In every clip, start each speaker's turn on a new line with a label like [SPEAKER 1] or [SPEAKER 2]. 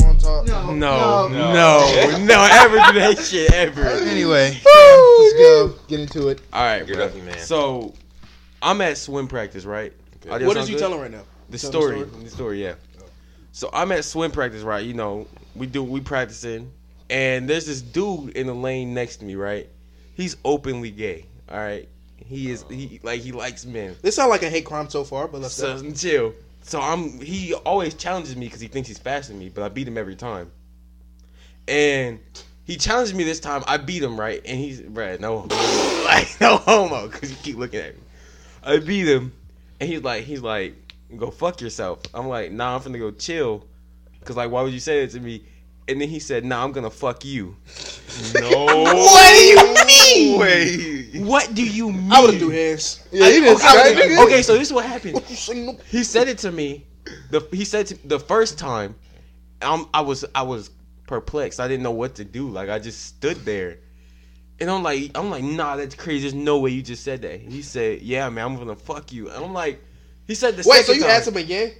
[SPEAKER 1] No.
[SPEAKER 2] No,
[SPEAKER 3] No.
[SPEAKER 2] no, no, ever do that shit ever.
[SPEAKER 4] Anyway,
[SPEAKER 1] Woo,
[SPEAKER 4] let's go get into it.
[SPEAKER 2] All right,
[SPEAKER 3] You're
[SPEAKER 2] bro.
[SPEAKER 3] lucky, man.
[SPEAKER 2] So I'm at swim practice, right?
[SPEAKER 3] Okay.
[SPEAKER 2] Audio
[SPEAKER 1] What did
[SPEAKER 2] sound
[SPEAKER 1] you
[SPEAKER 2] good?
[SPEAKER 1] tell him right now?
[SPEAKER 2] The
[SPEAKER 1] Tell
[SPEAKER 2] story, the story, yeah. So I'm at swim practice, right? You know, we do we practicing, and there's this dude in the lane next to me, right? He's openly gay. All right, he is he like he likes men.
[SPEAKER 1] This sounds like a hate crime so far, but let's
[SPEAKER 2] So chill. So I'm he always challenges me because he thinks he's faster than me, but I beat him every time. And he challenged me this time. I beat him right, and he's right. No, homo. like no homo, because you keep looking at me. I beat him, and he's like, he's like, go fuck yourself. I'm like, nah, I'm finna go chill, cause like, why would you say that to me? And then he said, nah, I'm gonna fuck you.
[SPEAKER 3] No.
[SPEAKER 2] What do you mean?
[SPEAKER 3] Wait.
[SPEAKER 2] What do you mean?
[SPEAKER 1] I would have threw hands.
[SPEAKER 4] Yeah, you didn't
[SPEAKER 1] okay,
[SPEAKER 4] sky, nigga.
[SPEAKER 2] Okay, so this is what happened.
[SPEAKER 1] You single-
[SPEAKER 2] He said it to me. The he said to, the first time, i I was I was perplexed. I didn't know what to do. Like I just stood there, and I'm like I'm like nah, that's crazy. There's no way you just said that. He said yeah, man, I'm gonna fuck you. And I'm like he said the
[SPEAKER 1] Wait,
[SPEAKER 2] second
[SPEAKER 1] so you
[SPEAKER 2] time.
[SPEAKER 1] asked him again?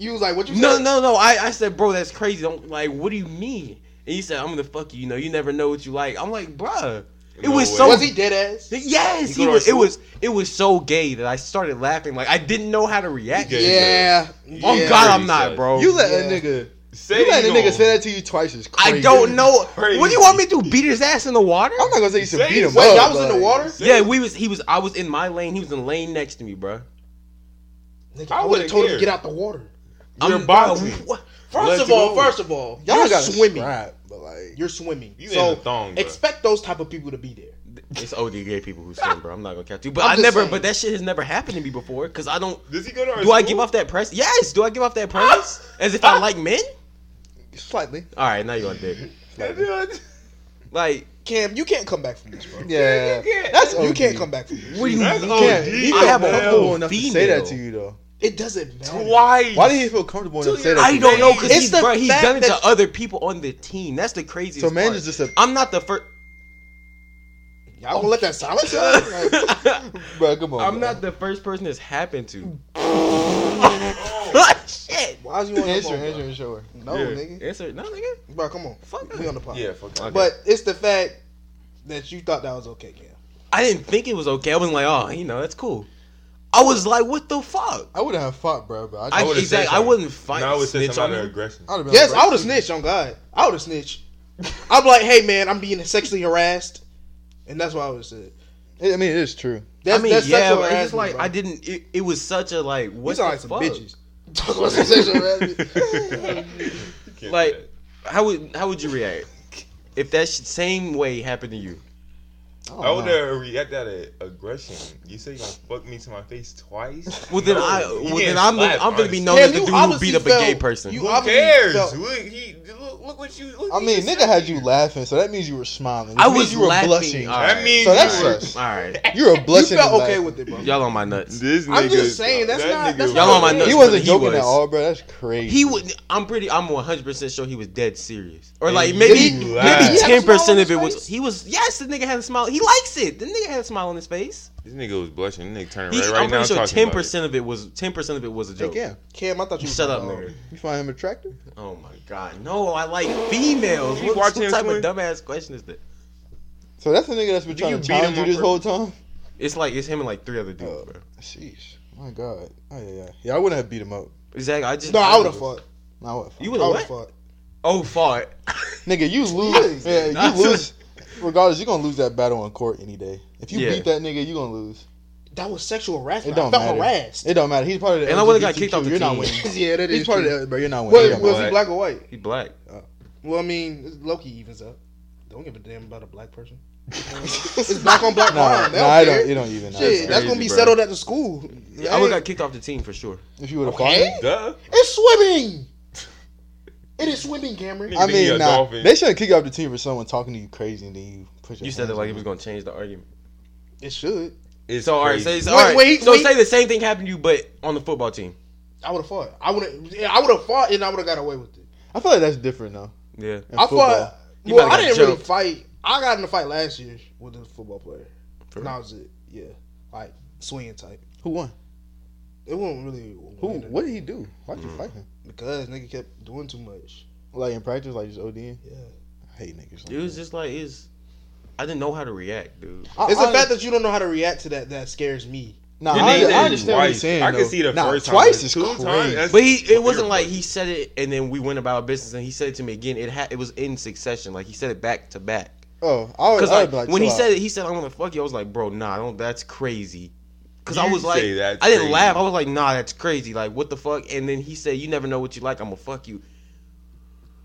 [SPEAKER 1] You was like, what you
[SPEAKER 2] No,
[SPEAKER 1] said?
[SPEAKER 2] no, no. I, I said, bro, that's crazy. Don't like, what do you mean? And he said, I'm gonna fuck you. You know, you never know what you like. I'm like, bruh, it
[SPEAKER 3] No
[SPEAKER 2] was
[SPEAKER 3] way.
[SPEAKER 2] so.
[SPEAKER 1] Was he dead ass?
[SPEAKER 2] Yes,
[SPEAKER 3] You
[SPEAKER 2] he
[SPEAKER 3] go to
[SPEAKER 2] was.
[SPEAKER 3] our
[SPEAKER 2] It was. It was so gay that I started laughing. Like I didn't know how to react.
[SPEAKER 3] Gay.
[SPEAKER 1] Yeah.
[SPEAKER 2] Oh
[SPEAKER 1] yeah.
[SPEAKER 2] God, I'm
[SPEAKER 3] Pretty
[SPEAKER 2] not,
[SPEAKER 3] sad.
[SPEAKER 2] bro.
[SPEAKER 4] You let
[SPEAKER 1] Yeah.
[SPEAKER 4] a nigga,
[SPEAKER 3] Say
[SPEAKER 4] you let a
[SPEAKER 3] you
[SPEAKER 4] nigga
[SPEAKER 3] gonna-
[SPEAKER 4] say that to you twice is crazy.
[SPEAKER 2] I don't know.
[SPEAKER 3] Crazy.
[SPEAKER 2] What do you want me to do? Beat his ass in the water?
[SPEAKER 4] I'm not gonna say you should
[SPEAKER 3] Say
[SPEAKER 4] beat him.
[SPEAKER 1] Wait,
[SPEAKER 4] up,
[SPEAKER 1] y'all was in
[SPEAKER 4] but-
[SPEAKER 1] the water?
[SPEAKER 2] yeah, we was. He was. I was in my lane. He was in the lane next to me, bro.
[SPEAKER 1] Nigga,
[SPEAKER 3] I
[SPEAKER 1] I would have
[SPEAKER 3] wouldn't
[SPEAKER 1] told him
[SPEAKER 3] care.
[SPEAKER 1] to get out the water.
[SPEAKER 3] You're
[SPEAKER 2] I'm,
[SPEAKER 3] boxing.
[SPEAKER 2] bruh, what?
[SPEAKER 1] First
[SPEAKER 3] Let's
[SPEAKER 1] of all,
[SPEAKER 3] go.
[SPEAKER 1] first of all,
[SPEAKER 4] Y'all
[SPEAKER 1] you're
[SPEAKER 4] got
[SPEAKER 1] swimming.
[SPEAKER 4] Subscribe, but like,
[SPEAKER 1] You're swimming.
[SPEAKER 3] You
[SPEAKER 1] so
[SPEAKER 3] in the thong, bro.
[SPEAKER 1] expect those type of people to be there.
[SPEAKER 2] It's OD gay people who swim, bro. I'm not gonna catch you. But
[SPEAKER 1] I'm
[SPEAKER 2] i
[SPEAKER 1] just
[SPEAKER 2] never.
[SPEAKER 1] saying.
[SPEAKER 2] But that shit has never happened to me before. Cause I don't.
[SPEAKER 3] Does he go to our
[SPEAKER 2] Do I
[SPEAKER 3] school?
[SPEAKER 2] give off that press? Yes. Do I give off that press? As if I like men?
[SPEAKER 4] slightly.
[SPEAKER 2] All right, now you're on dick. Like,
[SPEAKER 1] Cam, you can't come back from this, bro.
[SPEAKER 4] Yeah,
[SPEAKER 1] That's you
[SPEAKER 4] OD.
[SPEAKER 1] can't come back from this.
[SPEAKER 2] what do you
[SPEAKER 3] That's
[SPEAKER 2] mean?
[SPEAKER 3] OD.
[SPEAKER 4] he
[SPEAKER 2] I have
[SPEAKER 4] felt
[SPEAKER 2] a
[SPEAKER 4] comfortable
[SPEAKER 2] whole
[SPEAKER 4] enough to
[SPEAKER 2] female.
[SPEAKER 4] say that to you though.
[SPEAKER 1] It doesn't matter.
[SPEAKER 3] Why?
[SPEAKER 4] Why did he feel comfortable enough to say that?
[SPEAKER 2] I
[SPEAKER 4] to
[SPEAKER 2] don't
[SPEAKER 4] you?
[SPEAKER 2] know because
[SPEAKER 1] It's
[SPEAKER 2] he's,
[SPEAKER 1] the
[SPEAKER 2] bro, he's
[SPEAKER 1] fact
[SPEAKER 2] done it to
[SPEAKER 1] that-
[SPEAKER 2] other people on the team. That's the craziest.
[SPEAKER 4] So man
[SPEAKER 2] part.
[SPEAKER 4] is just a
[SPEAKER 2] I'm not the first.
[SPEAKER 1] Y'all gonna let that silence out? Like,
[SPEAKER 4] bro. Come on.
[SPEAKER 2] I'm
[SPEAKER 4] bro.
[SPEAKER 2] not the first person this happened to.
[SPEAKER 4] Hmm.
[SPEAKER 2] Shit.
[SPEAKER 1] why is you on the
[SPEAKER 4] Answer,
[SPEAKER 1] phone, bro?
[SPEAKER 4] answer, and show her. No,
[SPEAKER 2] Yeah.
[SPEAKER 4] nigga.
[SPEAKER 2] Answer. No, nigga.
[SPEAKER 1] Bro, come on.
[SPEAKER 2] Fuck
[SPEAKER 1] We
[SPEAKER 2] that.
[SPEAKER 1] on the pod.
[SPEAKER 3] Yeah, fuck that.
[SPEAKER 1] But it's the fact that you thought that was okay, Cam.
[SPEAKER 2] I didn't think it was okay. I wasn't like, oh, you know, that's cool. I was like, what the fuck?
[SPEAKER 4] I wouldn't have fought, bro. But
[SPEAKER 2] I,
[SPEAKER 4] I,
[SPEAKER 3] would've said
[SPEAKER 2] exactly. I
[SPEAKER 3] something.
[SPEAKER 2] wouldn't fight.
[SPEAKER 3] No, I would say
[SPEAKER 2] snitch
[SPEAKER 3] some
[SPEAKER 2] on
[SPEAKER 3] other
[SPEAKER 2] him.
[SPEAKER 3] aggression.
[SPEAKER 4] I would have been.
[SPEAKER 1] Yes,
[SPEAKER 4] like,
[SPEAKER 1] I would have snitched on God. I would have snitched. I'd be like, hey man, I'm being sexually harassed, and that's what I would have said.
[SPEAKER 4] I mean, it is true.
[SPEAKER 1] That's,
[SPEAKER 2] I mean,
[SPEAKER 1] that's
[SPEAKER 2] yeah,
[SPEAKER 1] sexual
[SPEAKER 2] but it's just
[SPEAKER 1] harassment,
[SPEAKER 2] like
[SPEAKER 1] bro.
[SPEAKER 2] I didn't. It, it was such a like.
[SPEAKER 1] You
[SPEAKER 2] What the
[SPEAKER 1] sound like some
[SPEAKER 2] fuck?
[SPEAKER 1] bitches. Talk about some sexual harassment.
[SPEAKER 3] You can't
[SPEAKER 2] Like-
[SPEAKER 3] do that.
[SPEAKER 2] How would how would you react if that sh- same way happened to you?
[SPEAKER 4] don't
[SPEAKER 3] I would
[SPEAKER 4] know.
[SPEAKER 3] have reacted out of aggression. You say you gonna fuck me to my face twice?
[SPEAKER 2] Well then
[SPEAKER 3] No,
[SPEAKER 2] I
[SPEAKER 3] you
[SPEAKER 2] well
[SPEAKER 3] getting
[SPEAKER 2] then I'm the,
[SPEAKER 3] slapped,
[SPEAKER 2] I'm gonna be
[SPEAKER 3] honestly.
[SPEAKER 2] known
[SPEAKER 1] Yeah,
[SPEAKER 2] as the
[SPEAKER 1] you
[SPEAKER 2] dude who
[SPEAKER 1] obviously
[SPEAKER 2] beat up a gay
[SPEAKER 1] felt-
[SPEAKER 2] person.
[SPEAKER 1] you-
[SPEAKER 3] Who
[SPEAKER 1] obviously
[SPEAKER 3] cares?
[SPEAKER 1] felt-
[SPEAKER 3] Look, he, look, look what you. Look
[SPEAKER 4] I mean, nigga had you laughing, so that means you were smiling. Which
[SPEAKER 2] I
[SPEAKER 4] means
[SPEAKER 2] was
[SPEAKER 4] you were
[SPEAKER 2] laughing.
[SPEAKER 4] blushing.
[SPEAKER 2] All
[SPEAKER 3] That
[SPEAKER 2] right.
[SPEAKER 3] means
[SPEAKER 4] So that's
[SPEAKER 3] you were-
[SPEAKER 4] sus.
[SPEAKER 2] All right,
[SPEAKER 4] You were
[SPEAKER 1] You
[SPEAKER 4] blushing.
[SPEAKER 1] felt
[SPEAKER 4] and
[SPEAKER 1] okay
[SPEAKER 4] laughing.
[SPEAKER 1] with it, bro.
[SPEAKER 2] y'all on my nuts.
[SPEAKER 3] This nigga,
[SPEAKER 1] I'm just saying, that's
[SPEAKER 3] that
[SPEAKER 1] not-
[SPEAKER 3] Nigga,
[SPEAKER 1] that's
[SPEAKER 3] was-
[SPEAKER 2] Y'all on my
[SPEAKER 1] He
[SPEAKER 2] nuts.
[SPEAKER 4] He
[SPEAKER 2] but
[SPEAKER 4] wasn't joking
[SPEAKER 2] was.
[SPEAKER 4] at all, bro. That's crazy.
[SPEAKER 2] He would. I'm pretty. I'm 100 percent sure he was dead serious, or like
[SPEAKER 4] And
[SPEAKER 2] maybe
[SPEAKER 4] he
[SPEAKER 2] maybe
[SPEAKER 3] laughed.
[SPEAKER 2] 10 percent of
[SPEAKER 1] He
[SPEAKER 2] it
[SPEAKER 1] had a smile on his
[SPEAKER 2] was.
[SPEAKER 1] face?
[SPEAKER 2] He was. Yes, the nigga had a smile. He likes it. The nigga had a smile on his face.
[SPEAKER 3] This nigga was blushing. This nigga turning
[SPEAKER 2] He,
[SPEAKER 3] right, right
[SPEAKER 2] I'm
[SPEAKER 3] now.
[SPEAKER 2] pretty sure
[SPEAKER 3] talking
[SPEAKER 2] 10
[SPEAKER 3] about it.
[SPEAKER 2] percent of it was 10 percent of it was a joke.
[SPEAKER 4] Heck yeah.
[SPEAKER 1] Cam, I thought you was
[SPEAKER 2] Shut up,
[SPEAKER 1] um,
[SPEAKER 2] nigga.
[SPEAKER 4] You find him attractive?
[SPEAKER 2] Oh my god, no! I like females.
[SPEAKER 3] You
[SPEAKER 2] What,
[SPEAKER 3] watching
[SPEAKER 2] what
[SPEAKER 3] him
[SPEAKER 2] type
[SPEAKER 3] swim?
[SPEAKER 2] of dumbass question is that?
[SPEAKER 4] So that's the nigga that's been
[SPEAKER 3] Do you
[SPEAKER 4] trying
[SPEAKER 3] beat
[SPEAKER 4] to
[SPEAKER 3] him
[SPEAKER 4] challenge you
[SPEAKER 3] on
[SPEAKER 4] this whole
[SPEAKER 3] purpose?
[SPEAKER 4] time.
[SPEAKER 2] It's like it's him and like three other dudes,
[SPEAKER 4] Oh.
[SPEAKER 2] bro.
[SPEAKER 4] Sheesh. My God. Oh yeah, yeah. Yeah, I wouldn't have beat him up.
[SPEAKER 2] Exactly. I just
[SPEAKER 1] No, I would have fought.
[SPEAKER 4] Nah, I would've fought.
[SPEAKER 2] You
[SPEAKER 1] I
[SPEAKER 2] would
[SPEAKER 1] would
[SPEAKER 2] have
[SPEAKER 1] have
[SPEAKER 2] what?
[SPEAKER 1] fought.
[SPEAKER 2] Oh, fought.
[SPEAKER 4] Nigga, you lose.
[SPEAKER 1] Yeah,
[SPEAKER 4] yeah,
[SPEAKER 2] nah,
[SPEAKER 4] you lose. Regardless, you're gonna lose that battle on court any day. If you
[SPEAKER 2] Yeah.
[SPEAKER 4] beat that nigga, you're gonna lose.
[SPEAKER 1] That was sexual harassment.
[SPEAKER 4] It don't
[SPEAKER 1] I felt
[SPEAKER 4] matter.
[SPEAKER 1] harassed.
[SPEAKER 4] It don't matter. He's part of the.
[SPEAKER 2] And I would've got kicked off the
[SPEAKER 4] You're not
[SPEAKER 2] team.
[SPEAKER 4] winning.
[SPEAKER 1] yeah, that
[SPEAKER 4] He's part of the. Bro, you're not winning.
[SPEAKER 1] Wait,
[SPEAKER 4] You're not
[SPEAKER 1] was
[SPEAKER 4] winning.
[SPEAKER 1] he black or white?
[SPEAKER 2] He black.
[SPEAKER 1] Well, I mean, Loki evens up. Don't give a damn about a black person. it's black on black
[SPEAKER 4] Nah,
[SPEAKER 1] crime. They
[SPEAKER 4] nah, I
[SPEAKER 1] care.
[SPEAKER 4] don't. It don't even.
[SPEAKER 1] Shit, that's,
[SPEAKER 4] matter.
[SPEAKER 1] gonna be
[SPEAKER 2] crazy, bro.
[SPEAKER 1] settled at the school.
[SPEAKER 2] I would have got kicked off the team for sure.
[SPEAKER 4] If you would have
[SPEAKER 1] Okay.
[SPEAKER 4] fought.
[SPEAKER 3] Duh.
[SPEAKER 1] It's swimming. It is swimming, Cameron.
[SPEAKER 3] Nigga,
[SPEAKER 4] I
[SPEAKER 3] think he
[SPEAKER 4] mean,
[SPEAKER 3] a
[SPEAKER 4] nah,
[SPEAKER 3] dolphin.
[SPEAKER 4] they shouldn't kick you off the team for someone talking to you crazy and then you push. Your
[SPEAKER 2] You said
[SPEAKER 4] hands
[SPEAKER 2] that
[SPEAKER 4] on
[SPEAKER 2] like he
[SPEAKER 4] them.
[SPEAKER 2] was gonna change the argument.
[SPEAKER 1] It should.
[SPEAKER 3] It's
[SPEAKER 2] So all right, say,
[SPEAKER 3] crazy.
[SPEAKER 2] so,
[SPEAKER 1] Wait,
[SPEAKER 2] all right.
[SPEAKER 1] wait,
[SPEAKER 2] so
[SPEAKER 1] wait.
[SPEAKER 2] say the same thing happened to you, but on the football team.
[SPEAKER 1] I would have fought. I would have. I would have fought, and I would have got away with it.
[SPEAKER 4] I feel like that's different though.
[SPEAKER 2] Yeah.
[SPEAKER 4] in
[SPEAKER 1] I
[SPEAKER 4] football.
[SPEAKER 1] fought.
[SPEAKER 2] You
[SPEAKER 1] well,
[SPEAKER 2] might
[SPEAKER 1] I
[SPEAKER 2] have
[SPEAKER 1] didn't
[SPEAKER 2] got
[SPEAKER 1] really
[SPEAKER 2] jumped.
[SPEAKER 1] fight. I got in a fight last year with a football player.
[SPEAKER 2] For
[SPEAKER 1] And
[SPEAKER 2] real?
[SPEAKER 1] that was it. Yeah, like swinging type.
[SPEAKER 4] Who won?
[SPEAKER 1] It wasn't really. a
[SPEAKER 4] Who?
[SPEAKER 1] winner,
[SPEAKER 4] What did he do? Why'd you fight him?
[SPEAKER 1] Because nigga kept doing too much.
[SPEAKER 4] Like in practice, like just ODing.
[SPEAKER 1] Yeah.
[SPEAKER 4] I hate niggas. Like
[SPEAKER 2] It was
[SPEAKER 4] that.
[SPEAKER 2] just like it's. I didn't know how to react, dude.
[SPEAKER 4] I,
[SPEAKER 1] It's the
[SPEAKER 4] honest-
[SPEAKER 1] fact that you don't know how to react to that that scares me.
[SPEAKER 4] Nah,
[SPEAKER 3] Your
[SPEAKER 4] I,
[SPEAKER 3] name
[SPEAKER 4] under- I
[SPEAKER 3] is
[SPEAKER 4] understand what he's
[SPEAKER 3] twice.
[SPEAKER 4] saying.
[SPEAKER 3] I can
[SPEAKER 4] though.
[SPEAKER 3] see the
[SPEAKER 4] Nah,
[SPEAKER 3] first
[SPEAKER 4] twice
[SPEAKER 3] time.
[SPEAKER 4] is
[SPEAKER 3] but two times.
[SPEAKER 4] crazy.
[SPEAKER 3] that's-
[SPEAKER 2] But he, it wasn't
[SPEAKER 3] You're
[SPEAKER 2] like
[SPEAKER 3] funny.
[SPEAKER 2] he said it and then we went about our business and he said it to me again. It had it was in succession, like he said it back to back.
[SPEAKER 4] Oh, I
[SPEAKER 2] Cause
[SPEAKER 4] would, I would
[SPEAKER 2] like,
[SPEAKER 4] be like
[SPEAKER 2] when he
[SPEAKER 4] chill out.
[SPEAKER 2] said it, he said I want to fuck you. I was like, bro, nah, I don't. That's crazy. Cause I
[SPEAKER 3] You
[SPEAKER 2] was like, I
[SPEAKER 3] say
[SPEAKER 2] didn't
[SPEAKER 3] that's crazy.
[SPEAKER 2] laugh. I was like, nah, that's crazy. Like, what the fuck? And then he said, you never know what you like. I'm gonna fuck you.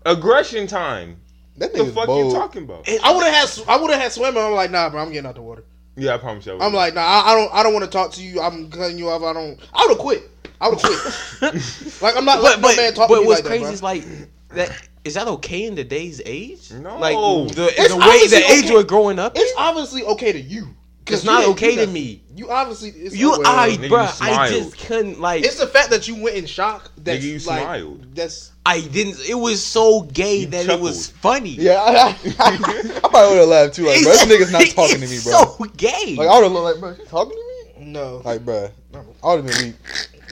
[SPEAKER 3] aggression time.
[SPEAKER 4] that
[SPEAKER 3] The
[SPEAKER 4] nigga's
[SPEAKER 3] fuck
[SPEAKER 4] bold.
[SPEAKER 3] you talking about?
[SPEAKER 2] And
[SPEAKER 1] I would have had I would have had swim, and I'm like, nah, bro, I'm getting out the water.
[SPEAKER 3] Yeah, I promise you. I would.
[SPEAKER 1] I'm like, nah, I, I don't I don't want to talk to you. I'm cutting you off. I don't. I would have quit. I would have quit. like I'm not
[SPEAKER 2] but
[SPEAKER 1] letting
[SPEAKER 2] but,
[SPEAKER 1] no man talk
[SPEAKER 2] but
[SPEAKER 1] to me
[SPEAKER 2] what's
[SPEAKER 1] like
[SPEAKER 2] crazy
[SPEAKER 1] that,
[SPEAKER 2] is
[SPEAKER 1] bro.
[SPEAKER 2] like that. Is that okay in today's age?
[SPEAKER 3] No.
[SPEAKER 2] Like the,
[SPEAKER 1] It's
[SPEAKER 2] the way the
[SPEAKER 1] obviously
[SPEAKER 2] age
[SPEAKER 1] okay.
[SPEAKER 2] we're growing up,
[SPEAKER 1] It's obviously okay to you. 'Cause
[SPEAKER 2] it's
[SPEAKER 1] you
[SPEAKER 2] not
[SPEAKER 1] didn't
[SPEAKER 2] okay
[SPEAKER 1] do
[SPEAKER 2] to
[SPEAKER 1] nothing.
[SPEAKER 2] me.
[SPEAKER 1] You obviously it's
[SPEAKER 2] You,
[SPEAKER 1] well,
[SPEAKER 2] I,
[SPEAKER 3] nigga,
[SPEAKER 2] bruh,
[SPEAKER 3] you
[SPEAKER 2] I
[SPEAKER 3] smiled.
[SPEAKER 2] just couldn't like.
[SPEAKER 1] It's the fact that you went in shock. That's
[SPEAKER 3] Nigga, you
[SPEAKER 1] like,
[SPEAKER 3] smiled.
[SPEAKER 1] That's
[SPEAKER 2] I didn't. It was so gay
[SPEAKER 3] You
[SPEAKER 2] that it
[SPEAKER 3] chuckled.
[SPEAKER 2] was funny.
[SPEAKER 4] Yeah, I, I, I probably would have laughed too. Like, bro, this
[SPEAKER 2] It's-
[SPEAKER 4] nigga's not talking to me,
[SPEAKER 2] it's
[SPEAKER 4] bro.
[SPEAKER 2] So gay.
[SPEAKER 4] Like, I would have looked like, bro, she talking to me?
[SPEAKER 1] no.
[SPEAKER 4] Like, bro, I would have been weak.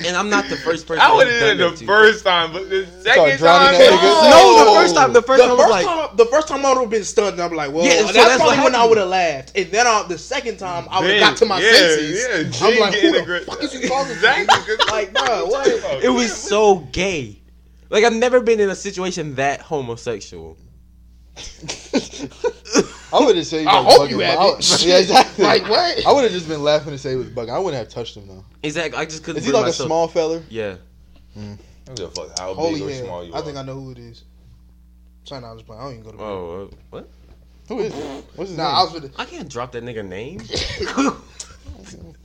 [SPEAKER 2] and I'm not the first person.
[SPEAKER 3] I would
[SPEAKER 2] who's
[SPEAKER 3] have
[SPEAKER 2] done
[SPEAKER 3] did it
[SPEAKER 2] that
[SPEAKER 3] the
[SPEAKER 2] to.
[SPEAKER 3] first time, but the
[SPEAKER 4] Start
[SPEAKER 3] second time,
[SPEAKER 4] drowning that
[SPEAKER 1] nigga.
[SPEAKER 2] No, the
[SPEAKER 1] No.
[SPEAKER 2] first time. The first
[SPEAKER 1] the
[SPEAKER 2] time
[SPEAKER 1] first
[SPEAKER 2] was like.
[SPEAKER 1] time, the first time I would have been stunned. I'm like, well,
[SPEAKER 2] Yeah, so
[SPEAKER 1] that's,
[SPEAKER 2] that's what
[SPEAKER 1] probably when I
[SPEAKER 2] happened.
[SPEAKER 1] would have laughed. And then I, the second time, I would have
[SPEAKER 3] Then,
[SPEAKER 1] got to my
[SPEAKER 3] yeah,
[SPEAKER 1] senses.
[SPEAKER 3] yeah,
[SPEAKER 1] I'm
[SPEAKER 3] Jin
[SPEAKER 1] like, who
[SPEAKER 3] getting
[SPEAKER 1] the
[SPEAKER 3] aggra-
[SPEAKER 1] fuck is you talking
[SPEAKER 3] Exactly, 'cause-
[SPEAKER 1] Like, bro, what?
[SPEAKER 2] It was so gay. Like I've never been in a situation that homosexual.
[SPEAKER 4] I would have said,
[SPEAKER 1] I
[SPEAKER 4] like,
[SPEAKER 1] hope
[SPEAKER 4] bugging,
[SPEAKER 1] you
[SPEAKER 4] but
[SPEAKER 1] had
[SPEAKER 4] I would-
[SPEAKER 1] it.
[SPEAKER 4] Yeah, exactly.
[SPEAKER 1] Like, what?
[SPEAKER 4] I would have just been laughing to say it was bugging. I wouldn't have touched him, though.
[SPEAKER 2] Exactly. I just couldn't.
[SPEAKER 4] Is he
[SPEAKER 2] bring
[SPEAKER 4] like a
[SPEAKER 2] myself-
[SPEAKER 4] small feller?
[SPEAKER 2] Yeah.
[SPEAKER 3] I don't give a fuck how big
[SPEAKER 1] Holy
[SPEAKER 3] or small you
[SPEAKER 1] hell!
[SPEAKER 3] are.
[SPEAKER 1] I think I know who it is. Sorry, nah, I was playing. I don't even go to. bed.
[SPEAKER 2] Oh, uh, what?
[SPEAKER 4] Who is it? What's his
[SPEAKER 1] Nah, I
[SPEAKER 4] name?
[SPEAKER 1] was with it.
[SPEAKER 2] I can't drop that nigga name.
[SPEAKER 3] initial.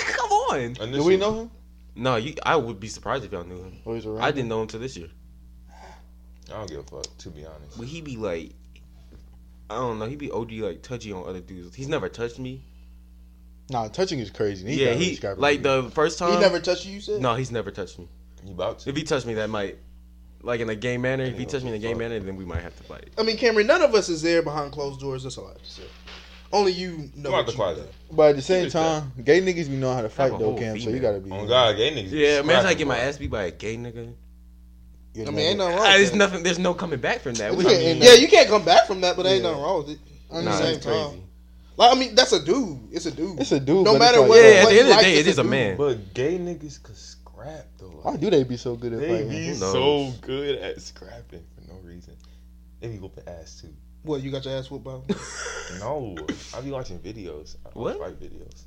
[SPEAKER 2] Come on.
[SPEAKER 3] initial.
[SPEAKER 4] Do we know him?
[SPEAKER 2] No, you. I would be surprised if y'all knew him.
[SPEAKER 1] Oh,
[SPEAKER 4] Or is it
[SPEAKER 2] I didn't know him until this year.
[SPEAKER 3] I don't give a fuck, to be honest.
[SPEAKER 2] But he be like, I don't know. He be OD like touchy on other dudes. He's never touched me.
[SPEAKER 4] Nah, touching is crazy.
[SPEAKER 2] yeah, he like the first time.
[SPEAKER 1] He never touched you. You said
[SPEAKER 2] No, he's never touched me.
[SPEAKER 3] You about to?
[SPEAKER 2] If he touched me, that might, like in a gay manner. If he touched me in a gay
[SPEAKER 3] Fuck.
[SPEAKER 2] manner, then we might have to fight.
[SPEAKER 1] I mean, Cameron, none of us is there behind closed doors. That's all I have to say. Only you know. What
[SPEAKER 3] Come out the
[SPEAKER 1] you done.
[SPEAKER 3] closet.
[SPEAKER 4] But at the same
[SPEAKER 3] Who is that?
[SPEAKER 4] time, gay niggas be knowing how to
[SPEAKER 2] Have
[SPEAKER 4] fight
[SPEAKER 2] a
[SPEAKER 4] though,
[SPEAKER 2] whole
[SPEAKER 4] Cam. So you
[SPEAKER 2] female.
[SPEAKER 4] gotta be.
[SPEAKER 3] On Oh God, gay niggas.
[SPEAKER 2] Yeah,
[SPEAKER 3] man,
[SPEAKER 2] imagine I get my ass beat by a gay nigga.
[SPEAKER 4] You
[SPEAKER 1] I
[SPEAKER 4] know,
[SPEAKER 1] mean, ain't nothing wrong.
[SPEAKER 2] Ah,
[SPEAKER 1] With
[SPEAKER 2] there's
[SPEAKER 1] that.
[SPEAKER 2] nothing. There's no coming back from that.
[SPEAKER 4] It's
[SPEAKER 2] What
[SPEAKER 4] not-
[SPEAKER 2] do you
[SPEAKER 4] ain't
[SPEAKER 2] mean?
[SPEAKER 1] yeah, you can't come back from that, but ain't
[SPEAKER 4] Yeah.
[SPEAKER 1] nothing wrong with it. At
[SPEAKER 2] Nah,
[SPEAKER 1] the same
[SPEAKER 2] that's
[SPEAKER 1] time,
[SPEAKER 2] crazy.
[SPEAKER 1] like I mean, that's a dude. It's a dude.
[SPEAKER 4] It's a dude.
[SPEAKER 1] No
[SPEAKER 4] but it's
[SPEAKER 1] matter
[SPEAKER 4] like,
[SPEAKER 1] what-
[SPEAKER 2] Yeah,
[SPEAKER 4] bro,
[SPEAKER 1] But
[SPEAKER 2] at the end of the
[SPEAKER 1] like,
[SPEAKER 2] day, it
[SPEAKER 1] it's a
[SPEAKER 2] is a
[SPEAKER 1] dude,
[SPEAKER 2] man.
[SPEAKER 3] But gay niggas could scrap, though.
[SPEAKER 4] Why do they be so good at
[SPEAKER 3] They
[SPEAKER 4] fighting?
[SPEAKER 3] be
[SPEAKER 2] Who
[SPEAKER 3] so
[SPEAKER 2] knows?
[SPEAKER 3] good at scrapping for no reason. They be whooping ass, too.
[SPEAKER 1] What you got your ass whooped by?
[SPEAKER 3] No, I be watching videos. I
[SPEAKER 2] What?
[SPEAKER 3] watch Fight videos.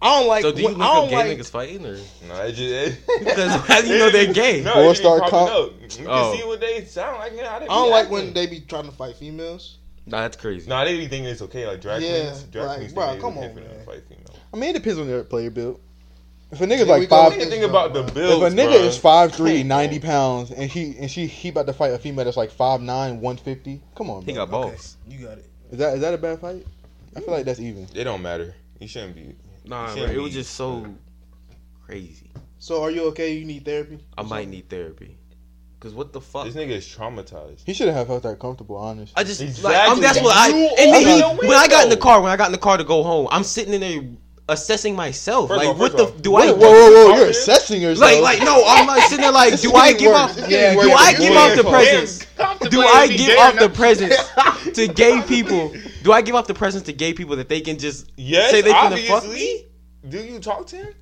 [SPEAKER 1] I don't like.
[SPEAKER 2] So do you
[SPEAKER 1] when-
[SPEAKER 2] look
[SPEAKER 1] I don't
[SPEAKER 2] up gay
[SPEAKER 1] like.
[SPEAKER 2] niggas fighting or?
[SPEAKER 3] No, it just
[SPEAKER 2] Because how do you know they're gay?
[SPEAKER 3] No,
[SPEAKER 4] Four
[SPEAKER 3] it just
[SPEAKER 4] star
[SPEAKER 3] popping
[SPEAKER 4] cop.
[SPEAKER 3] up. You can
[SPEAKER 2] Oh.
[SPEAKER 3] see what they sound like. man. I,
[SPEAKER 1] I don't like when they be trying to fight females.
[SPEAKER 2] Nah, that's crazy.
[SPEAKER 3] Nah, they be thinking it's okay, like drag
[SPEAKER 1] Yeah,
[SPEAKER 3] queens. Drag
[SPEAKER 1] like,
[SPEAKER 3] queens
[SPEAKER 1] bruh,
[SPEAKER 3] think they
[SPEAKER 1] come
[SPEAKER 3] okay
[SPEAKER 1] on,
[SPEAKER 3] for them to
[SPEAKER 1] man.
[SPEAKER 3] fight female.
[SPEAKER 4] I mean, it depends on your player build. If a
[SPEAKER 1] Here
[SPEAKER 4] nigga's
[SPEAKER 1] we
[SPEAKER 4] like
[SPEAKER 1] go.
[SPEAKER 4] five,
[SPEAKER 3] Think
[SPEAKER 1] Niggas
[SPEAKER 3] the thing
[SPEAKER 1] don't,
[SPEAKER 3] about the
[SPEAKER 1] bruh.
[SPEAKER 3] builds,
[SPEAKER 4] if a nigga
[SPEAKER 3] bruh.
[SPEAKER 4] is 5'3",
[SPEAKER 3] Come
[SPEAKER 4] 90 pounds, and he and she he about to fight a female that's like 5'9", 150, come on,
[SPEAKER 2] He
[SPEAKER 4] bro.
[SPEAKER 2] got balls.
[SPEAKER 1] You got it.
[SPEAKER 4] is that is that a bad fight? I feel like that's even.
[SPEAKER 3] It don't matter. You shouldn't be.
[SPEAKER 2] Nah,
[SPEAKER 3] Shit,
[SPEAKER 2] bro, it was
[SPEAKER 3] he-
[SPEAKER 2] just so crazy.
[SPEAKER 1] So are you okay? You need therapy?
[SPEAKER 2] I might need therapy. Cause what the fuck?
[SPEAKER 3] This nigga is traumatized.
[SPEAKER 4] He shouldn't have felt that comfortable, honest.
[SPEAKER 2] I just
[SPEAKER 3] Exactly.
[SPEAKER 2] like I'm, that's what I.
[SPEAKER 3] You
[SPEAKER 2] And
[SPEAKER 3] are
[SPEAKER 2] then
[SPEAKER 3] the
[SPEAKER 2] he- when I got in the
[SPEAKER 3] window.
[SPEAKER 2] car, when I got in the car to go home, I'm sitting in there assessing myself.
[SPEAKER 3] First
[SPEAKER 2] like,
[SPEAKER 3] off,
[SPEAKER 2] what
[SPEAKER 3] first
[SPEAKER 2] the
[SPEAKER 3] off,
[SPEAKER 2] do
[SPEAKER 4] Whoa,
[SPEAKER 2] I?
[SPEAKER 4] whoa, whoa, whoa,
[SPEAKER 3] Oh,
[SPEAKER 4] You're
[SPEAKER 3] yeah.
[SPEAKER 4] assessing yourself.
[SPEAKER 2] Like, like no, I'm like sitting there like,
[SPEAKER 4] It's
[SPEAKER 2] do I
[SPEAKER 4] getting
[SPEAKER 2] give
[SPEAKER 4] worse.
[SPEAKER 2] off?
[SPEAKER 4] It's
[SPEAKER 2] Yeah,
[SPEAKER 4] getting
[SPEAKER 2] do
[SPEAKER 4] worse.
[SPEAKER 2] I
[SPEAKER 4] It's
[SPEAKER 2] give
[SPEAKER 4] getting
[SPEAKER 2] off the
[SPEAKER 4] worse.
[SPEAKER 2] presents? Do I give off the presents to gay people? Do I give off the presents to gay people that they can just
[SPEAKER 3] Yes,
[SPEAKER 2] say they finna
[SPEAKER 3] obviously.
[SPEAKER 2] fuck me?
[SPEAKER 3] Do you talk to him?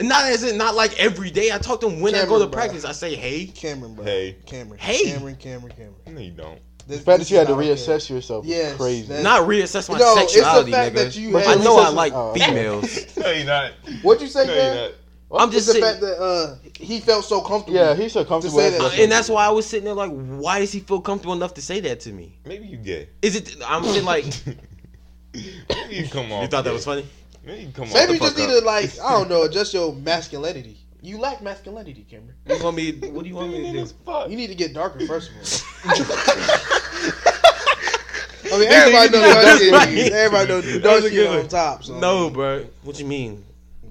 [SPEAKER 2] Not as it not like every day. I talk to them when I go
[SPEAKER 1] Cameron,
[SPEAKER 2] to
[SPEAKER 1] bruh.
[SPEAKER 2] practice. I say, hey,
[SPEAKER 1] Cameron, bro.
[SPEAKER 3] Hey.
[SPEAKER 1] Cameron.
[SPEAKER 2] Hey.
[SPEAKER 1] Cameron. Cameron. Cameron.
[SPEAKER 3] No, you don't.
[SPEAKER 1] This,
[SPEAKER 4] the fact that
[SPEAKER 1] this
[SPEAKER 4] you had
[SPEAKER 1] is
[SPEAKER 4] to
[SPEAKER 1] not okay.
[SPEAKER 4] reassess yourself is
[SPEAKER 1] Yes,
[SPEAKER 4] crazy.
[SPEAKER 1] that's-
[SPEAKER 2] not reassess my
[SPEAKER 1] No, it's the
[SPEAKER 2] sexuality,
[SPEAKER 1] fact
[SPEAKER 2] nigga.
[SPEAKER 1] that you
[SPEAKER 2] I
[SPEAKER 4] had-
[SPEAKER 2] know I like
[SPEAKER 4] Oh, okay.
[SPEAKER 2] females.
[SPEAKER 3] No, you're not.
[SPEAKER 1] What'd you say,
[SPEAKER 3] No,
[SPEAKER 1] Cam?
[SPEAKER 3] you're not.
[SPEAKER 2] I'm just
[SPEAKER 1] It's the
[SPEAKER 2] sitting- uh,
[SPEAKER 1] fact that uh, he felt so comfortable.
[SPEAKER 4] yeah, he's so comfortable.
[SPEAKER 1] say
[SPEAKER 4] as
[SPEAKER 1] that-
[SPEAKER 4] fuck.
[SPEAKER 2] and that's why I was sitting there like, why does he feel comfortable enough to say that to me?
[SPEAKER 3] Maybe you gay.
[SPEAKER 2] Is it? I'm sitting like,
[SPEAKER 3] Maybe you come on.
[SPEAKER 2] you thought that was funny?
[SPEAKER 3] Maybe you come on.
[SPEAKER 1] Maybe you just
[SPEAKER 2] fuck
[SPEAKER 1] need
[SPEAKER 2] up.
[SPEAKER 1] to like I don't know, adjust your masculinity. You lack masculinity, Cameron.
[SPEAKER 2] You want me? What do you want me to do?
[SPEAKER 3] Fuck.
[SPEAKER 1] You need to get darker first of all. I mean,
[SPEAKER 3] Nigga,
[SPEAKER 1] everybody
[SPEAKER 3] you
[SPEAKER 1] knows dark
[SPEAKER 3] need
[SPEAKER 2] to-
[SPEAKER 1] skin.
[SPEAKER 2] Right.
[SPEAKER 1] Everybody knows
[SPEAKER 2] That
[SPEAKER 1] dark
[SPEAKER 2] was a
[SPEAKER 1] skin
[SPEAKER 2] good
[SPEAKER 1] on
[SPEAKER 2] one.
[SPEAKER 1] top. So
[SPEAKER 2] No, bro. What you mean?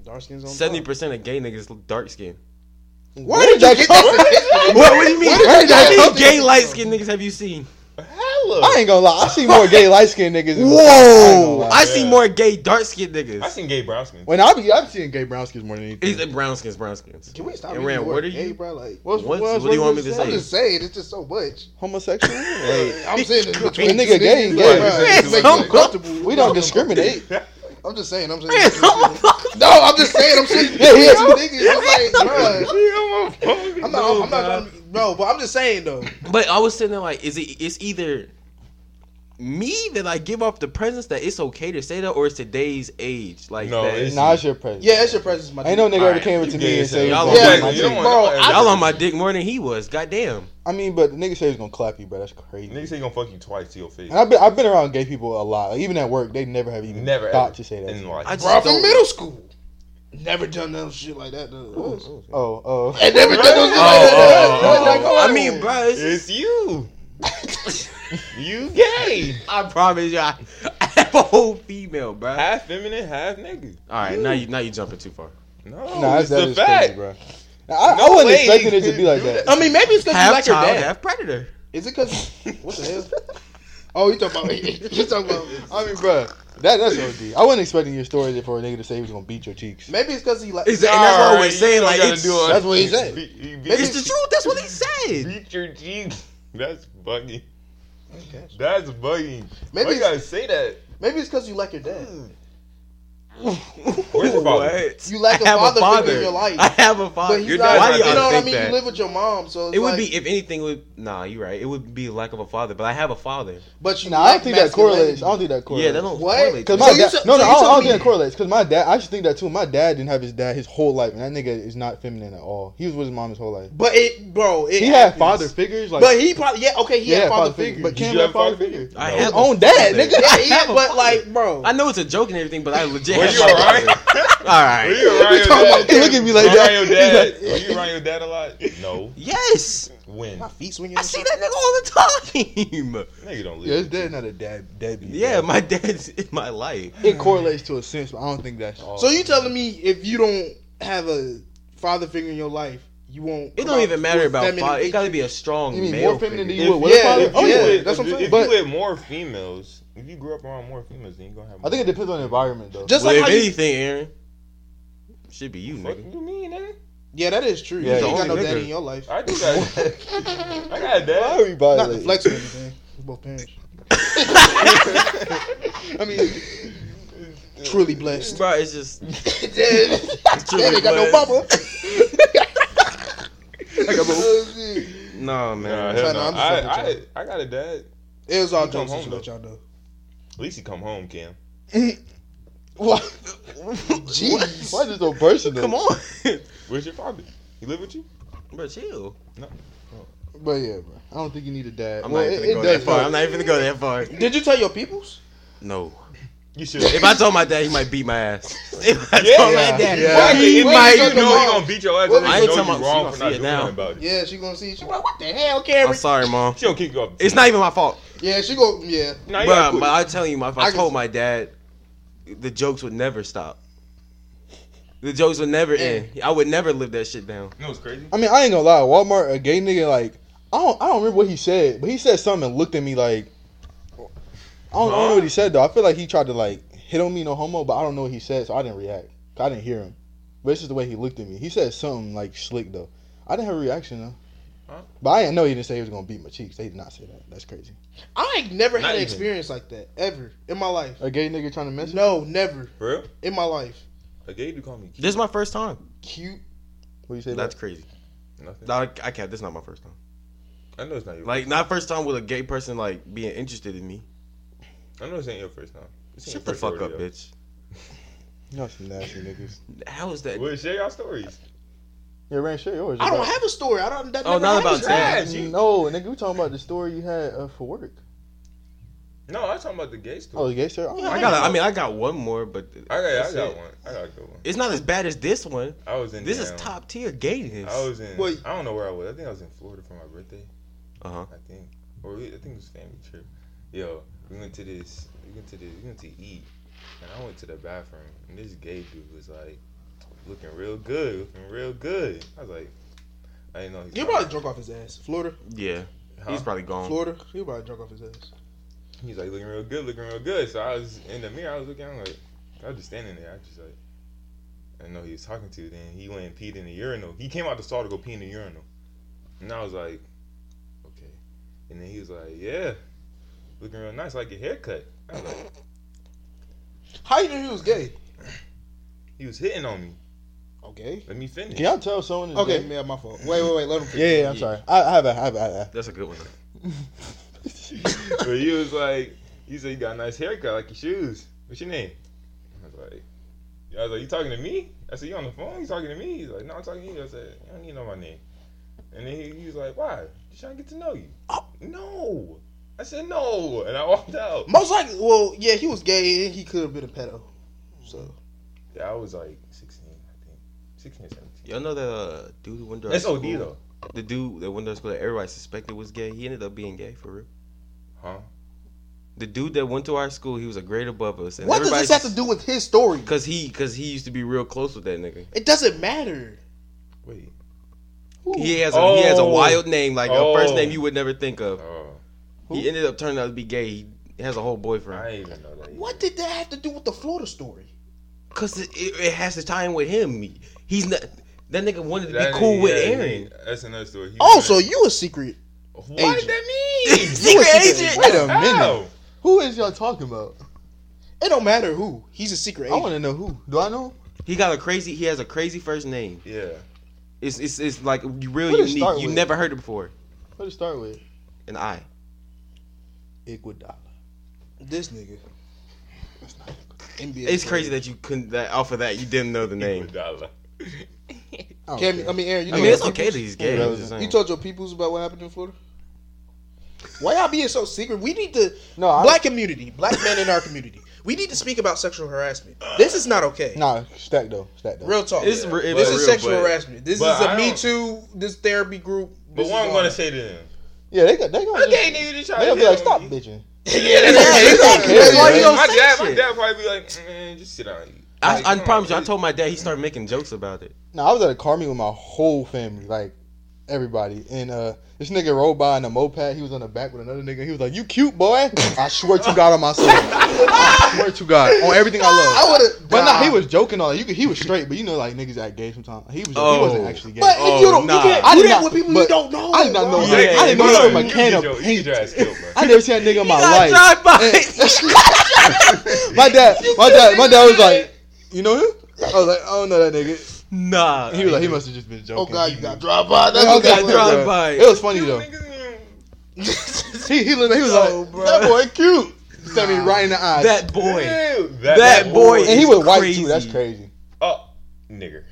[SPEAKER 1] dark skin's on
[SPEAKER 2] Seventy
[SPEAKER 1] top.
[SPEAKER 2] percent of gay niggas look dark skinned.
[SPEAKER 1] Where did you get that?
[SPEAKER 4] What,
[SPEAKER 1] statistic?
[SPEAKER 2] What, what do you mean?
[SPEAKER 1] Where did
[SPEAKER 2] How
[SPEAKER 1] that
[SPEAKER 2] many
[SPEAKER 1] come
[SPEAKER 2] gay
[SPEAKER 1] from?
[SPEAKER 2] light skinned niggas have you seen?
[SPEAKER 3] look.
[SPEAKER 4] I ain't gonna lie. I see more gay light skinned niggas. than- I ain't gonna
[SPEAKER 2] Whoa!
[SPEAKER 4] lie.
[SPEAKER 2] I see
[SPEAKER 3] Yeah.
[SPEAKER 2] more gay dark skinned
[SPEAKER 3] I
[SPEAKER 2] niggas.
[SPEAKER 3] seen Gabe Browskin.
[SPEAKER 4] when I be, I'm seeing gay brown skins more than anything.
[SPEAKER 2] He's like brown skins, brown skins.
[SPEAKER 1] Can we stop?
[SPEAKER 2] And
[SPEAKER 1] using
[SPEAKER 2] Ran,
[SPEAKER 1] the word
[SPEAKER 2] what are you-
[SPEAKER 1] gay, bro? Like,
[SPEAKER 4] What's-
[SPEAKER 2] What,
[SPEAKER 4] what's-
[SPEAKER 2] what do you want me
[SPEAKER 4] what's
[SPEAKER 2] to
[SPEAKER 4] it
[SPEAKER 1] I'm
[SPEAKER 2] say?
[SPEAKER 1] just saying, it's just so much.
[SPEAKER 4] Homosexual? Like,
[SPEAKER 1] I'm saying it's between
[SPEAKER 4] A nigga
[SPEAKER 1] two
[SPEAKER 4] gay,
[SPEAKER 1] niggas,
[SPEAKER 4] gay,
[SPEAKER 1] bro.
[SPEAKER 4] bro.
[SPEAKER 1] It makes
[SPEAKER 2] Come
[SPEAKER 1] me comfortable.
[SPEAKER 4] we don't discriminate.
[SPEAKER 1] I'm just saying. I'm saying.
[SPEAKER 2] Man, I'm
[SPEAKER 1] no, I'm just saying. I'm saying.
[SPEAKER 4] Yeah, yeah.
[SPEAKER 1] two niggas. It's like, bruh.
[SPEAKER 3] I'm
[SPEAKER 1] I'm not.
[SPEAKER 2] No,
[SPEAKER 1] I'm not.
[SPEAKER 2] bro.
[SPEAKER 1] gonna- No, but I'm just saying though.
[SPEAKER 2] But I was sitting there like, is it? It's either me that I give off the presence that it's okay to say that, or it's today's age. Like,
[SPEAKER 3] No,
[SPEAKER 2] that.
[SPEAKER 3] it's-
[SPEAKER 4] Nah, it's your presence.
[SPEAKER 1] Yeah, it's your presence, my.
[SPEAKER 4] Ain't no
[SPEAKER 1] dude.
[SPEAKER 4] nigga ever
[SPEAKER 2] Alright,
[SPEAKER 4] came up
[SPEAKER 3] you
[SPEAKER 4] to
[SPEAKER 3] gay
[SPEAKER 4] me and
[SPEAKER 3] as
[SPEAKER 4] said,
[SPEAKER 2] hell.
[SPEAKER 4] "Y'all
[SPEAKER 2] Y'all on my
[SPEAKER 4] yeah, my dick."
[SPEAKER 3] dick.
[SPEAKER 4] Bro,
[SPEAKER 3] Bro,
[SPEAKER 4] I-
[SPEAKER 2] y'all on my dick more than he was. Goddamn.
[SPEAKER 4] I mean, but the nigga said he was gonna clap you, bro. That's crazy.
[SPEAKER 3] Niggas say gonna fuck you twice to your face.
[SPEAKER 4] And I've been I've been around gay people a lot. Like, even at work, they never have even
[SPEAKER 3] Never
[SPEAKER 4] thought
[SPEAKER 3] ever
[SPEAKER 4] to say that.
[SPEAKER 3] in life.
[SPEAKER 2] I just
[SPEAKER 1] Bro, I'm
[SPEAKER 2] don't-
[SPEAKER 1] from middle school. Never done no shit like that. though.
[SPEAKER 4] Oh, oh.
[SPEAKER 1] I never done no shit like
[SPEAKER 2] Oh,
[SPEAKER 1] that.
[SPEAKER 2] oh,
[SPEAKER 1] Like,
[SPEAKER 2] oh,
[SPEAKER 1] come
[SPEAKER 2] oh.
[SPEAKER 1] on.
[SPEAKER 2] I mean, bro, it's,
[SPEAKER 3] it's you. you gay.
[SPEAKER 2] I promise you, I, I have a whole female, bro. All
[SPEAKER 3] Half feminine, half nigga.
[SPEAKER 2] right, now you now you jumping too far.
[SPEAKER 3] No,
[SPEAKER 4] Nah,
[SPEAKER 3] it's
[SPEAKER 4] that's, that
[SPEAKER 3] the
[SPEAKER 4] is crazy,
[SPEAKER 3] fact.
[SPEAKER 4] bro. Now, I, I
[SPEAKER 3] No
[SPEAKER 4] wasn't
[SPEAKER 3] way
[SPEAKER 4] expecting
[SPEAKER 3] you
[SPEAKER 4] it to
[SPEAKER 3] could
[SPEAKER 4] be like
[SPEAKER 3] do
[SPEAKER 4] that.
[SPEAKER 3] that.
[SPEAKER 1] I mean, maybe it's because you
[SPEAKER 2] Half
[SPEAKER 1] like your
[SPEAKER 2] child,
[SPEAKER 1] dad.
[SPEAKER 2] half predator.
[SPEAKER 1] Is it because what the hell? Oh, you talking about? You talking about?
[SPEAKER 4] I mean, bro, that that's OD. I wasn't expecting your story for a nigga to say he was gonna beat your cheeks.
[SPEAKER 1] Maybe it's because he like.
[SPEAKER 2] Is that- And that's what I was
[SPEAKER 3] Alright,
[SPEAKER 2] saying,
[SPEAKER 3] you don't
[SPEAKER 2] like,
[SPEAKER 3] gotta
[SPEAKER 2] it's-
[SPEAKER 3] do it.
[SPEAKER 4] that's what he said.
[SPEAKER 3] Beat, he beat,
[SPEAKER 1] Maybe
[SPEAKER 2] It's the truth. That's what he said.
[SPEAKER 3] beat your cheeks. That's bugging. That's bugging.
[SPEAKER 1] Maybe
[SPEAKER 3] Maybe Why you
[SPEAKER 1] it's-
[SPEAKER 3] gotta say that.
[SPEAKER 1] Maybe it's because you like your dad.
[SPEAKER 3] Where's the father?
[SPEAKER 2] What?
[SPEAKER 1] You lack
[SPEAKER 2] I
[SPEAKER 1] a
[SPEAKER 2] have
[SPEAKER 1] father figure in your life.
[SPEAKER 2] I have a father.
[SPEAKER 1] But he's
[SPEAKER 2] Uh, Your
[SPEAKER 1] not.
[SPEAKER 2] dad- why do
[SPEAKER 1] you
[SPEAKER 2] y'all
[SPEAKER 1] know what I
[SPEAKER 2] think
[SPEAKER 1] mean?
[SPEAKER 2] that?
[SPEAKER 1] You live with your mom, so it's
[SPEAKER 2] It would
[SPEAKER 1] like-
[SPEAKER 2] be if anything it would. Nah, you're right. It would be lack of a father, but I have a father.
[SPEAKER 1] But you.
[SPEAKER 4] Nah, I don't
[SPEAKER 1] lack
[SPEAKER 4] think that correlates. I
[SPEAKER 1] masculinity.
[SPEAKER 4] don't think that correlates.
[SPEAKER 2] Yeah, that don't
[SPEAKER 1] What?
[SPEAKER 2] correlate.
[SPEAKER 4] Cause
[SPEAKER 1] So
[SPEAKER 4] my
[SPEAKER 1] you
[SPEAKER 4] dad,
[SPEAKER 1] tell-
[SPEAKER 4] no,
[SPEAKER 1] so
[SPEAKER 4] no,
[SPEAKER 1] you
[SPEAKER 4] I don't, I
[SPEAKER 1] tell
[SPEAKER 4] don't think
[SPEAKER 1] me-
[SPEAKER 4] that correlates. Cause my dad, I should think that too. My dad didn't have his dad his whole life, and that nigga is not feminine at all. He was with his mom his whole life.
[SPEAKER 1] But it, bro. It
[SPEAKER 4] He had
[SPEAKER 1] happens.
[SPEAKER 4] father figures, like
[SPEAKER 1] But he probably yeah okay he
[SPEAKER 4] Yeah,
[SPEAKER 1] had father,
[SPEAKER 4] father figure,
[SPEAKER 1] figures.
[SPEAKER 4] but
[SPEAKER 1] But
[SPEAKER 3] Did
[SPEAKER 4] Cam
[SPEAKER 3] you
[SPEAKER 4] had
[SPEAKER 3] have a father
[SPEAKER 4] father
[SPEAKER 3] figure?
[SPEAKER 2] I
[SPEAKER 3] No.
[SPEAKER 2] have
[SPEAKER 4] his
[SPEAKER 2] a
[SPEAKER 4] own dad,
[SPEAKER 2] father.
[SPEAKER 4] nigga.
[SPEAKER 1] yeah,
[SPEAKER 2] I
[SPEAKER 1] he had,
[SPEAKER 2] have a
[SPEAKER 1] but
[SPEAKER 2] father.
[SPEAKER 1] like bro.
[SPEAKER 2] I know it's a joke and everything, but I legit.
[SPEAKER 3] Were
[SPEAKER 2] have
[SPEAKER 3] you
[SPEAKER 2] a
[SPEAKER 3] alright?
[SPEAKER 2] father. all
[SPEAKER 3] Were
[SPEAKER 2] right.
[SPEAKER 3] you around your
[SPEAKER 4] Talking
[SPEAKER 3] dad?
[SPEAKER 4] about- he look at me like
[SPEAKER 3] Around
[SPEAKER 4] that.
[SPEAKER 3] your dad. Were you around your dad a lot? No.
[SPEAKER 2] Yes,
[SPEAKER 3] When?
[SPEAKER 1] my feet swinging.
[SPEAKER 2] I see that nigga all the time.
[SPEAKER 3] Nigga don't
[SPEAKER 4] Yeah, his
[SPEAKER 3] live.
[SPEAKER 4] dad not a dad, dad beat,
[SPEAKER 2] Yeah,
[SPEAKER 4] bro.
[SPEAKER 2] my dad's in my life.
[SPEAKER 4] it correlates to a sense, but I don't think that's all.
[SPEAKER 1] So you telling me if you don't have a father figure in your life, you won't?
[SPEAKER 2] It
[SPEAKER 1] come
[SPEAKER 2] don't
[SPEAKER 1] out
[SPEAKER 2] even matter
[SPEAKER 1] with
[SPEAKER 2] about
[SPEAKER 1] feminine
[SPEAKER 2] father. It got to
[SPEAKER 1] features?
[SPEAKER 2] be a strong
[SPEAKER 4] You mean
[SPEAKER 2] male.
[SPEAKER 4] more feminine than
[SPEAKER 2] figure.
[SPEAKER 4] you would with
[SPEAKER 1] Yeah,
[SPEAKER 4] a father?
[SPEAKER 1] if
[SPEAKER 4] Oh
[SPEAKER 1] you-
[SPEAKER 4] yeah,
[SPEAKER 1] if
[SPEAKER 4] that's what I'm
[SPEAKER 3] If
[SPEAKER 4] saying.
[SPEAKER 3] you
[SPEAKER 4] But
[SPEAKER 3] had more females, if you grew up around more females, then you gonna have. More.
[SPEAKER 4] I think it depends on the environment, though.
[SPEAKER 1] Just
[SPEAKER 2] Well,
[SPEAKER 1] like
[SPEAKER 2] if
[SPEAKER 1] how you,
[SPEAKER 2] anything, Aaron, should be you,
[SPEAKER 3] What
[SPEAKER 2] nigga.
[SPEAKER 3] you mean, nigga?
[SPEAKER 1] yeah, that is true.
[SPEAKER 4] Yeah,
[SPEAKER 1] you ain't
[SPEAKER 2] he's
[SPEAKER 1] got no
[SPEAKER 2] the only
[SPEAKER 1] daddy
[SPEAKER 2] nigga.
[SPEAKER 1] in your life.
[SPEAKER 3] I do that. I got a
[SPEAKER 4] Why
[SPEAKER 3] dad.
[SPEAKER 4] are we
[SPEAKER 1] Not to
[SPEAKER 4] violating?
[SPEAKER 1] flex or anything. We're both parents. I mean, truly blessed.
[SPEAKER 2] Bro, it's just
[SPEAKER 1] Dad, dad ain't got no mama. Oh, shit.
[SPEAKER 2] no man.
[SPEAKER 3] Nah,
[SPEAKER 1] no,
[SPEAKER 3] hell no.
[SPEAKER 1] I'm just fucking
[SPEAKER 3] I,
[SPEAKER 1] with
[SPEAKER 3] I, I got a dad.
[SPEAKER 1] It was all
[SPEAKER 3] You
[SPEAKER 1] jokes,
[SPEAKER 3] come
[SPEAKER 1] is
[SPEAKER 3] home,
[SPEAKER 1] what y'all know.
[SPEAKER 3] At least he come home, Cam.
[SPEAKER 4] What?
[SPEAKER 1] Jeez.
[SPEAKER 4] Why is this so personal?
[SPEAKER 2] Come on,
[SPEAKER 3] Where's your father? He live with you?
[SPEAKER 2] bro, chill.
[SPEAKER 4] But yeah, bro. I don't think you need a dad.
[SPEAKER 2] I'm
[SPEAKER 4] well,
[SPEAKER 2] not
[SPEAKER 4] it,
[SPEAKER 2] even
[SPEAKER 4] it
[SPEAKER 2] gonna go that
[SPEAKER 4] does.
[SPEAKER 2] far.
[SPEAKER 4] help.
[SPEAKER 2] I'm not even gonna go that far.
[SPEAKER 1] Did you tell your peoples?
[SPEAKER 2] No.
[SPEAKER 3] You should.
[SPEAKER 2] If I told my dad, he might beat my ass. If I
[SPEAKER 3] Yeah,
[SPEAKER 2] told my dad,
[SPEAKER 4] yeah.
[SPEAKER 2] he
[SPEAKER 3] you know
[SPEAKER 2] might.
[SPEAKER 3] you
[SPEAKER 1] talking about?
[SPEAKER 3] gonna beat your ass.
[SPEAKER 1] Well,
[SPEAKER 3] and
[SPEAKER 1] I
[SPEAKER 3] I
[SPEAKER 1] ain't
[SPEAKER 3] know
[SPEAKER 2] talking about-
[SPEAKER 3] you
[SPEAKER 2] you
[SPEAKER 3] wrong
[SPEAKER 2] gonna
[SPEAKER 3] for
[SPEAKER 2] see
[SPEAKER 3] not
[SPEAKER 2] it
[SPEAKER 3] doing
[SPEAKER 2] now.
[SPEAKER 3] nothing about it.
[SPEAKER 1] Yeah, she gonna see. you. She like, what the hell,
[SPEAKER 2] I'm
[SPEAKER 1] Karen?
[SPEAKER 2] sorry, mom.
[SPEAKER 3] She don't kick you off.
[SPEAKER 2] It's not even my fault.
[SPEAKER 1] Yeah, she go. Yeah,
[SPEAKER 3] Nah, you gotta
[SPEAKER 2] Bro,
[SPEAKER 3] quit.
[SPEAKER 2] but I'm telling you, my, if I,
[SPEAKER 1] I can
[SPEAKER 2] told
[SPEAKER 1] see-
[SPEAKER 2] my dad, the jokes would never stop. The jokes would never
[SPEAKER 1] Yeah.
[SPEAKER 2] end. I would never live that shit down.
[SPEAKER 3] You know what's crazy?
[SPEAKER 4] I mean, I ain't gonna lie. Walmart, a gay nigga, like I don't, I don't remember what he said, but he said something and looked at me like, I don't, I don't know what he said though. I feel like he tried to like hit on me no homo, but I don't know what he said, so I didn't react. I didn't hear him. But it's just the way he looked at me. He said something like slick though. I didn't have a reaction though.
[SPEAKER 3] Huh?
[SPEAKER 4] But I didn't know he didn't say he was gonna beat my cheeks. They did not say that. That's crazy.
[SPEAKER 1] I ain't never
[SPEAKER 3] Not
[SPEAKER 1] had an
[SPEAKER 3] even.
[SPEAKER 1] experience like that ever in my life.
[SPEAKER 4] A gay nigga trying to mess. with
[SPEAKER 1] No, never
[SPEAKER 3] For real?
[SPEAKER 1] in my life.
[SPEAKER 3] A gay dude call me
[SPEAKER 2] This is my first time.
[SPEAKER 1] Cute.
[SPEAKER 4] What you say?
[SPEAKER 2] That's
[SPEAKER 4] That's
[SPEAKER 2] crazy.
[SPEAKER 3] nothing.
[SPEAKER 2] No, I, I can't. This is not my first time.
[SPEAKER 3] I know it's not your.
[SPEAKER 2] Like, not first time with a gay person like being interested in me.
[SPEAKER 3] I know this ain't your first time. This ain't
[SPEAKER 2] Shut the
[SPEAKER 3] your first
[SPEAKER 2] fuck up,
[SPEAKER 3] rodeo.
[SPEAKER 2] bitch.
[SPEAKER 4] y'all some nasty niggas.
[SPEAKER 2] How is that?
[SPEAKER 3] Well, share y'all stories.
[SPEAKER 4] Yeah, ran shit yours.
[SPEAKER 1] I don't
[SPEAKER 4] about-
[SPEAKER 1] have a story. I don't. That
[SPEAKER 2] Oh,
[SPEAKER 1] never
[SPEAKER 2] not
[SPEAKER 1] happened.
[SPEAKER 2] about that.
[SPEAKER 3] you.
[SPEAKER 4] No, nigga, we talking about the story you had uh, for work.
[SPEAKER 3] No, I'm talking about the gay
[SPEAKER 4] Oh,
[SPEAKER 3] story.
[SPEAKER 4] the gay story. Oh,
[SPEAKER 2] I got. I mean, I got one more, but
[SPEAKER 3] I got,
[SPEAKER 2] that's
[SPEAKER 3] I got
[SPEAKER 2] it.
[SPEAKER 3] one. I got a good one.
[SPEAKER 2] It's not as bad as this one.
[SPEAKER 3] I was in.
[SPEAKER 2] This is
[SPEAKER 3] damn-
[SPEAKER 2] top tier gayness.
[SPEAKER 3] I was in.
[SPEAKER 1] Wait.
[SPEAKER 3] I don't know where I was. I think I was in Florida for my birthday.
[SPEAKER 2] Uh-huh.
[SPEAKER 3] I think, or we- I think it was family trip. Yo, we went to this. We went to this. We went to eat, and I went to the bathroom, and this gay dude was like, looking real good, looking real good. I was like, I didn't know. He's
[SPEAKER 1] You probably drunk off his ass. Florida,
[SPEAKER 2] Yeah,
[SPEAKER 3] Huh?
[SPEAKER 2] he's probably gone.
[SPEAKER 3] Oh.
[SPEAKER 1] Florida. You probably drunk off his ass.
[SPEAKER 3] He's like looking real good, looking real good. So I was in the mirror, I was looking, I'm like, I was just standing there. I just like, I didn't know who he was talking to. Then he went and peed in the urinal. He came out the stall to go pee in the urinal, and I was like, okay. And then he was like, yeah, looking real nice, like your haircut. I was like,
[SPEAKER 1] How you knew he was gay?
[SPEAKER 3] he was hitting on me. Oh,
[SPEAKER 1] Okay.
[SPEAKER 3] Let me finish.
[SPEAKER 4] Can y'all tell someone? is
[SPEAKER 1] Okay,
[SPEAKER 4] gay?
[SPEAKER 1] man, my fault. Wait, wait, wait. Let him. finish.
[SPEAKER 4] Yeah, yeah, I'm sorry. I, I have a, I have a, I have a.
[SPEAKER 2] That's a good one.
[SPEAKER 3] but he was like, he said you got a nice haircut, like your shoes. What's your name? I was like, I was like, you talking to me? I said, you on the phone? You talking to me? He's like, no, I'm talking to you. I said, I don't need to know my name. And then he, he was like, why? Just trying to get to know you. No. I said no, and I walked out.
[SPEAKER 1] Most likely, well, yeah, he was gay and he could have been a pedo. So
[SPEAKER 3] Yeah, I was like 16, I think, 16 or 17.
[SPEAKER 2] Y'all know that uh, dude who went to our
[SPEAKER 3] That's
[SPEAKER 2] school,
[SPEAKER 3] OD though,
[SPEAKER 2] the dude that went to our school that everybody suspected was gay. He ended up being gay for real.
[SPEAKER 3] huh?
[SPEAKER 2] The dude that went to our school, he was a grade above us. And
[SPEAKER 1] what does this have to do with his story?
[SPEAKER 2] Cause he, cause he used to be real close with that nigga.
[SPEAKER 1] It doesn't matter.
[SPEAKER 3] Wait.
[SPEAKER 2] He has a, he has a
[SPEAKER 3] Oh.
[SPEAKER 2] wild name, like a first
[SPEAKER 3] Oh.
[SPEAKER 2] name you would never think of.
[SPEAKER 3] Oh,
[SPEAKER 2] He ended up turning out to be gay. He has a whole
[SPEAKER 3] I
[SPEAKER 2] boyfriend.
[SPEAKER 3] didn't even know that.
[SPEAKER 1] What did that have to do with the Florida story?
[SPEAKER 2] Cause it, it, it has to tie in with him. He's not. That nigga wanted to be
[SPEAKER 3] That-
[SPEAKER 2] cool with
[SPEAKER 3] yeah,
[SPEAKER 2] Aaron.
[SPEAKER 3] That's another story. He
[SPEAKER 1] Oh,
[SPEAKER 3] was-
[SPEAKER 1] so you a secret?
[SPEAKER 3] what
[SPEAKER 1] Agent.
[SPEAKER 3] did that mean?
[SPEAKER 2] Secret agent.
[SPEAKER 4] Wait a minute.
[SPEAKER 3] How?
[SPEAKER 4] Who is y'all talking about?
[SPEAKER 1] It don't matter who. He's a secret
[SPEAKER 4] I
[SPEAKER 1] agent.
[SPEAKER 4] want to know who. Do I know? him?
[SPEAKER 2] He got a crazy. He has a crazy first name.
[SPEAKER 3] Yeah.
[SPEAKER 2] It's it's it's like real
[SPEAKER 4] What did it start
[SPEAKER 2] unique. You
[SPEAKER 4] with?
[SPEAKER 2] never heard it before.
[SPEAKER 4] What to start with?
[SPEAKER 2] An I.
[SPEAKER 4] Iguodala.
[SPEAKER 1] this nigga. NBA.
[SPEAKER 2] It's crazy that you couldn't that off of that you didn't know the name.
[SPEAKER 3] Dollar.
[SPEAKER 4] I don't
[SPEAKER 1] Cam,
[SPEAKER 4] care.
[SPEAKER 1] I mean, Aaron, you,
[SPEAKER 2] I
[SPEAKER 1] know
[SPEAKER 2] mean it's okay that he's gay. I'm just
[SPEAKER 1] you
[SPEAKER 2] saying.
[SPEAKER 1] told your peoples about what happened in Florida. Why y'all being so secret? We need to
[SPEAKER 4] No, I-
[SPEAKER 1] black community, black men in our community. We need to speak about sexual harassment. This is not okay.
[SPEAKER 4] Nah, stack though. Stack though.
[SPEAKER 1] Real talk.
[SPEAKER 2] It's
[SPEAKER 1] Yeah.
[SPEAKER 2] re- it's
[SPEAKER 1] this
[SPEAKER 2] real,
[SPEAKER 1] is sexual
[SPEAKER 2] but-
[SPEAKER 1] harassment. This is
[SPEAKER 3] but
[SPEAKER 1] a
[SPEAKER 3] I
[SPEAKER 1] Me
[SPEAKER 3] don't-
[SPEAKER 1] Too. This therapy group.
[SPEAKER 3] But what I'm gonna say to them?
[SPEAKER 4] Yeah, they got. They gonna.
[SPEAKER 3] Okay,
[SPEAKER 4] just,
[SPEAKER 3] nigga, just
[SPEAKER 4] they
[SPEAKER 3] try to
[SPEAKER 4] gonna be
[SPEAKER 3] hit
[SPEAKER 4] like,
[SPEAKER 3] on
[SPEAKER 4] stop
[SPEAKER 3] me.
[SPEAKER 4] bitching.
[SPEAKER 1] yeah,
[SPEAKER 4] exactly. That's why you
[SPEAKER 1] don't
[SPEAKER 3] my
[SPEAKER 1] say
[SPEAKER 3] dad, my
[SPEAKER 2] shit.
[SPEAKER 3] dad probably be like, man, just sit down.
[SPEAKER 2] I, I
[SPEAKER 3] Like, come on,
[SPEAKER 2] promise you, I
[SPEAKER 3] dude.
[SPEAKER 2] told my dad he started making jokes about it.
[SPEAKER 4] Nah, I was at a car meet with my whole family, like everybody, and uh, this nigga rolled by in a moped. He was on the back with another nigga. He was like, "You cute, boy." I swear to God on my son. I swear to God on everything I love.
[SPEAKER 1] I would've-
[SPEAKER 4] But nah,
[SPEAKER 1] nah.
[SPEAKER 4] he was joking all. You could, he was straight, but you know, like niggas act gay sometimes. He was. He wasn't
[SPEAKER 2] Oh.
[SPEAKER 4] actually gay.
[SPEAKER 1] But
[SPEAKER 2] Oh,
[SPEAKER 1] you don't.
[SPEAKER 2] nah.
[SPEAKER 1] You can't
[SPEAKER 4] I
[SPEAKER 1] do
[SPEAKER 4] did
[SPEAKER 1] that
[SPEAKER 4] not-
[SPEAKER 1] with people you
[SPEAKER 4] but
[SPEAKER 1] don't know.
[SPEAKER 4] I did not know.
[SPEAKER 1] bro.
[SPEAKER 2] Yeah,
[SPEAKER 4] that. I didn't
[SPEAKER 3] bro,
[SPEAKER 4] know that
[SPEAKER 3] you
[SPEAKER 4] was a
[SPEAKER 3] get
[SPEAKER 4] can
[SPEAKER 3] your-
[SPEAKER 4] of
[SPEAKER 3] you get
[SPEAKER 4] paint.
[SPEAKER 3] your ass killed, bro.
[SPEAKER 4] I never seen that nigga in my
[SPEAKER 2] I
[SPEAKER 4] life.
[SPEAKER 2] tried by.
[SPEAKER 4] My dad, my dad, my dad was like, you know him? I was like, I don't know that nigga.
[SPEAKER 2] Nah.
[SPEAKER 4] And he was like, he must have just been joking.
[SPEAKER 1] Oh God, you got drive by. That's
[SPEAKER 2] Oh,
[SPEAKER 4] Yeah,
[SPEAKER 1] what
[SPEAKER 4] okay,
[SPEAKER 1] that was.
[SPEAKER 2] drive
[SPEAKER 4] bro.
[SPEAKER 2] by.
[SPEAKER 4] It was funny
[SPEAKER 3] You
[SPEAKER 4] though.
[SPEAKER 3] niggas, mm,
[SPEAKER 4] He he, looked, he was
[SPEAKER 2] Yo,
[SPEAKER 4] like,
[SPEAKER 2] bro.
[SPEAKER 4] that boy cute. Stabbed me right in the eye.
[SPEAKER 2] that boy.
[SPEAKER 3] ew,
[SPEAKER 2] That, boy.
[SPEAKER 4] and he
[SPEAKER 2] is
[SPEAKER 4] was white
[SPEAKER 2] crazy.
[SPEAKER 4] too. That's crazy.
[SPEAKER 3] Oh, nigger.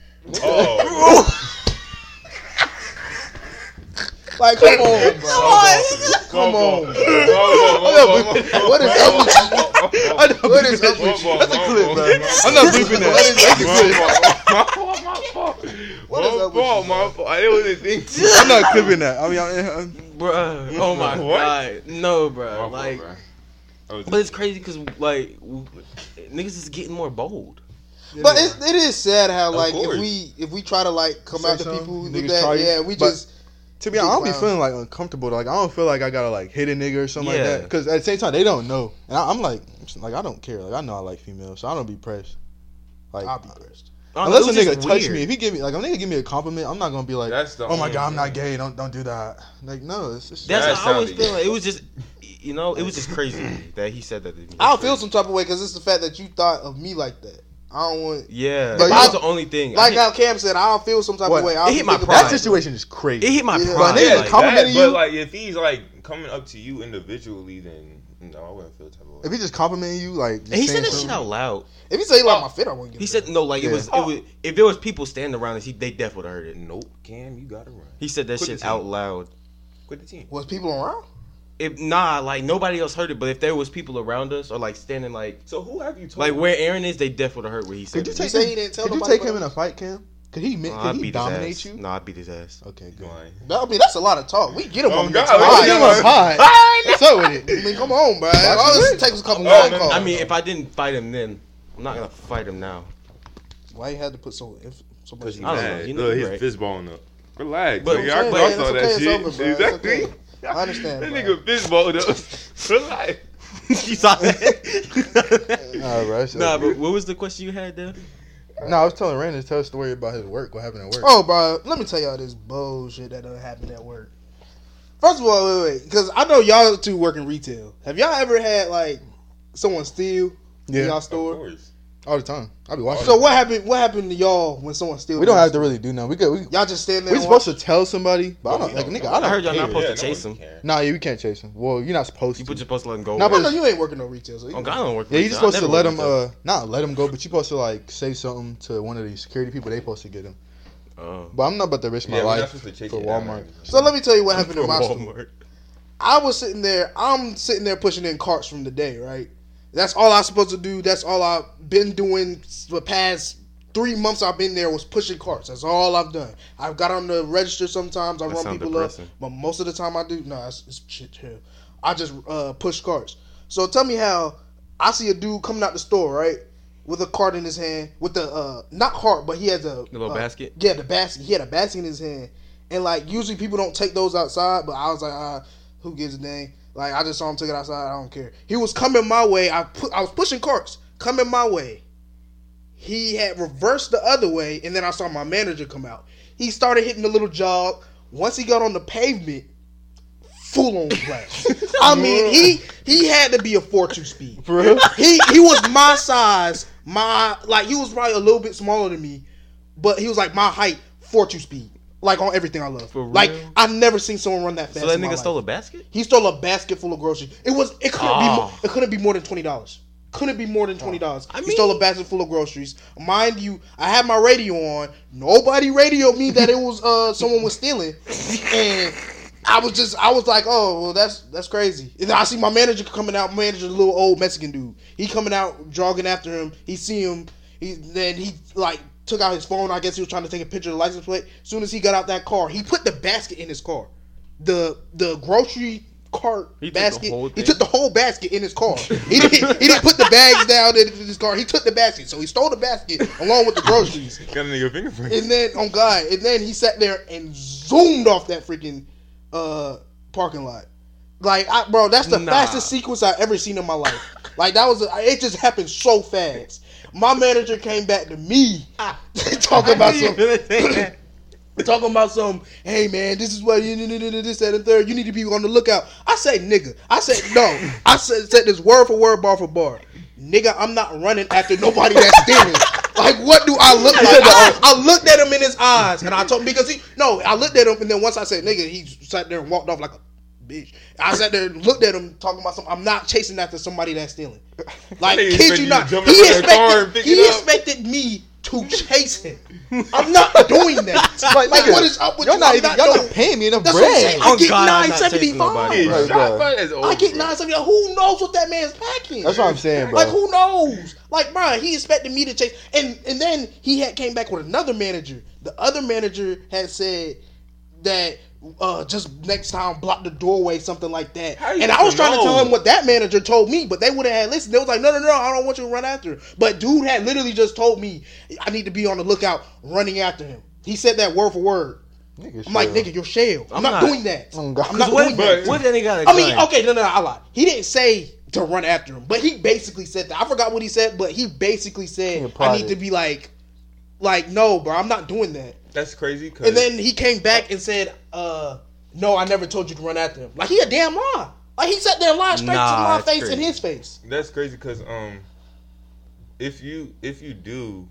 [SPEAKER 3] Oh,
[SPEAKER 1] Like, come on, bro.
[SPEAKER 3] come
[SPEAKER 1] on,
[SPEAKER 3] Whoa, whoa, whoa, whoa,
[SPEAKER 1] What is
[SPEAKER 3] whoa,
[SPEAKER 1] up with
[SPEAKER 3] whoa, whoa, whoa, whoa,
[SPEAKER 4] I know,
[SPEAKER 1] What is up
[SPEAKER 3] whoa,
[SPEAKER 1] with you?
[SPEAKER 3] whoa,
[SPEAKER 4] that's a
[SPEAKER 3] whoa,
[SPEAKER 4] clip,
[SPEAKER 3] whoa,
[SPEAKER 4] bro.
[SPEAKER 3] whoa,
[SPEAKER 4] I'm not bleeping
[SPEAKER 3] whoa,
[SPEAKER 4] that.
[SPEAKER 3] whoa, my fault,
[SPEAKER 1] What is
[SPEAKER 3] my
[SPEAKER 1] up with
[SPEAKER 3] fault, my fault. I didn't want to think.
[SPEAKER 4] I'm not clipping that. I mean, I'm,
[SPEAKER 2] Bruh. Oh my
[SPEAKER 3] What?
[SPEAKER 2] god. No,
[SPEAKER 3] My
[SPEAKER 2] bruh.
[SPEAKER 3] fault,
[SPEAKER 2] Like,
[SPEAKER 3] bro. I was-
[SPEAKER 2] but it's crazy because like w- niggas is getting more bold.
[SPEAKER 1] But it's, it is sad how like
[SPEAKER 3] course.
[SPEAKER 1] if we if we try to like come
[SPEAKER 4] Say
[SPEAKER 1] out to
[SPEAKER 4] something,
[SPEAKER 1] people
[SPEAKER 4] niggas
[SPEAKER 1] with that
[SPEAKER 4] try you,
[SPEAKER 1] yeah we
[SPEAKER 4] but-
[SPEAKER 1] just
[SPEAKER 4] to be honest, I don't be
[SPEAKER 1] Wow.
[SPEAKER 4] feeling like uncomfortable. Like I don't feel like I gotta like hit a nigga or something
[SPEAKER 2] Yeah.
[SPEAKER 4] like that. Because at the same time, they don't know, and I, I'm like, like I don't care. Like I know I like females, so I don't be pressed. Like
[SPEAKER 1] I'll be pressed.
[SPEAKER 2] I don't know,
[SPEAKER 4] Unless a
[SPEAKER 2] it was
[SPEAKER 4] nigga
[SPEAKER 2] just
[SPEAKER 4] touch
[SPEAKER 2] weird.
[SPEAKER 4] me, if he give me like a nigga give me a compliment, I'm not gonna be like,
[SPEAKER 3] That's the
[SPEAKER 4] oh my
[SPEAKER 3] only
[SPEAKER 4] god, I'm not
[SPEAKER 3] thing.
[SPEAKER 4] gay, don't don't do that. Like no, it's just
[SPEAKER 2] That's
[SPEAKER 3] That
[SPEAKER 2] how I always
[SPEAKER 3] sounded-
[SPEAKER 2] feel. Like. It was just, you know, it was just crazy that he said that to me.
[SPEAKER 1] I don't feel some type of way because it's the fact that you thought of me like that. I don't want
[SPEAKER 2] Yeah,
[SPEAKER 1] Like,
[SPEAKER 2] that was
[SPEAKER 1] I-
[SPEAKER 2] the only thing. I
[SPEAKER 1] like
[SPEAKER 2] hit-
[SPEAKER 1] how Cam said I don't feel some type
[SPEAKER 4] What?
[SPEAKER 1] of way. I
[SPEAKER 2] It
[SPEAKER 1] don't
[SPEAKER 2] hit my
[SPEAKER 1] think
[SPEAKER 4] that
[SPEAKER 1] about
[SPEAKER 2] pride.
[SPEAKER 1] it.
[SPEAKER 4] situation is crazy.
[SPEAKER 2] it hit my
[SPEAKER 1] Yeah,
[SPEAKER 2] pride.
[SPEAKER 4] but niggas
[SPEAKER 3] Yeah,
[SPEAKER 2] like,
[SPEAKER 4] come-
[SPEAKER 3] that,
[SPEAKER 4] complimenting
[SPEAKER 3] but
[SPEAKER 4] you?
[SPEAKER 3] like if he's like coming up to you individually, then no, I wouldn't feel the type of way.
[SPEAKER 4] if he just complimenting you, like just
[SPEAKER 2] and he
[SPEAKER 4] saying
[SPEAKER 2] said that shit
[SPEAKER 4] something-
[SPEAKER 2] out loud.
[SPEAKER 1] If you say like my fit, I wouldn't give.
[SPEAKER 2] He
[SPEAKER 1] a
[SPEAKER 2] said
[SPEAKER 1] fuck.
[SPEAKER 2] no, like it
[SPEAKER 4] Yeah.
[SPEAKER 2] was. It was if there was people standing around us, he they definitely would have heard it.
[SPEAKER 3] Nope, Cam, you gotta run.
[SPEAKER 2] He said that
[SPEAKER 3] Quit
[SPEAKER 2] shit
[SPEAKER 3] the team.
[SPEAKER 2] out loud.
[SPEAKER 3] Quit the team.
[SPEAKER 1] was people around.
[SPEAKER 2] If nah, like nobody else heard it, but if there was people around us or like standing like
[SPEAKER 3] So who have you told?
[SPEAKER 2] like where Aaron is, they definitely would have heard what he said.
[SPEAKER 4] Could you
[SPEAKER 1] He
[SPEAKER 4] take
[SPEAKER 1] said
[SPEAKER 4] him,
[SPEAKER 1] he didn't tell
[SPEAKER 4] Could you
[SPEAKER 1] nobody
[SPEAKER 4] take him
[SPEAKER 1] about
[SPEAKER 4] in a fight, Cam? Could
[SPEAKER 2] No,
[SPEAKER 4] he admit,
[SPEAKER 2] I
[SPEAKER 4] could he
[SPEAKER 2] beat
[SPEAKER 4] dominate
[SPEAKER 2] his ass.
[SPEAKER 4] you?
[SPEAKER 2] No, I beat his ass.
[SPEAKER 4] Okay, good.
[SPEAKER 3] Going.
[SPEAKER 1] That, I mean, that's a lot of talk. We get him
[SPEAKER 3] Oh,
[SPEAKER 1] on the
[SPEAKER 3] God,
[SPEAKER 4] Oh,
[SPEAKER 3] Alright.
[SPEAKER 4] he
[SPEAKER 1] time.
[SPEAKER 4] didn't want to hide. What's up with
[SPEAKER 1] I
[SPEAKER 4] it?
[SPEAKER 1] mean, come on, bro. All this takes was a couple
[SPEAKER 3] Oh,
[SPEAKER 1] phone
[SPEAKER 3] man.
[SPEAKER 1] calls.
[SPEAKER 2] I mean, if I didn't fight him then, I'm not gonna fight him now.
[SPEAKER 1] why you had to put so if so much?
[SPEAKER 2] I don't know, you know
[SPEAKER 3] Look,
[SPEAKER 2] you
[SPEAKER 3] he's
[SPEAKER 2] right.
[SPEAKER 3] fist balling up. Relax.
[SPEAKER 2] But-
[SPEAKER 3] nigga, I,
[SPEAKER 2] but-
[SPEAKER 3] I saw
[SPEAKER 1] it's okay,
[SPEAKER 3] that
[SPEAKER 1] it's
[SPEAKER 3] shit.
[SPEAKER 1] over, bro. It's
[SPEAKER 3] exactly.
[SPEAKER 1] okay. I understand,
[SPEAKER 3] That
[SPEAKER 1] bro.
[SPEAKER 3] nigga fist balled up. Relax.
[SPEAKER 2] you saw that?
[SPEAKER 4] Nah, bro, that's-
[SPEAKER 2] nah, but what was the question you had there?
[SPEAKER 4] No, I was telling Randall to tell a story about his work. What happened at work?
[SPEAKER 1] Oh, bro, let me tell y'all this bullshit that done happened at work. First of all, wait, wait, because I know y'all two work in retail. Have y'all ever had like someone steal in y'all
[SPEAKER 3] Of
[SPEAKER 1] store?
[SPEAKER 3] course.
[SPEAKER 4] all the time. I be watching.
[SPEAKER 1] So what happened? What happened to y'all when someone steals?
[SPEAKER 4] we don't have to really do nothing. We could. We,
[SPEAKER 1] Y'all just stand there.
[SPEAKER 4] we
[SPEAKER 1] and
[SPEAKER 4] supposed
[SPEAKER 1] watch?
[SPEAKER 4] to tell somebody, but I don't.
[SPEAKER 3] We
[SPEAKER 4] Like,
[SPEAKER 3] don't
[SPEAKER 4] nigga,
[SPEAKER 3] know.
[SPEAKER 4] I don't.
[SPEAKER 2] I heard y'all
[SPEAKER 4] care.
[SPEAKER 2] not supposed
[SPEAKER 3] Yeah,
[SPEAKER 2] to chase
[SPEAKER 3] no one
[SPEAKER 2] him.
[SPEAKER 3] cares.
[SPEAKER 4] Nah, yeah, we can't chase him. Well, you're not supposed
[SPEAKER 2] You
[SPEAKER 4] to.
[SPEAKER 2] put your supposed to let him go.
[SPEAKER 4] Nah,
[SPEAKER 1] I
[SPEAKER 2] away.
[SPEAKER 1] know you ain't working no retail. So you
[SPEAKER 2] oh, God, I don't work.
[SPEAKER 4] yeah, you're
[SPEAKER 2] retail. I
[SPEAKER 4] supposed to
[SPEAKER 2] never
[SPEAKER 4] let
[SPEAKER 2] worked
[SPEAKER 4] him.
[SPEAKER 2] retail.
[SPEAKER 4] Uh, not let him go, but you're supposed to like say something to one of these security people. They supposed to get him.
[SPEAKER 1] uh,
[SPEAKER 2] Oh.
[SPEAKER 4] But I'm not about to risk my
[SPEAKER 3] Yeah, we're not
[SPEAKER 4] life
[SPEAKER 3] supposed to
[SPEAKER 4] for
[SPEAKER 3] chase you down or
[SPEAKER 4] Walmart.
[SPEAKER 3] anything.
[SPEAKER 1] So let me tell you what happened
[SPEAKER 2] From
[SPEAKER 1] in my store.
[SPEAKER 2] Walmart.
[SPEAKER 1] I was sitting there. I'm sitting there pushing in carts from the day, right? That's all I'm supposed to do. That's all I've been doing the past three months. I've been there was pushing carts. That's all I've done. I've got on the register sometimes. I
[SPEAKER 2] That
[SPEAKER 1] run
[SPEAKER 2] sound
[SPEAKER 1] people
[SPEAKER 2] depressing.
[SPEAKER 1] up, but most of the time I do. No, it's, it's shit too. I just uh, push carts. So tell me how I see a dude coming out the store, right, with a cart in his hand, with the uh, not cart, but he has a
[SPEAKER 2] The little
[SPEAKER 1] uh,
[SPEAKER 2] basket?
[SPEAKER 1] Yeah, the basket. He had a basket in his hand, and like usually people don't take those outside, but I was like, ah, who gives a dang? Like I just saw him take it outside. I don't care. He was coming my way. I put. I was pushing carts coming my way. He had reversed the other way, and then I saw my manager come out. He started hitting the little jog. Once he got on the pavement, full on flash. I mean, he he had to be a fortune speed.
[SPEAKER 4] For real?
[SPEAKER 1] He he was my size, my like he was probably a little bit smaller than me, but he was like my height, fortune speed, like on everything I love.
[SPEAKER 2] For real?
[SPEAKER 1] Like I've never seen someone run that fast.
[SPEAKER 2] So that
[SPEAKER 1] in my
[SPEAKER 2] nigga
[SPEAKER 1] life.
[SPEAKER 2] stole a basket?
[SPEAKER 1] He stole a basket full of groceries. It was it couldn't be
[SPEAKER 2] Oh.
[SPEAKER 1] more, it couldn't be more than twenty dollars. Couldn't be more than twenty dollars.
[SPEAKER 2] I
[SPEAKER 1] he stole
[SPEAKER 2] mean-
[SPEAKER 1] a basket full of groceries. Mind you, I had my radio on. Nobody radioed me that it was uh someone was stealing, and I was just I was like, oh well, that's that's crazy. And then I see my manager coming out. Manager, the little old Mexican dude. He coming out jogging after him. He see him. He then he like took out his phone. I guess he was trying to take a picture of the license plate. soon as he got out that car, he put the basket in his car the the grocery cart
[SPEAKER 2] He took the
[SPEAKER 1] basket.
[SPEAKER 2] whole
[SPEAKER 1] he
[SPEAKER 2] thing?
[SPEAKER 1] took the whole basket in his car. He didn't, he didn't put the bags down in his car. He took the basket, so he stole the basket along with the groceries.
[SPEAKER 3] Got a nigga fingerprint.
[SPEAKER 1] And then, oh God! And then he sat there and zoomed off that freaking uh, parking lot. Like, I, bro, that's the
[SPEAKER 2] Nah.
[SPEAKER 1] fastest sequence I ever seen in my life. like that was it. Just happened so fast. My manager came back to me
[SPEAKER 2] Ah.
[SPEAKER 1] talking about some talking about some, hey man, this is what you do, do, do, do, this, that, and third. You need to be on the lookout. I say nigga. I said no. I said, said this word for word, bar for bar. Nigga, I'm not running after nobody that's stealing. Like what do I look like? I, I looked at him in his eyes and I told because he no, I looked at him and then once I said nigga, he sat there and walked off like a bitch. I sat there and looked at him talking about something. I'm not chasing after somebody that's stealing. Like
[SPEAKER 3] Nigga
[SPEAKER 1] kid
[SPEAKER 3] expected
[SPEAKER 1] you
[SPEAKER 3] you
[SPEAKER 1] not.
[SPEAKER 3] to
[SPEAKER 1] He
[SPEAKER 3] jump in front of that car and
[SPEAKER 1] expected,
[SPEAKER 3] pick
[SPEAKER 1] he
[SPEAKER 3] it up.
[SPEAKER 1] expected me to chase him. I'm not doing that. Like,
[SPEAKER 4] nigga,
[SPEAKER 1] what is up with
[SPEAKER 4] y'all
[SPEAKER 1] you?
[SPEAKER 4] not
[SPEAKER 1] I'm
[SPEAKER 4] even
[SPEAKER 1] not
[SPEAKER 4] y'all
[SPEAKER 1] doing-
[SPEAKER 4] not paying me enough
[SPEAKER 1] That's what I'm saying.
[SPEAKER 4] bread.
[SPEAKER 1] I
[SPEAKER 2] Oh,
[SPEAKER 1] get
[SPEAKER 2] God, I'm not
[SPEAKER 1] 975.
[SPEAKER 2] chasing nobody,
[SPEAKER 3] Shot
[SPEAKER 4] Right, bro.
[SPEAKER 3] by that's over.
[SPEAKER 1] I get 975. Who knows what that man's packing?
[SPEAKER 4] That's what I'm saying, bro.
[SPEAKER 1] Like who knows? Like, bro, he expected me to chase, and and then he had came back with another manager. The other manager had said that uh, just next time block the doorway, something like that.
[SPEAKER 3] How you
[SPEAKER 1] And I was trying to
[SPEAKER 3] know?
[SPEAKER 1] tell him what that manager told me, but they wouldn't have listened. They was like, no, no, no, I don't want you to run after. Him. But dude had literally just told me I need to be on the lookout, running after him. He said that word for word.
[SPEAKER 4] Nigga,
[SPEAKER 1] I'm like,
[SPEAKER 4] sure.
[SPEAKER 1] nigga, you're shell. I'm,
[SPEAKER 2] I'm
[SPEAKER 1] not,
[SPEAKER 2] not.
[SPEAKER 1] doing that.
[SPEAKER 4] Oh,
[SPEAKER 1] I'm
[SPEAKER 4] God.
[SPEAKER 1] not
[SPEAKER 2] what,
[SPEAKER 1] doing that.
[SPEAKER 2] what that nigga got a
[SPEAKER 1] I mean,
[SPEAKER 2] gun?
[SPEAKER 1] okay, no, no, no, I lied. He didn't say to run after him, but he basically said that. I forgot what he said, but he basically
[SPEAKER 4] He
[SPEAKER 1] said,
[SPEAKER 4] implied
[SPEAKER 1] "I need to
[SPEAKER 4] it.
[SPEAKER 1] be like, like, no, bro, I'm not doing that."
[SPEAKER 3] That's crazy. Cause
[SPEAKER 1] And then he came back and said, "Uh, no, I never told you to run after him." Like he a damn lie. Like he sat there and lied straight
[SPEAKER 2] Nah,
[SPEAKER 1] to my
[SPEAKER 2] that's
[SPEAKER 1] face and
[SPEAKER 2] crazy.
[SPEAKER 1] his face.
[SPEAKER 3] that's crazy because um, if you if you do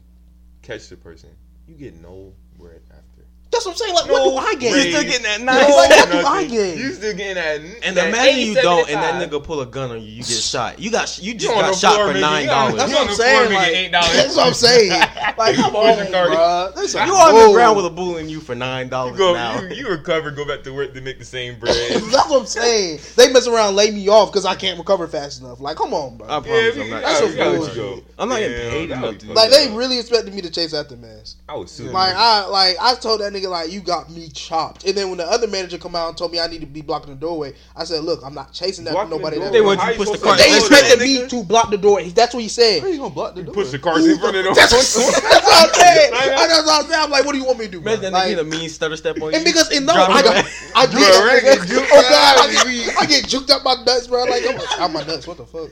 [SPEAKER 3] catch the person, you get no bread after.
[SPEAKER 1] That's what I'm saying. Like, what do I
[SPEAKER 2] You
[SPEAKER 1] get?
[SPEAKER 2] still getting that
[SPEAKER 1] Like,
[SPEAKER 2] nice.
[SPEAKER 1] what do I
[SPEAKER 3] Nothing.
[SPEAKER 1] get?
[SPEAKER 3] You still getting that?
[SPEAKER 2] And
[SPEAKER 3] that
[SPEAKER 2] imagine you
[SPEAKER 3] 87
[SPEAKER 2] don't, and that
[SPEAKER 3] inside.
[SPEAKER 2] nigga pull a gun on you, you get shot. You got, you just
[SPEAKER 3] You on
[SPEAKER 2] got
[SPEAKER 3] the
[SPEAKER 2] shot
[SPEAKER 3] floor,
[SPEAKER 2] for
[SPEAKER 3] nigga.
[SPEAKER 2] nine
[SPEAKER 3] You on-
[SPEAKER 2] dollars.
[SPEAKER 1] That's
[SPEAKER 3] You
[SPEAKER 1] what
[SPEAKER 3] on
[SPEAKER 1] I'm
[SPEAKER 3] the
[SPEAKER 1] saying.
[SPEAKER 3] floor, nigga,
[SPEAKER 1] Like,
[SPEAKER 3] eight dollars.
[SPEAKER 1] that's what I'm saying. Like, come
[SPEAKER 3] Pushing
[SPEAKER 1] on,
[SPEAKER 3] cart.
[SPEAKER 1] bro. That's a-
[SPEAKER 2] You on the ground with a bullet in you for nine
[SPEAKER 3] You
[SPEAKER 2] dollars
[SPEAKER 3] Go,
[SPEAKER 2] now.
[SPEAKER 3] you, you recover, go back to work to make the same bread.
[SPEAKER 1] That's what I'm saying. They mess around, and lay me off because I can't recover fast enough. Like, come on, bro.
[SPEAKER 2] I
[SPEAKER 3] yeah,
[SPEAKER 2] promise
[SPEAKER 3] we-
[SPEAKER 2] I'm not.
[SPEAKER 1] That's
[SPEAKER 3] I-
[SPEAKER 1] a
[SPEAKER 3] we gotta let
[SPEAKER 1] bullshit.
[SPEAKER 3] you go.
[SPEAKER 2] I'm not getting
[SPEAKER 3] Yeah,
[SPEAKER 2] paid
[SPEAKER 3] that
[SPEAKER 2] enough
[SPEAKER 3] would
[SPEAKER 2] to
[SPEAKER 3] be
[SPEAKER 2] do
[SPEAKER 1] like they
[SPEAKER 2] Yeah.
[SPEAKER 1] really expected me to chase after mask.
[SPEAKER 3] I was super.
[SPEAKER 1] Like I like I told that nigga like you got me chopped. And then when the other manager come out and told me I need to be blocking the doorway, I said, look, I'm not chasing after
[SPEAKER 3] Blocking the
[SPEAKER 1] nobody.
[SPEAKER 3] door.
[SPEAKER 1] that
[SPEAKER 2] They
[SPEAKER 1] way."
[SPEAKER 2] want
[SPEAKER 3] How
[SPEAKER 2] you to
[SPEAKER 3] you
[SPEAKER 2] push the car.
[SPEAKER 3] supposed to-
[SPEAKER 1] They
[SPEAKER 3] They
[SPEAKER 1] expected me to block the door. That's what he said.
[SPEAKER 4] How you gonna block the door?
[SPEAKER 3] push the cars in front of them.
[SPEAKER 1] That's what I'm saying. That's what I'm saying. I'm like, what do you want me to do? bro?
[SPEAKER 2] Imagine that nigga
[SPEAKER 1] Like-
[SPEAKER 2] hit a mean stutter step on you.
[SPEAKER 1] And because in those,
[SPEAKER 2] Drop
[SPEAKER 1] I,
[SPEAKER 2] it
[SPEAKER 1] got,
[SPEAKER 2] back.
[SPEAKER 1] I did.
[SPEAKER 3] a regular
[SPEAKER 1] oh God, I
[SPEAKER 3] dude.
[SPEAKER 1] got, I get juked up my nuts, bro. Like I'm like, out my nuts. What the fuck?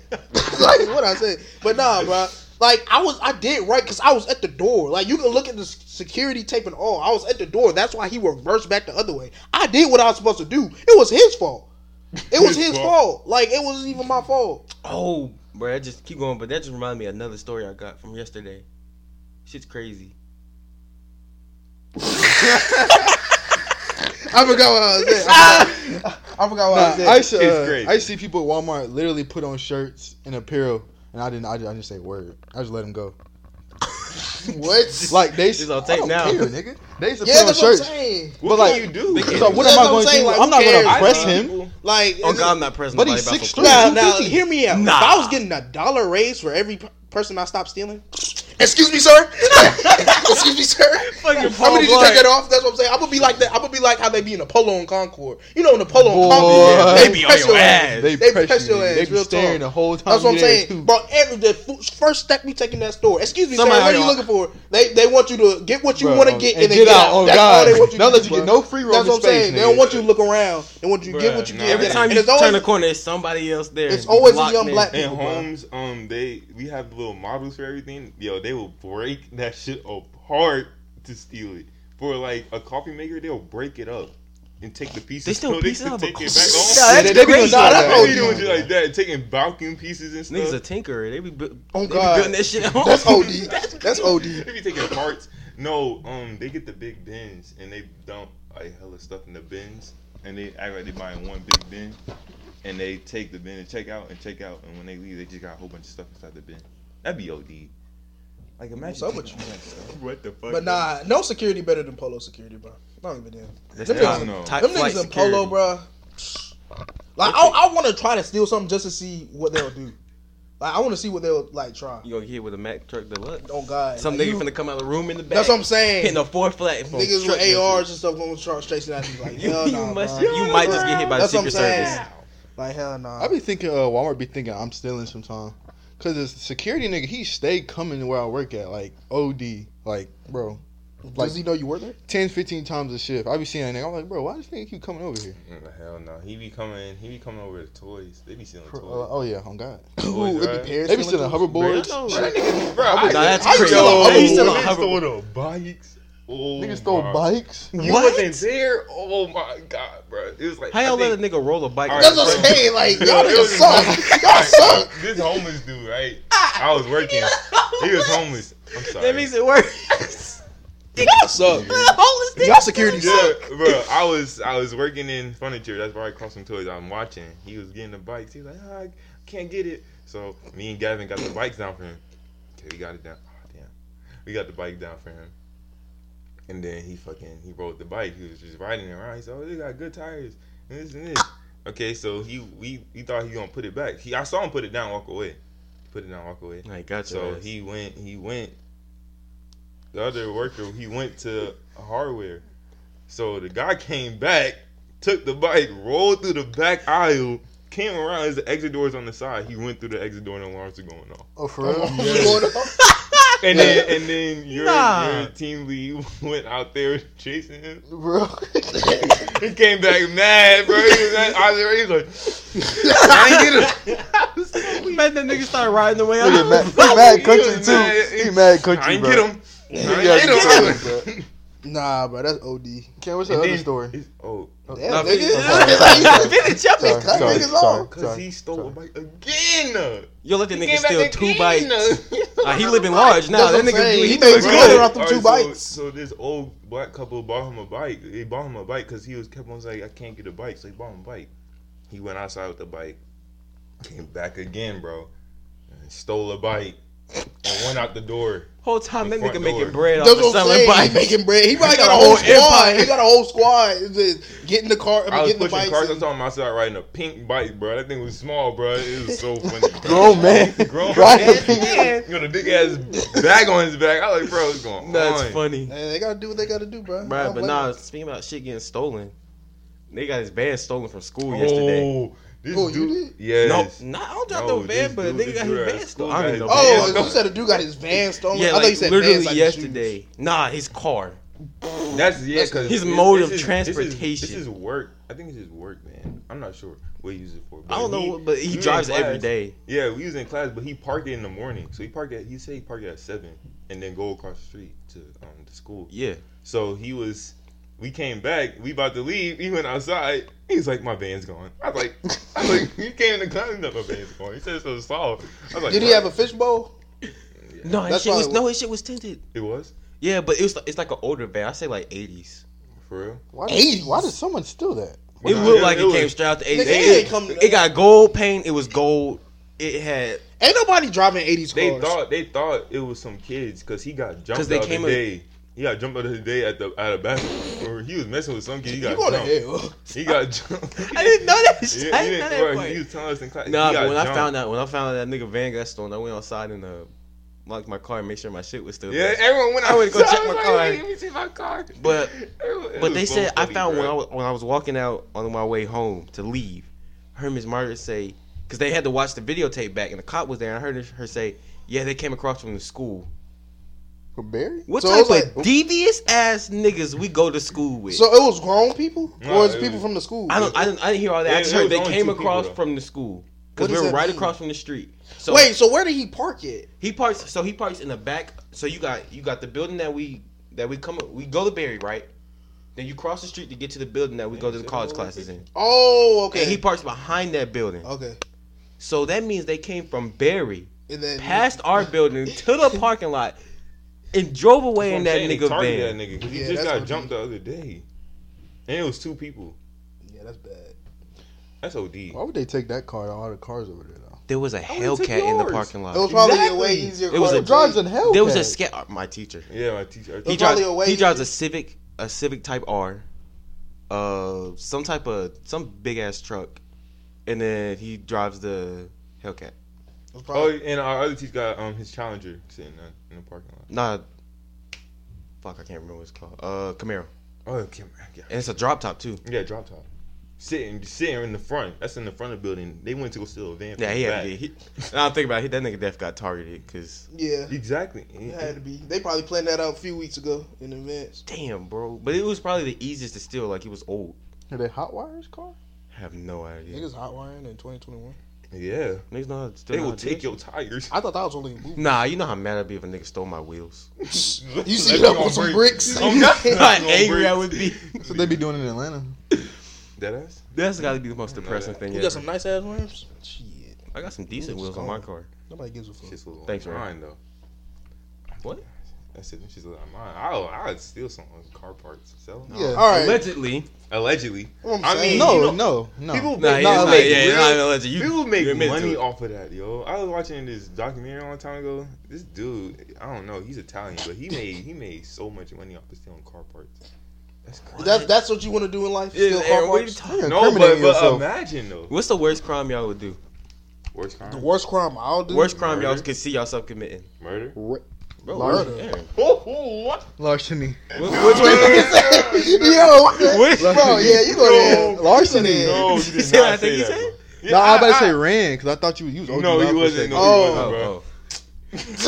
[SPEAKER 1] like what I said. But nah, bro. Like I was, I did right because I was at the door. Like you can look at the s- security tape and all. I was at the door. That's why he reversed back the other way. I did what I was supposed to do. It was his fault. It was his fault. Like it wasn't even my fault.
[SPEAKER 2] Oh, bro, that just keep going, but that just reminded me of another story I got from yesterday. Shit's crazy.
[SPEAKER 1] I forgot what I was saying. I forgot, I forgot what I was
[SPEAKER 4] Nah,
[SPEAKER 1] saying.
[SPEAKER 4] I used to,
[SPEAKER 3] It's
[SPEAKER 4] uh,
[SPEAKER 3] crazy.
[SPEAKER 4] I used to see people at Walmart literally put on shirts and apparel, and I didn't. I, just- I didn't say a word. I just let them go.
[SPEAKER 1] what?
[SPEAKER 4] Like they.
[SPEAKER 2] It's on
[SPEAKER 4] I
[SPEAKER 2] tape
[SPEAKER 4] don't
[SPEAKER 2] now.
[SPEAKER 4] care, nigga. They used to
[SPEAKER 1] yeah,
[SPEAKER 4] put on
[SPEAKER 1] that's what I'm
[SPEAKER 4] shirts.
[SPEAKER 1] saying.
[SPEAKER 3] What
[SPEAKER 4] like,
[SPEAKER 3] can you do?
[SPEAKER 2] they can't
[SPEAKER 4] So what
[SPEAKER 1] That's
[SPEAKER 4] am I
[SPEAKER 1] what I'm
[SPEAKER 4] going to
[SPEAKER 1] saying,
[SPEAKER 4] do?
[SPEAKER 1] like,
[SPEAKER 4] I'm
[SPEAKER 1] who
[SPEAKER 4] not going to
[SPEAKER 1] cares,
[SPEAKER 4] press
[SPEAKER 1] bro?
[SPEAKER 4] him.
[SPEAKER 1] Like,
[SPEAKER 2] Oh God, I'm not pressing
[SPEAKER 4] But
[SPEAKER 2] nobody
[SPEAKER 4] he's
[SPEAKER 2] about
[SPEAKER 4] six
[SPEAKER 2] some-
[SPEAKER 4] three.
[SPEAKER 1] Now,
[SPEAKER 4] Who
[SPEAKER 1] now,
[SPEAKER 4] did he?
[SPEAKER 1] hear me out.
[SPEAKER 2] Nah.
[SPEAKER 1] If I was getting a dollar raise for every p- person I stopped stealing, excuse me, sir. excuse me, sir.
[SPEAKER 2] Fucking
[SPEAKER 1] I'm
[SPEAKER 2] Paul
[SPEAKER 1] gonna need you to
[SPEAKER 2] Blart.
[SPEAKER 1] take that off. That's what I'm saying. I'm gonna be like that. I'm gonna be like how they be in Apollo and Concord. You know, in Apollo and
[SPEAKER 4] Boy.
[SPEAKER 1] Concord,
[SPEAKER 4] They
[SPEAKER 2] be on
[SPEAKER 1] press
[SPEAKER 2] your
[SPEAKER 1] your
[SPEAKER 2] ass.
[SPEAKER 1] ass.
[SPEAKER 4] They,
[SPEAKER 1] They
[SPEAKER 4] press,
[SPEAKER 1] press
[SPEAKER 4] you.
[SPEAKER 1] your ass,
[SPEAKER 4] They be
[SPEAKER 1] real
[SPEAKER 4] staring
[SPEAKER 1] talk.
[SPEAKER 4] the whole time.
[SPEAKER 1] That's what I'm
[SPEAKER 4] you there,
[SPEAKER 1] saying,
[SPEAKER 4] too.
[SPEAKER 1] bro. Every the f- first step we taking that store. Excuse me,
[SPEAKER 2] Somebody
[SPEAKER 1] sir. What are
[SPEAKER 2] on-
[SPEAKER 1] you looking for? They they want you to get what you
[SPEAKER 4] Bro,
[SPEAKER 1] want to get
[SPEAKER 4] and
[SPEAKER 1] and, then
[SPEAKER 4] get
[SPEAKER 1] get,
[SPEAKER 4] out.
[SPEAKER 1] out.
[SPEAKER 4] Oh,
[SPEAKER 1] That's
[SPEAKER 4] God.
[SPEAKER 1] all they want you.
[SPEAKER 4] Now
[SPEAKER 1] to
[SPEAKER 4] let
[SPEAKER 1] do,
[SPEAKER 4] you get
[SPEAKER 1] bro.
[SPEAKER 4] no free roaming
[SPEAKER 1] That's what I'm
[SPEAKER 4] space,
[SPEAKER 1] saying. They don't
[SPEAKER 4] nigga.
[SPEAKER 1] want you to look around. They want you to get what you
[SPEAKER 3] Bruh,
[SPEAKER 1] get.
[SPEAKER 3] nah.
[SPEAKER 2] Every
[SPEAKER 1] and
[SPEAKER 2] time you
[SPEAKER 1] it's
[SPEAKER 2] turn the
[SPEAKER 1] always
[SPEAKER 2] corner, there's somebody else there.
[SPEAKER 1] It's always a
[SPEAKER 2] blocked
[SPEAKER 1] young
[SPEAKER 2] in.
[SPEAKER 1] black
[SPEAKER 3] And
[SPEAKER 1] people, bro.
[SPEAKER 3] homes, um, they we have little models for everything. Yo, they will break that shit apart to steal it. For like a coffee maker, they'll break it up and take the pieces.
[SPEAKER 2] They still
[SPEAKER 3] so
[SPEAKER 2] piece it
[SPEAKER 3] can
[SPEAKER 2] up, of
[SPEAKER 3] take it back
[SPEAKER 2] course.
[SPEAKER 3] off.
[SPEAKER 4] Yeah,
[SPEAKER 2] that's
[SPEAKER 4] they, they be doing
[SPEAKER 2] crazy.
[SPEAKER 4] shit
[SPEAKER 1] Nah,
[SPEAKER 4] like that.
[SPEAKER 1] that's
[SPEAKER 3] They be doing shit like that, taking vacuum pieces and
[SPEAKER 2] Niggas a
[SPEAKER 3] stuff.
[SPEAKER 2] tinkerer. They be, bu-
[SPEAKER 1] Oh,
[SPEAKER 2] they be
[SPEAKER 1] God.
[SPEAKER 2] building that shit at home.
[SPEAKER 1] That's OD. That's OD.
[SPEAKER 3] They be taking parts. No, um, they get the big bins and they dump like hella stuff in the bins, and they act like they buying one big bin, and they take the bin and check out and check out, and when they leave, they just got a whole bunch of stuff inside the bin. That'd be OD. Like imagine.
[SPEAKER 1] up with
[SPEAKER 3] taking all that stuff. What the fuck?
[SPEAKER 1] But nah, no security better than Polo security, bro. Not even them.
[SPEAKER 2] That's
[SPEAKER 1] Them
[SPEAKER 3] Hell
[SPEAKER 1] niggas-
[SPEAKER 3] no.
[SPEAKER 2] top
[SPEAKER 1] Them
[SPEAKER 2] flight
[SPEAKER 1] niggas in
[SPEAKER 2] security.
[SPEAKER 1] Polo, bro. Like I, I want to try to steal something just to see what they'll do. Like I want to see what they'll like try.
[SPEAKER 2] You gonna hit with a Mack truck deluxe?
[SPEAKER 1] Oh God,
[SPEAKER 2] Some
[SPEAKER 1] Like,
[SPEAKER 2] nigga
[SPEAKER 1] you-
[SPEAKER 2] finna come out of the room in the back.
[SPEAKER 1] That's what I'm saying.
[SPEAKER 2] Hitting a four flat. from
[SPEAKER 1] Niggas
[SPEAKER 2] truck
[SPEAKER 1] with ARs and stuff going to start chasing at you like
[SPEAKER 2] You,
[SPEAKER 1] hell
[SPEAKER 2] you
[SPEAKER 1] nah,
[SPEAKER 2] must,
[SPEAKER 1] bro.
[SPEAKER 2] you might just get hit by the
[SPEAKER 1] That's what I'm
[SPEAKER 2] Secret Service.
[SPEAKER 1] saying. Like hell nah.
[SPEAKER 4] I be thinking uh, Walmart be thinking I'm stealing sometime. Cause the security nigga, he stay coming to where I work at, like OD, like bro, like-
[SPEAKER 1] Does he know you work there?
[SPEAKER 4] 10, 15 times a shift. I be seeing that nigga. I'm like, bro, why this nigga keep coming over here?
[SPEAKER 3] Mm, Hell no. He be coming. He be coming over the toys. They be stealing
[SPEAKER 4] For-
[SPEAKER 3] toys.
[SPEAKER 4] uh, oh yeah, on God.
[SPEAKER 3] Toys,
[SPEAKER 1] Ooh, it
[SPEAKER 3] right?
[SPEAKER 1] be Paris.
[SPEAKER 4] They be stealing
[SPEAKER 2] Bro,
[SPEAKER 4] hoverboards.
[SPEAKER 2] y'all know,
[SPEAKER 3] That
[SPEAKER 2] like,
[SPEAKER 3] nigga, bro, I,
[SPEAKER 2] Nah, that's
[SPEAKER 3] I
[SPEAKER 2] crazy. They
[SPEAKER 3] Stole, I
[SPEAKER 2] steal
[SPEAKER 3] stole,
[SPEAKER 2] a hover-
[SPEAKER 3] the bikes. Oh,
[SPEAKER 4] Niggas stole
[SPEAKER 3] my-
[SPEAKER 4] bikes.
[SPEAKER 3] You
[SPEAKER 2] What?
[SPEAKER 3] wasn't there. Oh my god, bro. It was like
[SPEAKER 2] how
[SPEAKER 3] I
[SPEAKER 2] y'all let a
[SPEAKER 3] think-
[SPEAKER 2] nigga roll a bike?
[SPEAKER 3] All right,
[SPEAKER 1] That's what I'm saying. Like y'all
[SPEAKER 3] It
[SPEAKER 1] niggas
[SPEAKER 3] was-
[SPEAKER 1] suck.
[SPEAKER 3] All
[SPEAKER 1] Y'all
[SPEAKER 3] right,
[SPEAKER 1] suck.
[SPEAKER 3] This homeless dude, right? I was working. He was homeless. I'm sorry.
[SPEAKER 2] That makes it worse.
[SPEAKER 1] Y'all suck. Y'all security
[SPEAKER 3] Yeah,
[SPEAKER 1] suck.
[SPEAKER 3] bro. I was I was working in furniture. That's where I caught some toys. I'm watching. He was getting the bikes. He was like, ah, I can't get it. So me and Gavin got the bikes down for him. Okay, we got it down. Oh, damn. We got the bike down for him. And then he fucking he rode the bike. He was just riding it around. He said, oh, they got good tires. And this and this. Okay, so he we he thought he gonna put it back. He I saw him put it down, walk away. Put it down, walk away.
[SPEAKER 2] I got
[SPEAKER 3] So
[SPEAKER 2] you.
[SPEAKER 3] he went, he went. The other worker, he went to hardware. So the guy came back, took the bike, rolled through the back aisle, came around. There's the exit doors on the side. He went through the exit door and the alarms are going off.
[SPEAKER 4] Oh for real?
[SPEAKER 1] Going up.
[SPEAKER 3] And then, and then your,
[SPEAKER 2] Nah.
[SPEAKER 3] your team lead went out there chasing him.
[SPEAKER 4] bro.
[SPEAKER 3] He came back mad, bro. He was, mad. I was, he was like, I ain't get it.
[SPEAKER 2] Man, that nigga started riding away.
[SPEAKER 4] Look at Matt. He mad country too. He mad
[SPEAKER 3] I
[SPEAKER 4] country,
[SPEAKER 3] ain't
[SPEAKER 4] bro.
[SPEAKER 3] get him. I ain't
[SPEAKER 4] Yeah,
[SPEAKER 3] get him.
[SPEAKER 4] I ain't get
[SPEAKER 1] Nah, bro, that's OD.
[SPEAKER 4] Ken, what's the
[SPEAKER 3] And
[SPEAKER 4] other
[SPEAKER 3] then-
[SPEAKER 4] story?
[SPEAKER 3] Oh,
[SPEAKER 1] Damn,
[SPEAKER 2] Nah,
[SPEAKER 1] nigga.
[SPEAKER 2] finish-
[SPEAKER 1] Like,
[SPEAKER 2] finish up.
[SPEAKER 1] Sorry. cut niggas off.
[SPEAKER 3] Cause he stole a bike again.
[SPEAKER 2] Yo, let that
[SPEAKER 3] He
[SPEAKER 2] nigga
[SPEAKER 3] came back
[SPEAKER 2] steal
[SPEAKER 3] again.
[SPEAKER 2] two bikes. Uh, he living large now.
[SPEAKER 1] That's what
[SPEAKER 2] That
[SPEAKER 1] I'm
[SPEAKER 2] nigga,
[SPEAKER 1] saying.
[SPEAKER 2] he,
[SPEAKER 1] He
[SPEAKER 2] doing
[SPEAKER 1] made good.
[SPEAKER 2] good.
[SPEAKER 1] off the two
[SPEAKER 3] Alright, so-
[SPEAKER 1] bikes.
[SPEAKER 3] So, this old black couple bought him a bike. They bought him a bike because he was kept on saying, "I can't get a bike," so he bought him a bike. He went outside with the bike, came back again, bro, and stole a bike and went out the door.
[SPEAKER 2] Whole time that
[SPEAKER 3] The
[SPEAKER 2] nigga
[SPEAKER 3] front
[SPEAKER 2] making
[SPEAKER 3] door.
[SPEAKER 2] bread off
[SPEAKER 1] That's
[SPEAKER 2] of
[SPEAKER 1] what I'm
[SPEAKER 2] selling
[SPEAKER 1] saying. He
[SPEAKER 2] bikes.
[SPEAKER 1] making bread. He probably got a whole squad. He got a whole squad. Just getting the car. I mean,
[SPEAKER 3] I was
[SPEAKER 1] getting the
[SPEAKER 3] pushing
[SPEAKER 1] bikes.
[SPEAKER 3] cars. I'm
[SPEAKER 1] and-
[SPEAKER 3] talking myself riding a pink bike, bro. That thing was small, bro. It was so funny. bro.
[SPEAKER 4] Grown man.
[SPEAKER 3] Grown
[SPEAKER 4] Riding a
[SPEAKER 3] man.
[SPEAKER 4] pink-
[SPEAKER 2] Man,
[SPEAKER 3] You got a big ass bag on his back. I like, bro, what's going
[SPEAKER 2] That's
[SPEAKER 3] on?
[SPEAKER 2] funny.
[SPEAKER 1] Man, they gotta do what they gotta do, bro.
[SPEAKER 2] Bruh,
[SPEAKER 1] Don't
[SPEAKER 2] but
[SPEAKER 1] blame
[SPEAKER 2] nah,
[SPEAKER 1] them.
[SPEAKER 2] speaking about shit getting stolen, they got his van stolen from school yesterday.
[SPEAKER 3] Oh, this
[SPEAKER 1] Oh, you
[SPEAKER 3] dude.
[SPEAKER 1] did?
[SPEAKER 2] No,
[SPEAKER 3] Yes.
[SPEAKER 2] not, I don't drop
[SPEAKER 3] No,
[SPEAKER 2] no, van,
[SPEAKER 3] this
[SPEAKER 2] but a
[SPEAKER 3] dude-
[SPEAKER 2] nigga
[SPEAKER 3] this
[SPEAKER 2] got his
[SPEAKER 3] dude
[SPEAKER 2] van stolen.
[SPEAKER 3] at school
[SPEAKER 2] I don't
[SPEAKER 3] got
[SPEAKER 2] know.
[SPEAKER 3] his van
[SPEAKER 1] Oh,
[SPEAKER 2] Oh,
[SPEAKER 3] stolen.
[SPEAKER 1] you said a dude got his van stolen.
[SPEAKER 2] yeah,
[SPEAKER 1] Oh, I thought you
[SPEAKER 2] like
[SPEAKER 1] said
[SPEAKER 2] literally
[SPEAKER 1] vans, like
[SPEAKER 2] yesterday. Nah, his car.
[SPEAKER 3] That's yeah,
[SPEAKER 2] That's
[SPEAKER 3] because
[SPEAKER 2] his mode of
[SPEAKER 3] This is,
[SPEAKER 2] transportation.
[SPEAKER 3] work. I think it's his work, man. I'm not sure what he uses it for.
[SPEAKER 2] I don't
[SPEAKER 3] he-
[SPEAKER 2] know, what- but he
[SPEAKER 3] was
[SPEAKER 2] drives
[SPEAKER 3] in class-
[SPEAKER 2] every day.
[SPEAKER 3] Yeah, we was in class, but he parked it in the morning. So he parked at he said he parked at seven, and then go across the street to um to school.
[SPEAKER 2] Yeah.
[SPEAKER 3] So he was. We came back. We about to leave. He went outside. He was like, "My van's gone." I was like, "I was like, you came to class, that my van's gone." He said so soft. I was like,
[SPEAKER 1] Did he
[SPEAKER 3] "Bruh."
[SPEAKER 1] have a fishbowl?
[SPEAKER 2] No, his
[SPEAKER 1] That's
[SPEAKER 2] shit
[SPEAKER 1] why
[SPEAKER 2] was
[SPEAKER 1] it-
[SPEAKER 2] no, his shit was tinted.
[SPEAKER 3] It was
[SPEAKER 2] Yeah, but it was it's like an older van. I say like eighties.
[SPEAKER 3] for real.
[SPEAKER 4] Why
[SPEAKER 1] Eighties.
[SPEAKER 4] did, why did someone steal that?
[SPEAKER 2] It
[SPEAKER 3] Nah,
[SPEAKER 2] looked like it,
[SPEAKER 3] was-
[SPEAKER 2] came straight out the
[SPEAKER 1] Nigga,
[SPEAKER 2] eighties.
[SPEAKER 1] it
[SPEAKER 2] It,
[SPEAKER 1] ain't come-
[SPEAKER 2] it got gold paint. It was gold. It had
[SPEAKER 1] Ain't nobody driving eighties cars.
[SPEAKER 3] They thought they thought it was some kids because he got jumped
[SPEAKER 2] 'Cause
[SPEAKER 3] out
[SPEAKER 2] they
[SPEAKER 3] the other
[SPEAKER 2] came in-
[SPEAKER 3] day. He got jumped out the other day at the at a bathroom. Or he was messing with some kid. He
[SPEAKER 1] you
[SPEAKER 3] got
[SPEAKER 1] going to
[SPEAKER 3] jumped.
[SPEAKER 1] hell?
[SPEAKER 3] He got jumped.
[SPEAKER 2] I didn't know that shit.
[SPEAKER 3] Yeah,
[SPEAKER 2] I
[SPEAKER 3] he
[SPEAKER 2] didn't know
[SPEAKER 3] didn't
[SPEAKER 2] that
[SPEAKER 3] work.
[SPEAKER 2] part.
[SPEAKER 3] He was telling us in class.
[SPEAKER 2] Nah,
[SPEAKER 3] he
[SPEAKER 2] but
[SPEAKER 3] got
[SPEAKER 2] when I
[SPEAKER 3] jumped.
[SPEAKER 2] found out when I found out that nigga van got stolen, I went outside and uh locked my car and made sure my shit was still
[SPEAKER 3] yeah,
[SPEAKER 2] there.
[SPEAKER 3] everyone went.
[SPEAKER 2] I went to go
[SPEAKER 3] outside.
[SPEAKER 2] check my
[SPEAKER 3] I was
[SPEAKER 2] car.
[SPEAKER 3] Like, "Let me see my car."
[SPEAKER 2] But-
[SPEAKER 3] Everyone- it
[SPEAKER 2] But
[SPEAKER 3] was
[SPEAKER 2] they
[SPEAKER 3] so
[SPEAKER 2] said I
[SPEAKER 3] funny,
[SPEAKER 2] found when I
[SPEAKER 3] bruh.
[SPEAKER 2] was, when I was walking out on my way home to leave, her and Miss Margaret say because they had to watch the videotape back and the cop was there and I heard her say, "Yeah, they came across from the school."
[SPEAKER 4] For Barry?
[SPEAKER 2] What
[SPEAKER 1] So
[SPEAKER 2] type
[SPEAKER 1] it was
[SPEAKER 2] of
[SPEAKER 1] like-
[SPEAKER 2] devious ass niggas we go to school with?
[SPEAKER 1] So it was grown people,
[SPEAKER 3] Nah,
[SPEAKER 1] or it's
[SPEAKER 3] it
[SPEAKER 1] people
[SPEAKER 3] was-
[SPEAKER 1] from the school.
[SPEAKER 2] I don't, I didn't, I didn't hear all that. I
[SPEAKER 3] Yeah,
[SPEAKER 2] just
[SPEAKER 3] it
[SPEAKER 2] heard
[SPEAKER 3] was
[SPEAKER 2] they
[SPEAKER 3] only
[SPEAKER 2] came
[SPEAKER 3] two people,
[SPEAKER 2] across
[SPEAKER 3] though.
[SPEAKER 2] from the school
[SPEAKER 1] What
[SPEAKER 2] because we
[SPEAKER 1] does
[SPEAKER 2] were
[SPEAKER 1] that
[SPEAKER 2] right
[SPEAKER 1] mean?
[SPEAKER 2] across from the street. So
[SPEAKER 1] Wait, so where did he park it?
[SPEAKER 2] He parks. So he parks in the back. So you got you got the building that we that we come we go to Barry right. Then you cross the street to get to the building that we go to the college classes in.
[SPEAKER 1] Oh, okay.
[SPEAKER 2] And he parks behind that building.
[SPEAKER 1] okay,
[SPEAKER 2] So that means they came from Barry,
[SPEAKER 1] and then
[SPEAKER 2] past our building to the parking lot, and drove away
[SPEAKER 3] That's
[SPEAKER 2] in
[SPEAKER 3] what
[SPEAKER 2] that
[SPEAKER 3] I'm saying,
[SPEAKER 2] nigga van.
[SPEAKER 3] target That nigga, 'cause he
[SPEAKER 1] Yeah,
[SPEAKER 3] just
[SPEAKER 1] that's
[SPEAKER 3] got
[SPEAKER 1] what
[SPEAKER 3] jumped the other day, and it was two people.
[SPEAKER 1] Yeah, that's bad.
[SPEAKER 3] That's OD.
[SPEAKER 2] Oh.
[SPEAKER 4] Why would they take that car? All the cars over there though.
[SPEAKER 2] There was a
[SPEAKER 3] would've took
[SPEAKER 2] Hellcat in the
[SPEAKER 3] yours.
[SPEAKER 2] parking
[SPEAKER 1] It was
[SPEAKER 2] lot.
[SPEAKER 1] probably a
[SPEAKER 4] Exactly.
[SPEAKER 1] way easier.
[SPEAKER 2] It was
[SPEAKER 1] car
[SPEAKER 2] a-
[SPEAKER 1] to
[SPEAKER 4] drives
[SPEAKER 1] drive.
[SPEAKER 4] an Hellcat.
[SPEAKER 2] There was a scat. uh, My teacher.
[SPEAKER 3] Yeah, my teacher.
[SPEAKER 2] He
[SPEAKER 1] It was probably
[SPEAKER 2] drives.
[SPEAKER 1] a way
[SPEAKER 2] He drives
[SPEAKER 1] easier-
[SPEAKER 2] a Civic, a Civic Type R, uh, some type of some big ass truck, and then he drives the Hellcat.
[SPEAKER 1] It was
[SPEAKER 3] Oh,
[SPEAKER 1] probably-
[SPEAKER 3] and our other teacher got um his Challenger sitting uh, in the parking lot.
[SPEAKER 2] Nah, fuck, I can't remember what it's called. Uh, Camaro,
[SPEAKER 3] Oh, Kim, yeah.
[SPEAKER 2] and it's a drop top too.
[SPEAKER 3] Yeah, drop top. Sitting, sitting in the front. That's in the front of the building. They went to go steal a van. from
[SPEAKER 2] Yeah, he
[SPEAKER 3] the
[SPEAKER 2] had to be.
[SPEAKER 3] back.
[SPEAKER 2] He, now I think about it, that nigga def got targeted because
[SPEAKER 1] yeah.
[SPEAKER 3] Exactly.
[SPEAKER 1] It had to be. They probably planned that out a few weeks ago in advance.
[SPEAKER 2] damn, bro. But it was probably the easiest to steal. Like he was old.
[SPEAKER 4] Are they hot wires car?
[SPEAKER 2] I have no idea.
[SPEAKER 1] Niggas hot wiring in 2021.
[SPEAKER 3] Yeah,
[SPEAKER 2] Niggas know how to steal.
[SPEAKER 3] they
[SPEAKER 2] how
[SPEAKER 3] will
[SPEAKER 2] to do
[SPEAKER 3] take
[SPEAKER 2] that
[SPEAKER 3] your tires.
[SPEAKER 1] I thought that was only a movie.
[SPEAKER 2] shit. Nah, you know how mad I'd be if a nigga stole my wheels.
[SPEAKER 1] you see that with some bricks?
[SPEAKER 3] I'm not-
[SPEAKER 2] how
[SPEAKER 3] No
[SPEAKER 2] angry I
[SPEAKER 3] brakes.
[SPEAKER 2] would be.
[SPEAKER 4] That's what they be doing in Atlanta.
[SPEAKER 3] That ass.
[SPEAKER 2] That's got to be the most depressing thing.
[SPEAKER 1] You
[SPEAKER 2] ever.
[SPEAKER 1] got some nice ass rims? Shit.
[SPEAKER 2] I got some decent
[SPEAKER 1] Niggas
[SPEAKER 2] wheels on
[SPEAKER 1] gone.
[SPEAKER 2] my car.
[SPEAKER 1] Nobody gives a fuck.
[SPEAKER 3] Shit's a little
[SPEAKER 2] Thanks,
[SPEAKER 3] Thanks, mine though.
[SPEAKER 2] What?
[SPEAKER 3] That's it. Them shit's a little mine. I'll, I'll steal some of the car parts. So
[SPEAKER 4] Yeah.
[SPEAKER 1] All right.
[SPEAKER 2] Allegedly.
[SPEAKER 3] allegedly,
[SPEAKER 1] What I'm
[SPEAKER 3] I
[SPEAKER 1] saying.
[SPEAKER 3] mean,
[SPEAKER 4] No,
[SPEAKER 3] you know,
[SPEAKER 4] no, no.
[SPEAKER 1] people
[SPEAKER 2] Nah,
[SPEAKER 1] make,
[SPEAKER 2] yeah,
[SPEAKER 4] no,
[SPEAKER 2] it's not,
[SPEAKER 4] like,
[SPEAKER 2] yeah, it's
[SPEAKER 3] real-
[SPEAKER 2] not allegedly. You,
[SPEAKER 3] People
[SPEAKER 2] you
[SPEAKER 3] make
[SPEAKER 2] admit to
[SPEAKER 3] money
[SPEAKER 2] it.
[SPEAKER 3] off of that, yo. I was watching this documentary a long time ago. This dude, I don't know, he's Italian, but he made he made so much money off of stealing car parts. That's crazy.
[SPEAKER 1] That's, that's what you want to do in life?
[SPEAKER 2] Yeah,
[SPEAKER 1] Steal
[SPEAKER 2] Aaron,
[SPEAKER 1] car
[SPEAKER 2] what are you
[SPEAKER 1] parts?
[SPEAKER 2] talking-
[SPEAKER 4] You're
[SPEAKER 3] no, but,
[SPEAKER 4] incriminating
[SPEAKER 3] but
[SPEAKER 4] yourself.
[SPEAKER 3] imagine though.
[SPEAKER 2] What's the worst crime y'all would do?
[SPEAKER 3] Worst crime.
[SPEAKER 1] The worst crime I'll do.
[SPEAKER 2] worst crime y'all
[SPEAKER 3] murder.
[SPEAKER 2] could see yourself committing.
[SPEAKER 3] Murder.
[SPEAKER 4] Ra-
[SPEAKER 2] Bro,
[SPEAKER 4] Murder.
[SPEAKER 2] what- Aaron,
[SPEAKER 3] what?
[SPEAKER 4] Larceny.
[SPEAKER 2] what- which way?
[SPEAKER 1] Yo,
[SPEAKER 2] Which
[SPEAKER 1] bro, yeah, you go there.
[SPEAKER 4] No, larceny.
[SPEAKER 1] You go there.
[SPEAKER 3] No, you
[SPEAKER 2] You
[SPEAKER 3] did
[SPEAKER 2] see what I
[SPEAKER 3] not
[SPEAKER 2] think
[SPEAKER 3] say
[SPEAKER 2] he
[SPEAKER 3] that.
[SPEAKER 2] said?
[SPEAKER 3] bro.
[SPEAKER 4] no, I was about to
[SPEAKER 3] Yeah,
[SPEAKER 4] say ran because I thought you was. You was
[SPEAKER 3] No, he
[SPEAKER 4] OG
[SPEAKER 3] wasn't. No,
[SPEAKER 4] No,
[SPEAKER 1] Oh.
[SPEAKER 3] he wasn't, bro.
[SPEAKER 2] Oh,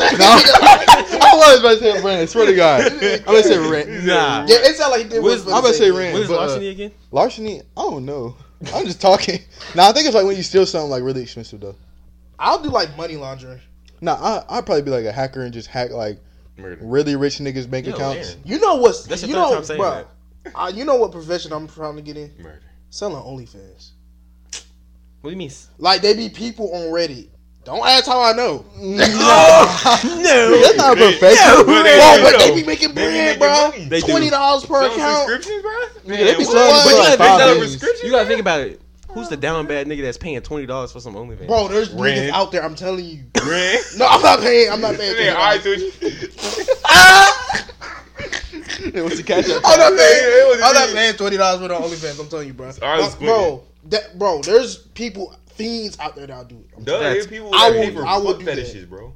[SPEAKER 4] I was about to say ran. I swear to God, I'm about to say ran.
[SPEAKER 2] oh. Nah.
[SPEAKER 1] Yeah, it sounded like he did.
[SPEAKER 2] Where's-
[SPEAKER 1] what he was
[SPEAKER 4] I'm about to say ran.
[SPEAKER 2] What is
[SPEAKER 4] but, uh,
[SPEAKER 2] larceny again?
[SPEAKER 4] larceny. I don't know. I'm just talking. Nah, I think it's like when you steal something like really expensive though.
[SPEAKER 1] I'll do like money laundering.
[SPEAKER 4] Nah, I I'd probably be like a hacker and just hack like
[SPEAKER 3] Murder.
[SPEAKER 4] really rich niggas' bank
[SPEAKER 2] Yo,
[SPEAKER 4] accounts.
[SPEAKER 2] Aaron.
[SPEAKER 1] You know what's
[SPEAKER 2] That's the
[SPEAKER 1] you
[SPEAKER 2] third
[SPEAKER 1] know,
[SPEAKER 2] time saying
[SPEAKER 1] bruh, I, you know what profession I'm trying to get in?
[SPEAKER 3] Murder.
[SPEAKER 1] Selling OnlyFans.
[SPEAKER 2] What do you mean? s-
[SPEAKER 1] Like they be people on Reddit. Don't ask how I know.
[SPEAKER 2] no.
[SPEAKER 4] That's not a
[SPEAKER 3] They-
[SPEAKER 4] profession.
[SPEAKER 3] Bro,
[SPEAKER 2] They
[SPEAKER 1] Bro,
[SPEAKER 2] do,
[SPEAKER 1] but they
[SPEAKER 3] though.
[SPEAKER 1] be making
[SPEAKER 3] They
[SPEAKER 1] bread,
[SPEAKER 3] be making
[SPEAKER 1] bro.
[SPEAKER 3] money.
[SPEAKER 2] They do.
[SPEAKER 1] Twenty dollars per
[SPEAKER 3] Selling
[SPEAKER 1] account.
[SPEAKER 3] subscriptions, bro.
[SPEAKER 4] Yeah, they be
[SPEAKER 3] what?
[SPEAKER 4] selling
[SPEAKER 1] But
[SPEAKER 4] for
[SPEAKER 1] you
[SPEAKER 2] gotta
[SPEAKER 4] like five
[SPEAKER 2] figure out a
[SPEAKER 4] days.
[SPEAKER 3] prescription?
[SPEAKER 2] You gotta think about it. Who's the down bad nigga that's paying twenty dollars for some OnlyFans?
[SPEAKER 4] Oh,
[SPEAKER 1] Bro, there's niggas
[SPEAKER 3] Red.
[SPEAKER 1] out there. I'm telling you.
[SPEAKER 3] Grand.
[SPEAKER 1] No, I'm not paying. I'm not paying.
[SPEAKER 3] Hey, all right,
[SPEAKER 1] $20.
[SPEAKER 3] dude.
[SPEAKER 2] Ah!
[SPEAKER 4] What's the
[SPEAKER 3] Oh,
[SPEAKER 4] catch up?
[SPEAKER 1] I'm not
[SPEAKER 3] It was
[SPEAKER 1] paying. I'm not
[SPEAKER 3] easy.
[SPEAKER 1] paying twenty dollars for on OnlyFans. I'm telling you, bro.
[SPEAKER 3] all right,
[SPEAKER 1] Uh,
[SPEAKER 3] it's quick.
[SPEAKER 1] bro, that, bro, there's people fiends out there that'll do it. I'm
[SPEAKER 3] Duh,
[SPEAKER 2] That's-
[SPEAKER 3] there's people
[SPEAKER 1] I
[SPEAKER 3] that
[SPEAKER 1] will-
[SPEAKER 3] pay for
[SPEAKER 1] I will
[SPEAKER 3] foot
[SPEAKER 1] do that.
[SPEAKER 3] fetishes, bro.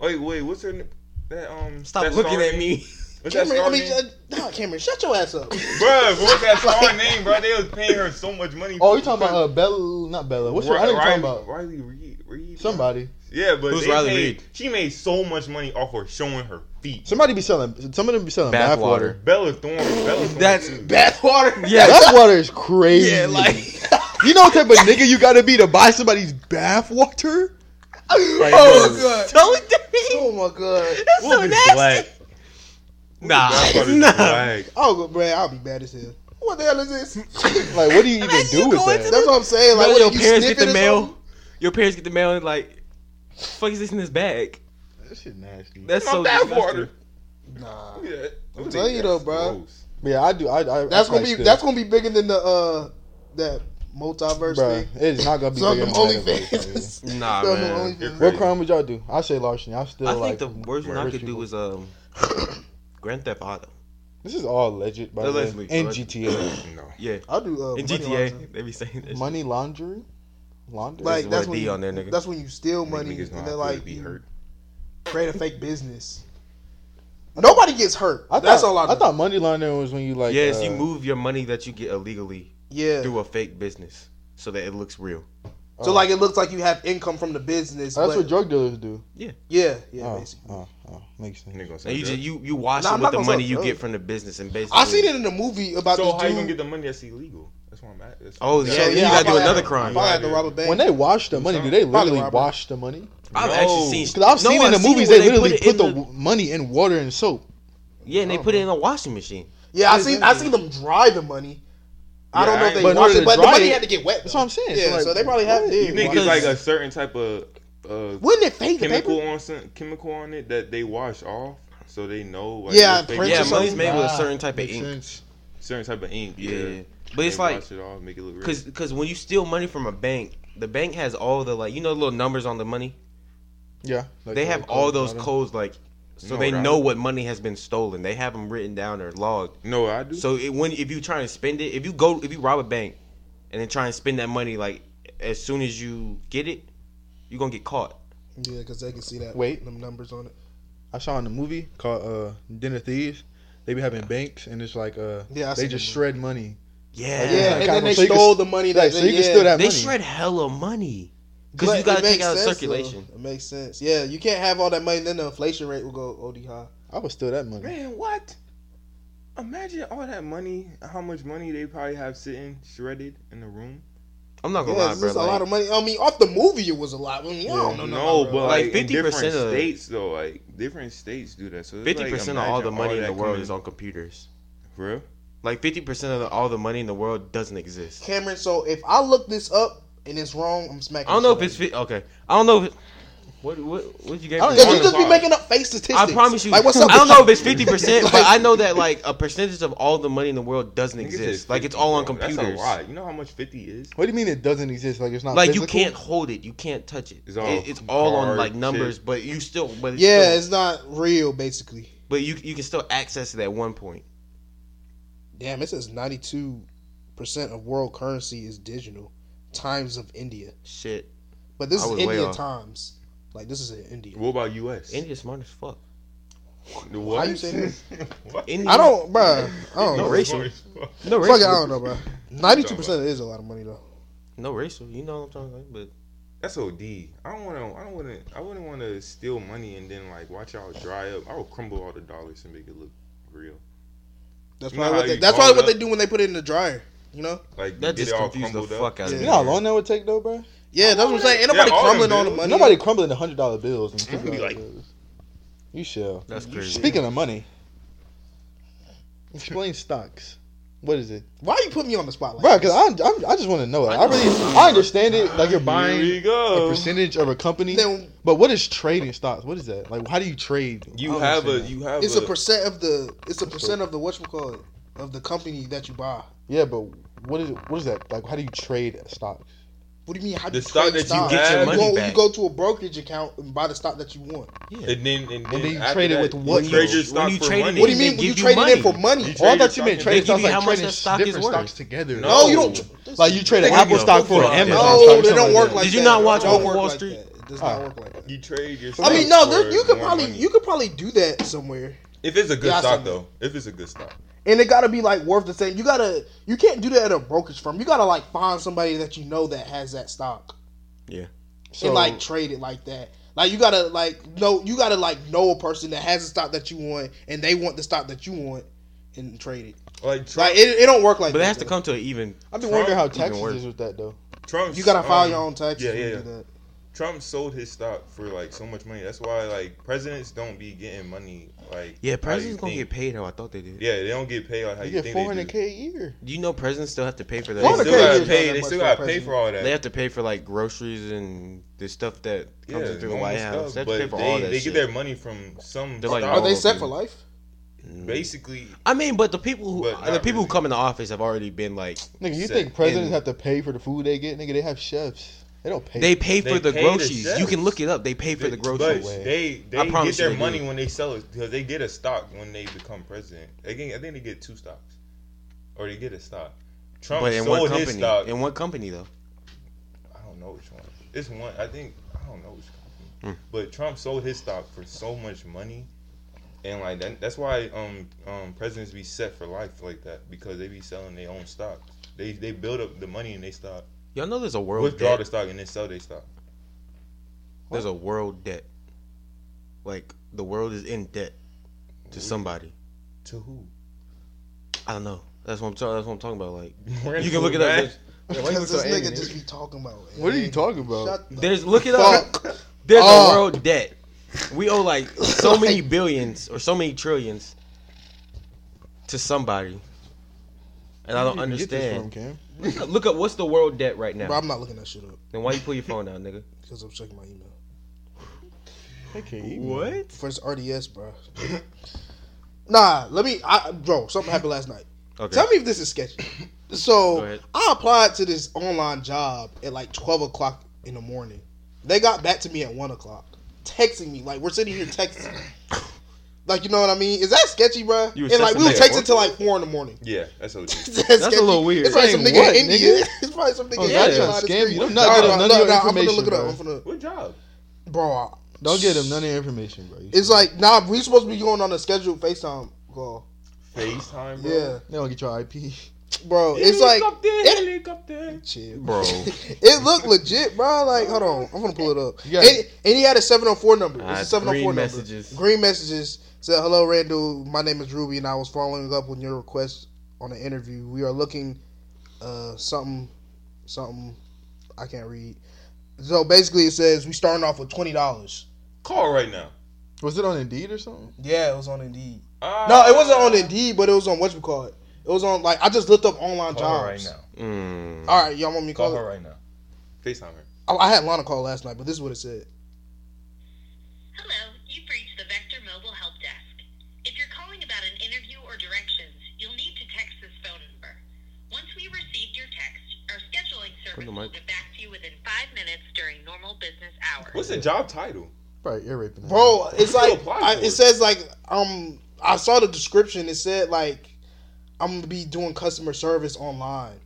[SPEAKER 3] Wait, wait, what's her name? That um.
[SPEAKER 2] Stop
[SPEAKER 3] that
[SPEAKER 2] looking
[SPEAKER 3] star
[SPEAKER 2] at
[SPEAKER 3] name?
[SPEAKER 2] me.
[SPEAKER 3] What's that
[SPEAKER 1] Cameron,
[SPEAKER 3] star
[SPEAKER 1] I mean,
[SPEAKER 3] name?
[SPEAKER 1] uh, nah, Cameron, shut your ass up.
[SPEAKER 3] Bro, what's that star name, bro? They was paying her so much money.
[SPEAKER 1] Oh, uh,
[SPEAKER 4] Oh, you talking about uh, Bella? Not Bella. What's your? I
[SPEAKER 3] Ri-
[SPEAKER 4] think you're talking
[SPEAKER 3] Riley-
[SPEAKER 4] about
[SPEAKER 3] Riley Reed? Reed?
[SPEAKER 4] somebody.
[SPEAKER 3] Yeah, but
[SPEAKER 2] Who's
[SPEAKER 3] they
[SPEAKER 2] Riley
[SPEAKER 3] made-
[SPEAKER 2] Reid?
[SPEAKER 3] she made so much money off her showing her feet.
[SPEAKER 4] Somebody be selling. Some of them be selling
[SPEAKER 2] Bath
[SPEAKER 4] bath
[SPEAKER 2] water.
[SPEAKER 4] water.
[SPEAKER 3] Bella Thorne. Bella Thorne.
[SPEAKER 2] That's-
[SPEAKER 3] too.
[SPEAKER 1] Bathwater.
[SPEAKER 2] Yeah,
[SPEAKER 4] Bath water is crazy.
[SPEAKER 2] yeah, like,
[SPEAKER 4] you know what type of nigga you gotta be to buy somebody's bath water?
[SPEAKER 1] oh my god.
[SPEAKER 2] don't do it.
[SPEAKER 1] Oh my god.
[SPEAKER 2] We'll be
[SPEAKER 3] Black.
[SPEAKER 2] Nah,
[SPEAKER 3] Godfather's
[SPEAKER 2] nah.
[SPEAKER 3] black.
[SPEAKER 1] I'll go, man. Oh, I'll be mad as hell. What the hell is this?
[SPEAKER 4] Like, what do you even
[SPEAKER 2] you
[SPEAKER 4] do with
[SPEAKER 2] going
[SPEAKER 4] that?
[SPEAKER 2] to
[SPEAKER 1] That's what I'm saying. Like,
[SPEAKER 2] Like,
[SPEAKER 1] what,
[SPEAKER 2] your
[SPEAKER 1] you
[SPEAKER 2] parents get
[SPEAKER 1] sniff it
[SPEAKER 2] the
[SPEAKER 1] or
[SPEAKER 2] mail.
[SPEAKER 1] something?
[SPEAKER 2] Your parents get the mail and like, fuck is this in this bag?
[SPEAKER 4] That shit nasty.
[SPEAKER 2] That's
[SPEAKER 3] My
[SPEAKER 2] so
[SPEAKER 3] bath
[SPEAKER 2] disgusting.
[SPEAKER 3] water.
[SPEAKER 1] Nah.
[SPEAKER 3] Yeah.
[SPEAKER 1] I'm telling you though, bro.
[SPEAKER 3] Gross.
[SPEAKER 4] But yeah, I do. I, I
[SPEAKER 1] That's
[SPEAKER 4] I
[SPEAKER 1] gonna
[SPEAKER 4] probably
[SPEAKER 1] be
[SPEAKER 4] still-
[SPEAKER 1] that's gonna be bigger than the uh that multiverse
[SPEAKER 4] Bruh,
[SPEAKER 1] thing.
[SPEAKER 4] It's not gonna be.
[SPEAKER 1] So
[SPEAKER 4] bigger
[SPEAKER 1] the
[SPEAKER 4] than
[SPEAKER 1] only
[SPEAKER 4] that, bro, probably.
[SPEAKER 2] Nah,
[SPEAKER 1] Some
[SPEAKER 2] man.
[SPEAKER 1] only
[SPEAKER 3] You're
[SPEAKER 1] thing.
[SPEAKER 4] What crime would y'all do? I say larceny. I still
[SPEAKER 2] I think
[SPEAKER 4] like.
[SPEAKER 2] the worst one I
[SPEAKER 4] murder
[SPEAKER 2] could do
[SPEAKER 4] people.
[SPEAKER 2] is um, Grand Theft Auto.
[SPEAKER 4] This is all legit, by the
[SPEAKER 2] Allegedly.
[SPEAKER 4] way. And
[SPEAKER 2] Allegedly.
[SPEAKER 4] GTA.
[SPEAKER 3] No.
[SPEAKER 2] Yeah,
[SPEAKER 1] I'll do uh, money
[SPEAKER 2] in GTA
[SPEAKER 1] laundering.
[SPEAKER 2] they be saying that. shit.
[SPEAKER 4] Money laundering? Laundering?
[SPEAKER 1] Like
[SPEAKER 2] Just
[SPEAKER 1] that's
[SPEAKER 2] with a
[SPEAKER 1] when
[SPEAKER 2] D
[SPEAKER 1] you,
[SPEAKER 2] on there, nigga.
[SPEAKER 1] that's when you steal money
[SPEAKER 3] Niggas know
[SPEAKER 1] and
[SPEAKER 3] how
[SPEAKER 1] then
[SPEAKER 3] I feel to
[SPEAKER 1] like
[SPEAKER 3] be
[SPEAKER 1] you
[SPEAKER 3] hurt.
[SPEAKER 1] create a fake business. Nobody gets hurt.
[SPEAKER 4] I thought,
[SPEAKER 1] that's all I, know.
[SPEAKER 4] thought money laundering was when you like.
[SPEAKER 2] yes,
[SPEAKER 4] uh,
[SPEAKER 2] you move your money that you get illegally
[SPEAKER 1] Yeah.
[SPEAKER 2] through a fake business so that it looks real.
[SPEAKER 1] So like it looks like you have income from the business.
[SPEAKER 4] That's
[SPEAKER 1] but-
[SPEAKER 4] what drug dealers do.
[SPEAKER 1] yeah, yeah,
[SPEAKER 4] Oh,
[SPEAKER 1] basically.
[SPEAKER 4] oh, oh, makes sense.
[SPEAKER 3] Nigga gonna sell
[SPEAKER 2] And you just
[SPEAKER 3] drugs.
[SPEAKER 2] you you wash
[SPEAKER 1] Nah,
[SPEAKER 2] it
[SPEAKER 1] I'm
[SPEAKER 2] with
[SPEAKER 1] not
[SPEAKER 2] the
[SPEAKER 1] gonna
[SPEAKER 2] money
[SPEAKER 1] sell
[SPEAKER 4] uh,
[SPEAKER 2] you
[SPEAKER 1] drugs.
[SPEAKER 2] get from the business and basically.
[SPEAKER 1] I seen it in a movie about
[SPEAKER 3] So
[SPEAKER 1] this
[SPEAKER 3] how
[SPEAKER 1] dude.
[SPEAKER 3] you gonna get the money that's illegal? That's why I'm at. That's
[SPEAKER 2] Oh,
[SPEAKER 3] that's-
[SPEAKER 2] yeah, you
[SPEAKER 1] I
[SPEAKER 2] gotta do
[SPEAKER 1] probably
[SPEAKER 2] another
[SPEAKER 1] had to-
[SPEAKER 2] crime.
[SPEAKER 1] I probably had to rob a bank.
[SPEAKER 4] When they wash the money, do they
[SPEAKER 1] Probably
[SPEAKER 4] literally
[SPEAKER 1] robbery.
[SPEAKER 4] wash the money?
[SPEAKER 2] I've
[SPEAKER 3] No.
[SPEAKER 2] actually seen
[SPEAKER 4] Because I've
[SPEAKER 2] No,
[SPEAKER 4] seen in the
[SPEAKER 2] seen
[SPEAKER 4] movies
[SPEAKER 2] where
[SPEAKER 4] they, literally
[SPEAKER 2] it
[SPEAKER 4] put,
[SPEAKER 2] in
[SPEAKER 4] the, Oh. w- money in water and soap.
[SPEAKER 2] yeah, and they put it in a washing machine.
[SPEAKER 1] Yeah, I seen I seen them dry the money. I
[SPEAKER 3] Yeah,
[SPEAKER 1] don't know
[SPEAKER 3] I
[SPEAKER 1] if they
[SPEAKER 4] ain't- but in
[SPEAKER 1] washed
[SPEAKER 4] order
[SPEAKER 1] it,
[SPEAKER 4] to
[SPEAKER 1] but the
[SPEAKER 4] dry
[SPEAKER 1] money
[SPEAKER 4] it-
[SPEAKER 1] had to get wet.
[SPEAKER 4] That's
[SPEAKER 1] though.
[SPEAKER 4] what I'm saying.
[SPEAKER 1] Yeah,
[SPEAKER 4] like,
[SPEAKER 1] so they probably have
[SPEAKER 4] what?
[SPEAKER 1] did.
[SPEAKER 3] You think
[SPEAKER 2] Because-
[SPEAKER 3] it's like a certain type of uh,
[SPEAKER 1] Wouldn't it fade the
[SPEAKER 3] chemical
[SPEAKER 1] paper?
[SPEAKER 3] on some chemical on it that they wash off, so they know. Like,
[SPEAKER 1] Yeah,
[SPEAKER 3] it's fake
[SPEAKER 1] print
[SPEAKER 2] Yeah,
[SPEAKER 1] or
[SPEAKER 3] blood.
[SPEAKER 2] money's
[SPEAKER 1] something.
[SPEAKER 2] made with a
[SPEAKER 4] Ah,
[SPEAKER 2] certain type of
[SPEAKER 4] makes
[SPEAKER 2] ink.
[SPEAKER 4] sense.
[SPEAKER 3] certain type of ink.
[SPEAKER 2] Yeah.
[SPEAKER 3] Yeah,
[SPEAKER 2] But it's
[SPEAKER 3] They
[SPEAKER 2] like
[SPEAKER 3] wash it off, make it look real.
[SPEAKER 2] Cause, cause when you steal money from a bank, the bank has all the like you know the little numbers on the money.
[SPEAKER 4] Yeah. like
[SPEAKER 2] They
[SPEAKER 4] the
[SPEAKER 2] have
[SPEAKER 4] codes
[SPEAKER 2] all
[SPEAKER 4] and
[SPEAKER 2] those
[SPEAKER 4] that.
[SPEAKER 2] codes like, so
[SPEAKER 3] No,
[SPEAKER 2] they
[SPEAKER 3] dog.
[SPEAKER 2] know what money has been stolen. They have them written down or logged.
[SPEAKER 3] no, I do.
[SPEAKER 2] So it, when if you try and spend it, if you go if you rob a bank, and then try and spend that money like as soon as you get it, you're gonna get caught.
[SPEAKER 1] Yeah, because they can see that.
[SPEAKER 4] Wait.
[SPEAKER 1] them numbers on it.
[SPEAKER 4] I saw in the movie called uh, Dinner Thieves. They be having banks and it's like uh,
[SPEAKER 1] Yeah, I
[SPEAKER 4] they
[SPEAKER 1] seen
[SPEAKER 4] just
[SPEAKER 1] that
[SPEAKER 4] shred money.
[SPEAKER 2] Yeah,
[SPEAKER 1] Yeah,
[SPEAKER 4] Yeah,
[SPEAKER 1] and
[SPEAKER 4] kind
[SPEAKER 1] then
[SPEAKER 4] of-
[SPEAKER 1] they
[SPEAKER 4] so you can-
[SPEAKER 1] stole the money that
[SPEAKER 4] Like, so you can
[SPEAKER 1] yeah.
[SPEAKER 4] steal that
[SPEAKER 2] they
[SPEAKER 4] money.
[SPEAKER 2] shred hella money
[SPEAKER 1] But
[SPEAKER 2] because you
[SPEAKER 1] it
[SPEAKER 2] gotta take
[SPEAKER 1] makes
[SPEAKER 2] out
[SPEAKER 1] sense,
[SPEAKER 2] circulation.
[SPEAKER 1] though. It makes sense. Yeah, you can't have all that money, then the inflation rate will go OD high.
[SPEAKER 4] I would steal that money.
[SPEAKER 3] man, what? Imagine all that money. How much money they probably have sitting shredded in the room?
[SPEAKER 2] I'm not gonna
[SPEAKER 1] Yeah,
[SPEAKER 2] lie,
[SPEAKER 1] it's
[SPEAKER 2] bro.
[SPEAKER 1] just a lot
[SPEAKER 2] Like,
[SPEAKER 1] of money. I mean, off the movie, it was a lot. I mean, I don't know.
[SPEAKER 3] No,
[SPEAKER 1] nothing about
[SPEAKER 3] but
[SPEAKER 1] that.
[SPEAKER 2] Like,
[SPEAKER 3] like, in
[SPEAKER 2] 50%
[SPEAKER 3] different
[SPEAKER 2] of-
[SPEAKER 3] states though, like different states do that. So it's, like,
[SPEAKER 2] Fifty percent of all the
[SPEAKER 3] imagine
[SPEAKER 2] money in
[SPEAKER 3] that
[SPEAKER 2] the world
[SPEAKER 3] coming-
[SPEAKER 2] is on computers.
[SPEAKER 3] For real?
[SPEAKER 2] Like fifty percent of the, all the money in the world doesn't exist.
[SPEAKER 1] Cameron. So if I look this up and it's wrong, I'm smacking.
[SPEAKER 2] I don't know if
[SPEAKER 1] the
[SPEAKER 2] it's
[SPEAKER 1] shit
[SPEAKER 2] fi- okay. I don't know if it, what what what you gave.
[SPEAKER 4] I
[SPEAKER 2] for
[SPEAKER 4] don't
[SPEAKER 1] out of you. Cause
[SPEAKER 2] the
[SPEAKER 1] you
[SPEAKER 2] money?
[SPEAKER 4] even
[SPEAKER 1] just be
[SPEAKER 3] Five.
[SPEAKER 1] making up fake statistics.
[SPEAKER 2] I promise you.
[SPEAKER 1] Like, what's up?
[SPEAKER 2] I don't
[SPEAKER 1] with
[SPEAKER 2] know if
[SPEAKER 1] y'all?
[SPEAKER 2] it's fifty percent, but
[SPEAKER 1] Like-
[SPEAKER 2] I know that like a percentage of all the money in the world doesn't
[SPEAKER 3] Nigga said
[SPEAKER 2] exist. Like it's
[SPEAKER 3] 50,
[SPEAKER 2] all on
[SPEAKER 3] bro.
[SPEAKER 2] computers.
[SPEAKER 3] That's a lot. You know how much fifty is?
[SPEAKER 4] What do you mean it doesn't exist? Like it's not
[SPEAKER 2] Like you
[SPEAKER 4] physical?
[SPEAKER 2] can't hold it. You can't touch it. It's
[SPEAKER 3] It's
[SPEAKER 2] all,
[SPEAKER 3] all
[SPEAKER 2] it, it's all on
[SPEAKER 3] hard
[SPEAKER 2] like numbers,
[SPEAKER 3] shit.
[SPEAKER 2] but you still. But it's
[SPEAKER 1] Yeah,
[SPEAKER 2] still-
[SPEAKER 1] it's not real, basically.
[SPEAKER 2] but you you can still access it at one point.
[SPEAKER 1] Damn, it says 92% of world currency is digital. Times of India.
[SPEAKER 2] Shit,
[SPEAKER 1] But this
[SPEAKER 2] I
[SPEAKER 1] is
[SPEAKER 2] was way
[SPEAKER 1] India
[SPEAKER 2] off.
[SPEAKER 1] times. Like, this is in India.
[SPEAKER 3] What about U.S.?
[SPEAKER 2] India's smart as fuck.
[SPEAKER 3] The what?
[SPEAKER 1] you say this?
[SPEAKER 3] What?
[SPEAKER 2] India,
[SPEAKER 1] I don't, bruh. I don't
[SPEAKER 3] No
[SPEAKER 1] know.
[SPEAKER 2] racial.
[SPEAKER 3] racial.
[SPEAKER 2] no
[SPEAKER 1] Fuck
[SPEAKER 2] racial.
[SPEAKER 1] it, I don't know, bruh. 92% is a lot of money, though.
[SPEAKER 2] No racial. You know what I'm talking about. But
[SPEAKER 3] That's OD. I don't want to. I don't want to. I wouldn't want to steal money and then like watch y'all dry up. I would crumble all the dollars and make it look real.
[SPEAKER 1] That's
[SPEAKER 3] You
[SPEAKER 1] probably,
[SPEAKER 3] know how
[SPEAKER 1] what they,
[SPEAKER 3] you
[SPEAKER 1] that's probably
[SPEAKER 3] ball
[SPEAKER 1] what
[SPEAKER 3] it
[SPEAKER 1] they do when they put it in the dryer. You know?
[SPEAKER 3] Like
[SPEAKER 2] that
[SPEAKER 3] get
[SPEAKER 2] just
[SPEAKER 3] it all
[SPEAKER 2] confused the
[SPEAKER 3] crumbled up.
[SPEAKER 2] fuck out of
[SPEAKER 1] Yeah.
[SPEAKER 2] me.
[SPEAKER 4] You know how long that would take though, bro?
[SPEAKER 1] Yeah, that's what I'm saying. Ain't nobody
[SPEAKER 3] Yeah, all
[SPEAKER 1] crumbling
[SPEAKER 3] them
[SPEAKER 1] all the
[SPEAKER 3] bills.
[SPEAKER 1] money.
[SPEAKER 4] Nobody crumbling the hundred dollar bills and
[SPEAKER 3] Mm,
[SPEAKER 4] $50
[SPEAKER 3] be like-
[SPEAKER 4] bills. You shall.
[SPEAKER 2] That's crazy.
[SPEAKER 4] Speaking of money, explain stocks. What is it,
[SPEAKER 1] Why you put me on the spot like
[SPEAKER 4] bro?
[SPEAKER 1] that?
[SPEAKER 4] Because I, I I just want to know. Like,
[SPEAKER 2] I
[SPEAKER 4] I
[SPEAKER 2] know.
[SPEAKER 4] really I understand it. Like
[SPEAKER 3] Here
[SPEAKER 4] you're
[SPEAKER 3] we
[SPEAKER 4] buying a
[SPEAKER 3] go.
[SPEAKER 4] percentage of a company,
[SPEAKER 1] Then-
[SPEAKER 4] but what is trading stocks? What is that? Like how do you trade? I
[SPEAKER 2] Oh,
[SPEAKER 3] You
[SPEAKER 4] don't
[SPEAKER 3] have a.
[SPEAKER 4] understand that.
[SPEAKER 3] You have
[SPEAKER 1] It's a percent of the, it's a percent of the, whatchamacallit, of the company that you buy.
[SPEAKER 4] yeah, but what is what is that? Like how do you trade stocks?
[SPEAKER 1] What do you mean? How do you
[SPEAKER 3] The stock
[SPEAKER 1] trade
[SPEAKER 3] that you
[SPEAKER 1] stocks?
[SPEAKER 2] get your
[SPEAKER 1] You
[SPEAKER 2] money
[SPEAKER 1] go-
[SPEAKER 2] back.
[SPEAKER 1] You go to a brokerage account and buy the stock that you want.
[SPEAKER 3] And then and then,
[SPEAKER 4] then you
[SPEAKER 3] after
[SPEAKER 4] trade it
[SPEAKER 3] that,
[SPEAKER 4] with what,
[SPEAKER 3] You
[SPEAKER 4] though?
[SPEAKER 3] trade your
[SPEAKER 2] When
[SPEAKER 3] stock
[SPEAKER 2] you
[SPEAKER 3] for
[SPEAKER 2] trade it,
[SPEAKER 3] money.
[SPEAKER 1] What do you
[SPEAKER 2] they
[SPEAKER 1] mean? When
[SPEAKER 2] give
[SPEAKER 1] you
[SPEAKER 2] you
[SPEAKER 1] trading
[SPEAKER 2] money.
[SPEAKER 1] in for money?
[SPEAKER 3] You trade your
[SPEAKER 4] Oh, I thought you
[SPEAKER 3] stock
[SPEAKER 4] meant
[SPEAKER 3] in-
[SPEAKER 4] trading
[SPEAKER 2] They give
[SPEAKER 4] stocks
[SPEAKER 2] you
[SPEAKER 4] like
[SPEAKER 2] how much
[SPEAKER 4] trading
[SPEAKER 2] that stock is
[SPEAKER 4] different
[SPEAKER 2] worth.
[SPEAKER 4] stocks together.
[SPEAKER 3] No.
[SPEAKER 1] Oh, No, you don't.
[SPEAKER 4] Like you trade an
[SPEAKER 2] Nigga,
[SPEAKER 4] Apple
[SPEAKER 2] no.
[SPEAKER 4] stock for an
[SPEAKER 2] Fuck that.
[SPEAKER 4] Amazon
[SPEAKER 2] No,
[SPEAKER 4] stock.
[SPEAKER 1] No,
[SPEAKER 4] or
[SPEAKER 1] they
[SPEAKER 4] something
[SPEAKER 1] don't
[SPEAKER 4] like
[SPEAKER 1] work
[SPEAKER 4] that.
[SPEAKER 1] like that.
[SPEAKER 2] Did you not
[SPEAKER 1] It
[SPEAKER 2] watch
[SPEAKER 1] don't
[SPEAKER 2] Wolf of
[SPEAKER 1] work
[SPEAKER 2] Wall
[SPEAKER 1] like
[SPEAKER 2] Street?
[SPEAKER 1] that. It does
[SPEAKER 4] Oh.
[SPEAKER 1] not work like that.
[SPEAKER 3] You trade your.
[SPEAKER 1] I
[SPEAKER 3] Stock
[SPEAKER 1] mean, no, there,
[SPEAKER 3] for
[SPEAKER 1] you could
[SPEAKER 3] more
[SPEAKER 1] probably
[SPEAKER 3] money.
[SPEAKER 1] you could probably do that somewhere,
[SPEAKER 3] If it's a good
[SPEAKER 1] Yeah, I
[SPEAKER 3] stock
[SPEAKER 1] said-
[SPEAKER 3] though. If it's a good stock.
[SPEAKER 1] and it gotta be like worth the same. You gotta you can't do that at a brokerage firm. You gotta like find somebody that you know that has that stock.
[SPEAKER 2] Yeah.
[SPEAKER 4] So,
[SPEAKER 1] and like trade it like that. Like you gotta like know you gotta like know a person that has a stock that you want and they want the stock that you want and trade it.
[SPEAKER 3] Like Trump,
[SPEAKER 1] Like it, it don't work like
[SPEAKER 2] But it
[SPEAKER 1] that.
[SPEAKER 2] has to
[SPEAKER 1] though.
[SPEAKER 2] come to an even.
[SPEAKER 4] I've been wondering how
[SPEAKER 2] Trump even
[SPEAKER 4] Texas
[SPEAKER 2] worse.
[SPEAKER 4] is with that though.
[SPEAKER 3] Trump's,
[SPEAKER 1] You gotta file
[SPEAKER 3] um,
[SPEAKER 1] your own taxes.
[SPEAKER 3] Yeah,
[SPEAKER 1] when you
[SPEAKER 3] yeah,
[SPEAKER 1] do
[SPEAKER 3] yeah.
[SPEAKER 1] that.
[SPEAKER 3] Trump sold his stock for like so much money. That's why like presidents don't be getting money like
[SPEAKER 2] Yeah,
[SPEAKER 3] how you
[SPEAKER 2] presidents gonna
[SPEAKER 3] think.
[SPEAKER 2] get paid. How I thought they did.
[SPEAKER 3] Yeah, they don't get paid like how
[SPEAKER 4] You
[SPEAKER 3] you,
[SPEAKER 4] get
[SPEAKER 3] think
[SPEAKER 4] four
[SPEAKER 3] they
[SPEAKER 4] hundred
[SPEAKER 3] do.
[SPEAKER 4] k a year.
[SPEAKER 2] Do you know presidents still have to pay for their?
[SPEAKER 3] They
[SPEAKER 4] Four
[SPEAKER 3] still
[SPEAKER 4] hundred K
[SPEAKER 3] gotta
[SPEAKER 4] is
[SPEAKER 3] pay.
[SPEAKER 4] not
[SPEAKER 3] They
[SPEAKER 4] much
[SPEAKER 3] still
[SPEAKER 4] for a
[SPEAKER 3] gotta pay
[SPEAKER 4] president.
[SPEAKER 3] for all that.
[SPEAKER 2] They have to pay for like groceries and the stuff that
[SPEAKER 3] yeah,
[SPEAKER 2] comes through the
[SPEAKER 3] normal
[SPEAKER 2] White House. They have to
[SPEAKER 3] Stuff, but
[SPEAKER 2] pay for
[SPEAKER 3] they,
[SPEAKER 2] all that
[SPEAKER 3] they
[SPEAKER 2] shit.
[SPEAKER 3] get their money from some.
[SPEAKER 2] They're like,
[SPEAKER 3] stock.
[SPEAKER 4] "Oh,
[SPEAKER 1] Are they
[SPEAKER 2] all
[SPEAKER 1] set
[SPEAKER 2] of
[SPEAKER 1] for
[SPEAKER 2] them.
[SPEAKER 1] life?
[SPEAKER 3] basically?
[SPEAKER 2] I mean, but the people who
[SPEAKER 3] But
[SPEAKER 2] the
[SPEAKER 3] not
[SPEAKER 2] people who
[SPEAKER 3] really.
[SPEAKER 2] come into office have already been like
[SPEAKER 4] Nigga, you
[SPEAKER 3] Set
[SPEAKER 4] think presidents
[SPEAKER 3] in-
[SPEAKER 4] have to pay for the food they get? Nigga, they have chefs. They don't pay.
[SPEAKER 2] they pay
[SPEAKER 3] They
[SPEAKER 2] for the
[SPEAKER 3] pay the
[SPEAKER 2] groceries. you
[SPEAKER 3] chefs.
[SPEAKER 2] can look it up. They pay for the
[SPEAKER 3] but
[SPEAKER 2] groceries.
[SPEAKER 4] Way.
[SPEAKER 3] they
[SPEAKER 2] I
[SPEAKER 3] they
[SPEAKER 2] promise
[SPEAKER 3] get
[SPEAKER 2] you
[SPEAKER 3] their
[SPEAKER 2] they do.
[SPEAKER 3] money when they sell it because they get a stock when they become president. They get, I think they get two stocks, or they get a stock. Trump
[SPEAKER 2] But in
[SPEAKER 3] sold
[SPEAKER 2] what
[SPEAKER 3] his
[SPEAKER 2] company?
[SPEAKER 3] stock.
[SPEAKER 2] In what company though?
[SPEAKER 3] I don't know which one. It's one. I think I don't know which
[SPEAKER 2] Hmm.
[SPEAKER 3] company. But Trump sold his stock for so much money, and like that, that's why um um presidents be set for life like that because they be selling their own stock. They they build up the money and they stock,
[SPEAKER 2] Y'all know there's a world
[SPEAKER 3] withdraw
[SPEAKER 2] debt.
[SPEAKER 3] the stock and then sell their stock.
[SPEAKER 2] There's a world debt. Like the world is in debt to somebody.
[SPEAKER 3] To who?
[SPEAKER 2] I don't know. That's what I'm talking. That's what I'm talking about. Like
[SPEAKER 3] We're
[SPEAKER 2] you
[SPEAKER 3] into
[SPEAKER 2] can look it
[SPEAKER 3] that.
[SPEAKER 2] up. There's,
[SPEAKER 1] Because this nigga just be talking about. it,
[SPEAKER 4] What are you
[SPEAKER 1] man.
[SPEAKER 4] talking about?
[SPEAKER 1] Shut the
[SPEAKER 2] there's look it up.
[SPEAKER 1] fuck.
[SPEAKER 2] There's
[SPEAKER 1] Oh.
[SPEAKER 2] a world debt. We owe like so many billions or so many trillions to somebody, and I don't
[SPEAKER 4] Where'd you get this
[SPEAKER 2] understand.
[SPEAKER 4] from, Cam?
[SPEAKER 2] Look up what's the world debt right now.
[SPEAKER 1] Bro, I'm not looking that shit up
[SPEAKER 2] Then why you pull your phone out, nigga?
[SPEAKER 1] because I'm checking my email.
[SPEAKER 4] They can't eat, man.
[SPEAKER 2] What?
[SPEAKER 1] First RDS, bro. nah, let me. I, bro, something happened last night.
[SPEAKER 2] Okay.
[SPEAKER 1] Tell me if this is sketchy.
[SPEAKER 2] Go
[SPEAKER 1] So
[SPEAKER 2] ahead.
[SPEAKER 1] I applied to this online job at like twelve o'clock in the morning. They got back to me at one o'clock, texting me like we're sitting here texting. Like you know what I mean? Is that sketchy, bro?
[SPEAKER 2] You was
[SPEAKER 1] and like
[SPEAKER 2] texting
[SPEAKER 1] we were
[SPEAKER 2] nigga at
[SPEAKER 1] texting
[SPEAKER 2] work?
[SPEAKER 1] till like four in the morning.
[SPEAKER 3] Yeah, that's OG.
[SPEAKER 1] That's,
[SPEAKER 2] a little weird.
[SPEAKER 1] It's probably some
[SPEAKER 4] Saying
[SPEAKER 1] nigga
[SPEAKER 4] what,
[SPEAKER 1] in India.
[SPEAKER 4] nigga?
[SPEAKER 1] It's probably some nigga
[SPEAKER 4] Oh,
[SPEAKER 1] in
[SPEAKER 2] that
[SPEAKER 1] India. on
[SPEAKER 2] tryna
[SPEAKER 1] the
[SPEAKER 4] scam
[SPEAKER 1] street.
[SPEAKER 4] you. Don't not
[SPEAKER 1] Nah,
[SPEAKER 4] get him
[SPEAKER 1] nah,
[SPEAKER 4] none of your
[SPEAKER 1] nah, I'm gonna look it up. I'm
[SPEAKER 4] information,
[SPEAKER 1] gonna,
[SPEAKER 3] what job?
[SPEAKER 1] bro, I-
[SPEAKER 4] Don't get them none of your information, bro. You
[SPEAKER 1] It's like nah, we supposed to be going on a scheduled FaceTime call.
[SPEAKER 3] FaceTime, bro.
[SPEAKER 1] Yeah,
[SPEAKER 4] they don't get your IP.
[SPEAKER 1] bro, it's like it-
[SPEAKER 3] helicopter.
[SPEAKER 1] Chill.
[SPEAKER 2] Bro.
[SPEAKER 1] it looked legit, bro. Like, hold on, I'm gonna pull it up.
[SPEAKER 4] You got
[SPEAKER 1] and, and he had a 704 number. It's
[SPEAKER 2] Ah,
[SPEAKER 1] a 704
[SPEAKER 2] green
[SPEAKER 1] number.
[SPEAKER 2] messages.
[SPEAKER 1] Green messages said, "Hello, Randall. My name is Ruby, and I was following up on your request on an interview. We are looking uh something, something. I can't read. So basically, it says we starting off with twenty dollars.
[SPEAKER 3] Call right now.
[SPEAKER 4] Was it on Indeed or something?
[SPEAKER 1] Yeah, it was on Indeed.
[SPEAKER 3] Ah.
[SPEAKER 1] No, it wasn't on Indeed, but it was on what you call it. It was on like I just looked up online
[SPEAKER 5] Call her right
[SPEAKER 1] jobs.
[SPEAKER 5] now.
[SPEAKER 2] Mm.
[SPEAKER 1] All right, y'all want me to call,
[SPEAKER 5] Call her
[SPEAKER 1] it?
[SPEAKER 5] right now.
[SPEAKER 3] FaceTime her.
[SPEAKER 1] I, I had Lana call last night, but this is what it said.
[SPEAKER 6] Hello, you've reached the Vector Mobile Help Desk. If you're calling about an interview or directions, you'll need to text this phone number. Once we received your text, our scheduling service
[SPEAKER 2] mic.
[SPEAKER 6] will get back to you within five minutes during normal business hours.
[SPEAKER 3] What's the job title?
[SPEAKER 4] Probably ear raping.
[SPEAKER 1] Bro, it's
[SPEAKER 3] You
[SPEAKER 1] like
[SPEAKER 3] applied
[SPEAKER 1] I,
[SPEAKER 3] for
[SPEAKER 1] it
[SPEAKER 3] it.
[SPEAKER 1] says like um I saw the description. It said like I'm gonna be doing customer service online.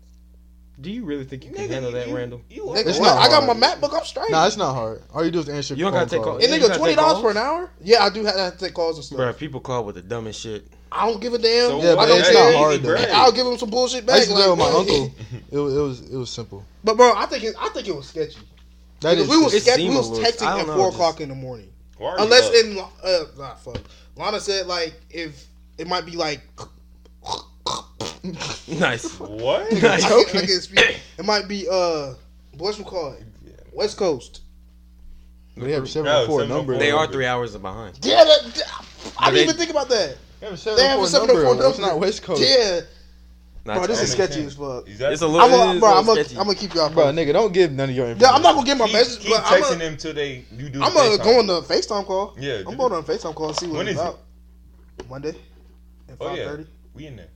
[SPEAKER 2] Do you really think you
[SPEAKER 3] Nigga,
[SPEAKER 2] can handle that,
[SPEAKER 3] you-
[SPEAKER 2] Randall?
[SPEAKER 3] You
[SPEAKER 1] Nigga,
[SPEAKER 4] It's
[SPEAKER 1] what?
[SPEAKER 4] not
[SPEAKER 1] I got my
[SPEAKER 4] hard.
[SPEAKER 1] MacBook. I'm straight.
[SPEAKER 4] Nah, it's not hard. All you do is answer.
[SPEAKER 2] You don't gotta
[SPEAKER 4] phone
[SPEAKER 2] take
[SPEAKER 4] calls.
[SPEAKER 2] all-
[SPEAKER 1] and
[SPEAKER 2] you gotta
[SPEAKER 1] nigga,
[SPEAKER 2] take
[SPEAKER 1] twenty dollars
[SPEAKER 2] calls?
[SPEAKER 1] for an hour? Yeah, I do have to take calls and stuff.
[SPEAKER 2] Bro, people call with the dumbest shit.
[SPEAKER 1] I don't give a damn.
[SPEAKER 3] So
[SPEAKER 4] Yeah,
[SPEAKER 1] I
[SPEAKER 4] but
[SPEAKER 1] don't
[SPEAKER 4] it's not
[SPEAKER 1] care.
[SPEAKER 4] hard though.
[SPEAKER 3] Right.
[SPEAKER 1] I'll give him some bullshit back.
[SPEAKER 4] I used to do
[SPEAKER 1] like,
[SPEAKER 4] it with my
[SPEAKER 1] what?
[SPEAKER 4] uncle. It, wa- it was it was simple.
[SPEAKER 1] But bro, I think it, I think it was sketchy.
[SPEAKER 4] That is.
[SPEAKER 1] we was
[SPEAKER 2] It
[SPEAKER 1] sketchy.
[SPEAKER 2] seemed
[SPEAKER 1] We
[SPEAKER 2] a
[SPEAKER 1] was
[SPEAKER 2] little- I
[SPEAKER 1] texting
[SPEAKER 2] don't
[SPEAKER 1] at
[SPEAKER 2] know,
[SPEAKER 1] four
[SPEAKER 2] just-
[SPEAKER 1] o'clock in the morning.
[SPEAKER 3] Why are you
[SPEAKER 1] Unless
[SPEAKER 3] up?
[SPEAKER 1] in uh nah, fuck. Lana said like if it might be like
[SPEAKER 2] Nice.
[SPEAKER 3] what?
[SPEAKER 1] I
[SPEAKER 2] nice.
[SPEAKER 1] can't- I can't speak. It might be uh what's we call it?
[SPEAKER 3] Yeah.
[SPEAKER 1] West Coast.
[SPEAKER 4] they have seven
[SPEAKER 3] No,
[SPEAKER 4] or four
[SPEAKER 3] seven or
[SPEAKER 4] number.
[SPEAKER 2] They are three hours behind.
[SPEAKER 1] Yeah, that, that- I
[SPEAKER 2] But
[SPEAKER 1] didn't
[SPEAKER 2] they-
[SPEAKER 1] even think about that.
[SPEAKER 4] They have a seven
[SPEAKER 1] They have
[SPEAKER 4] or
[SPEAKER 1] a
[SPEAKER 4] four
[SPEAKER 1] 704
[SPEAKER 4] number.
[SPEAKER 1] number.
[SPEAKER 4] It's not West Coast.
[SPEAKER 1] Yeah,
[SPEAKER 2] Not
[SPEAKER 1] bro, this
[SPEAKER 2] to-
[SPEAKER 1] is
[SPEAKER 3] That
[SPEAKER 1] sketchy
[SPEAKER 3] makes
[SPEAKER 1] as fuck.
[SPEAKER 3] Exactly.
[SPEAKER 2] It's a
[SPEAKER 1] I'm
[SPEAKER 2] little, it
[SPEAKER 1] gonna,
[SPEAKER 2] is
[SPEAKER 1] bro,
[SPEAKER 2] a
[SPEAKER 1] I'm
[SPEAKER 2] little
[SPEAKER 1] gonna,
[SPEAKER 2] sketchy.
[SPEAKER 1] I'm gonna keep y'all. Bro,
[SPEAKER 4] Bro, nigga, don't give none of your information.
[SPEAKER 1] yeah, I'm not gonna get my
[SPEAKER 3] keep,
[SPEAKER 1] message,
[SPEAKER 3] keep
[SPEAKER 1] but I'm
[SPEAKER 3] texting
[SPEAKER 1] gonna,
[SPEAKER 3] them till they you do.
[SPEAKER 1] I'm gonna
[SPEAKER 3] FaceTime.
[SPEAKER 1] go on the FaceTime call.
[SPEAKER 3] Yeah,
[SPEAKER 1] I'm
[SPEAKER 3] do
[SPEAKER 1] going
[SPEAKER 3] it.
[SPEAKER 1] on FaceTime call and see what
[SPEAKER 3] When
[SPEAKER 1] it's
[SPEAKER 3] is it?
[SPEAKER 1] about. Monday at
[SPEAKER 3] Oh
[SPEAKER 1] five
[SPEAKER 3] yeah,
[SPEAKER 1] thirty.
[SPEAKER 3] we in there.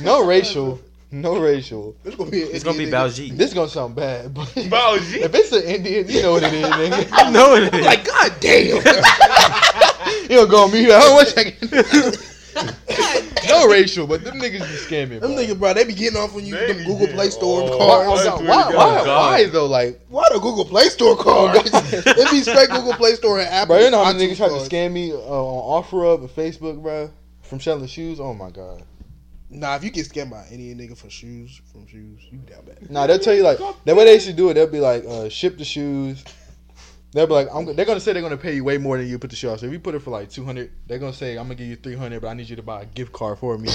[SPEAKER 4] No racial. No racial.
[SPEAKER 1] It's gonna be. an
[SPEAKER 2] It's gonna be
[SPEAKER 1] Indian nigga.
[SPEAKER 2] Baljeet.
[SPEAKER 4] This gonna sound bad, but
[SPEAKER 3] Bro, G.
[SPEAKER 4] if it's an Indian, you know what it is, nigga.
[SPEAKER 2] I know it is.
[SPEAKER 1] Like God damn.
[SPEAKER 4] You don't go on me. Hold on one second. no racial, but them niggas be
[SPEAKER 1] Them
[SPEAKER 4] scamming. bro.
[SPEAKER 1] niggas, bro, they be getting off on you
[SPEAKER 3] They
[SPEAKER 1] them
[SPEAKER 3] be
[SPEAKER 1] Google
[SPEAKER 3] getting
[SPEAKER 1] Play Store
[SPEAKER 3] off.
[SPEAKER 4] Why,
[SPEAKER 1] cards.
[SPEAKER 3] Why-
[SPEAKER 4] why,
[SPEAKER 3] Oh,
[SPEAKER 4] why, why,
[SPEAKER 3] God.
[SPEAKER 4] though? Like,
[SPEAKER 1] Why the Google Play Store cards? it be straight Google Play Store and Apple.
[SPEAKER 4] bro, you know how many
[SPEAKER 1] iTunes
[SPEAKER 4] niggas tried to
[SPEAKER 1] cards.
[SPEAKER 4] scam me uh, on OfferUp and Facebook, bro, from selling shoes. Oh my god,
[SPEAKER 1] Nah, if you get scammed by any nigga for shoes from shoes, you down bad.
[SPEAKER 4] Nah, they'll tell you like the way they used to do it. They'll be like, uh, ship the shoes. They'll be like, I'm, they're gonna say they're gonna pay you way more than you put the shoe out. So if you put it for like two hundred, they're gonna say I'm gonna give you three hundred, but I need you to buy a gift card for me.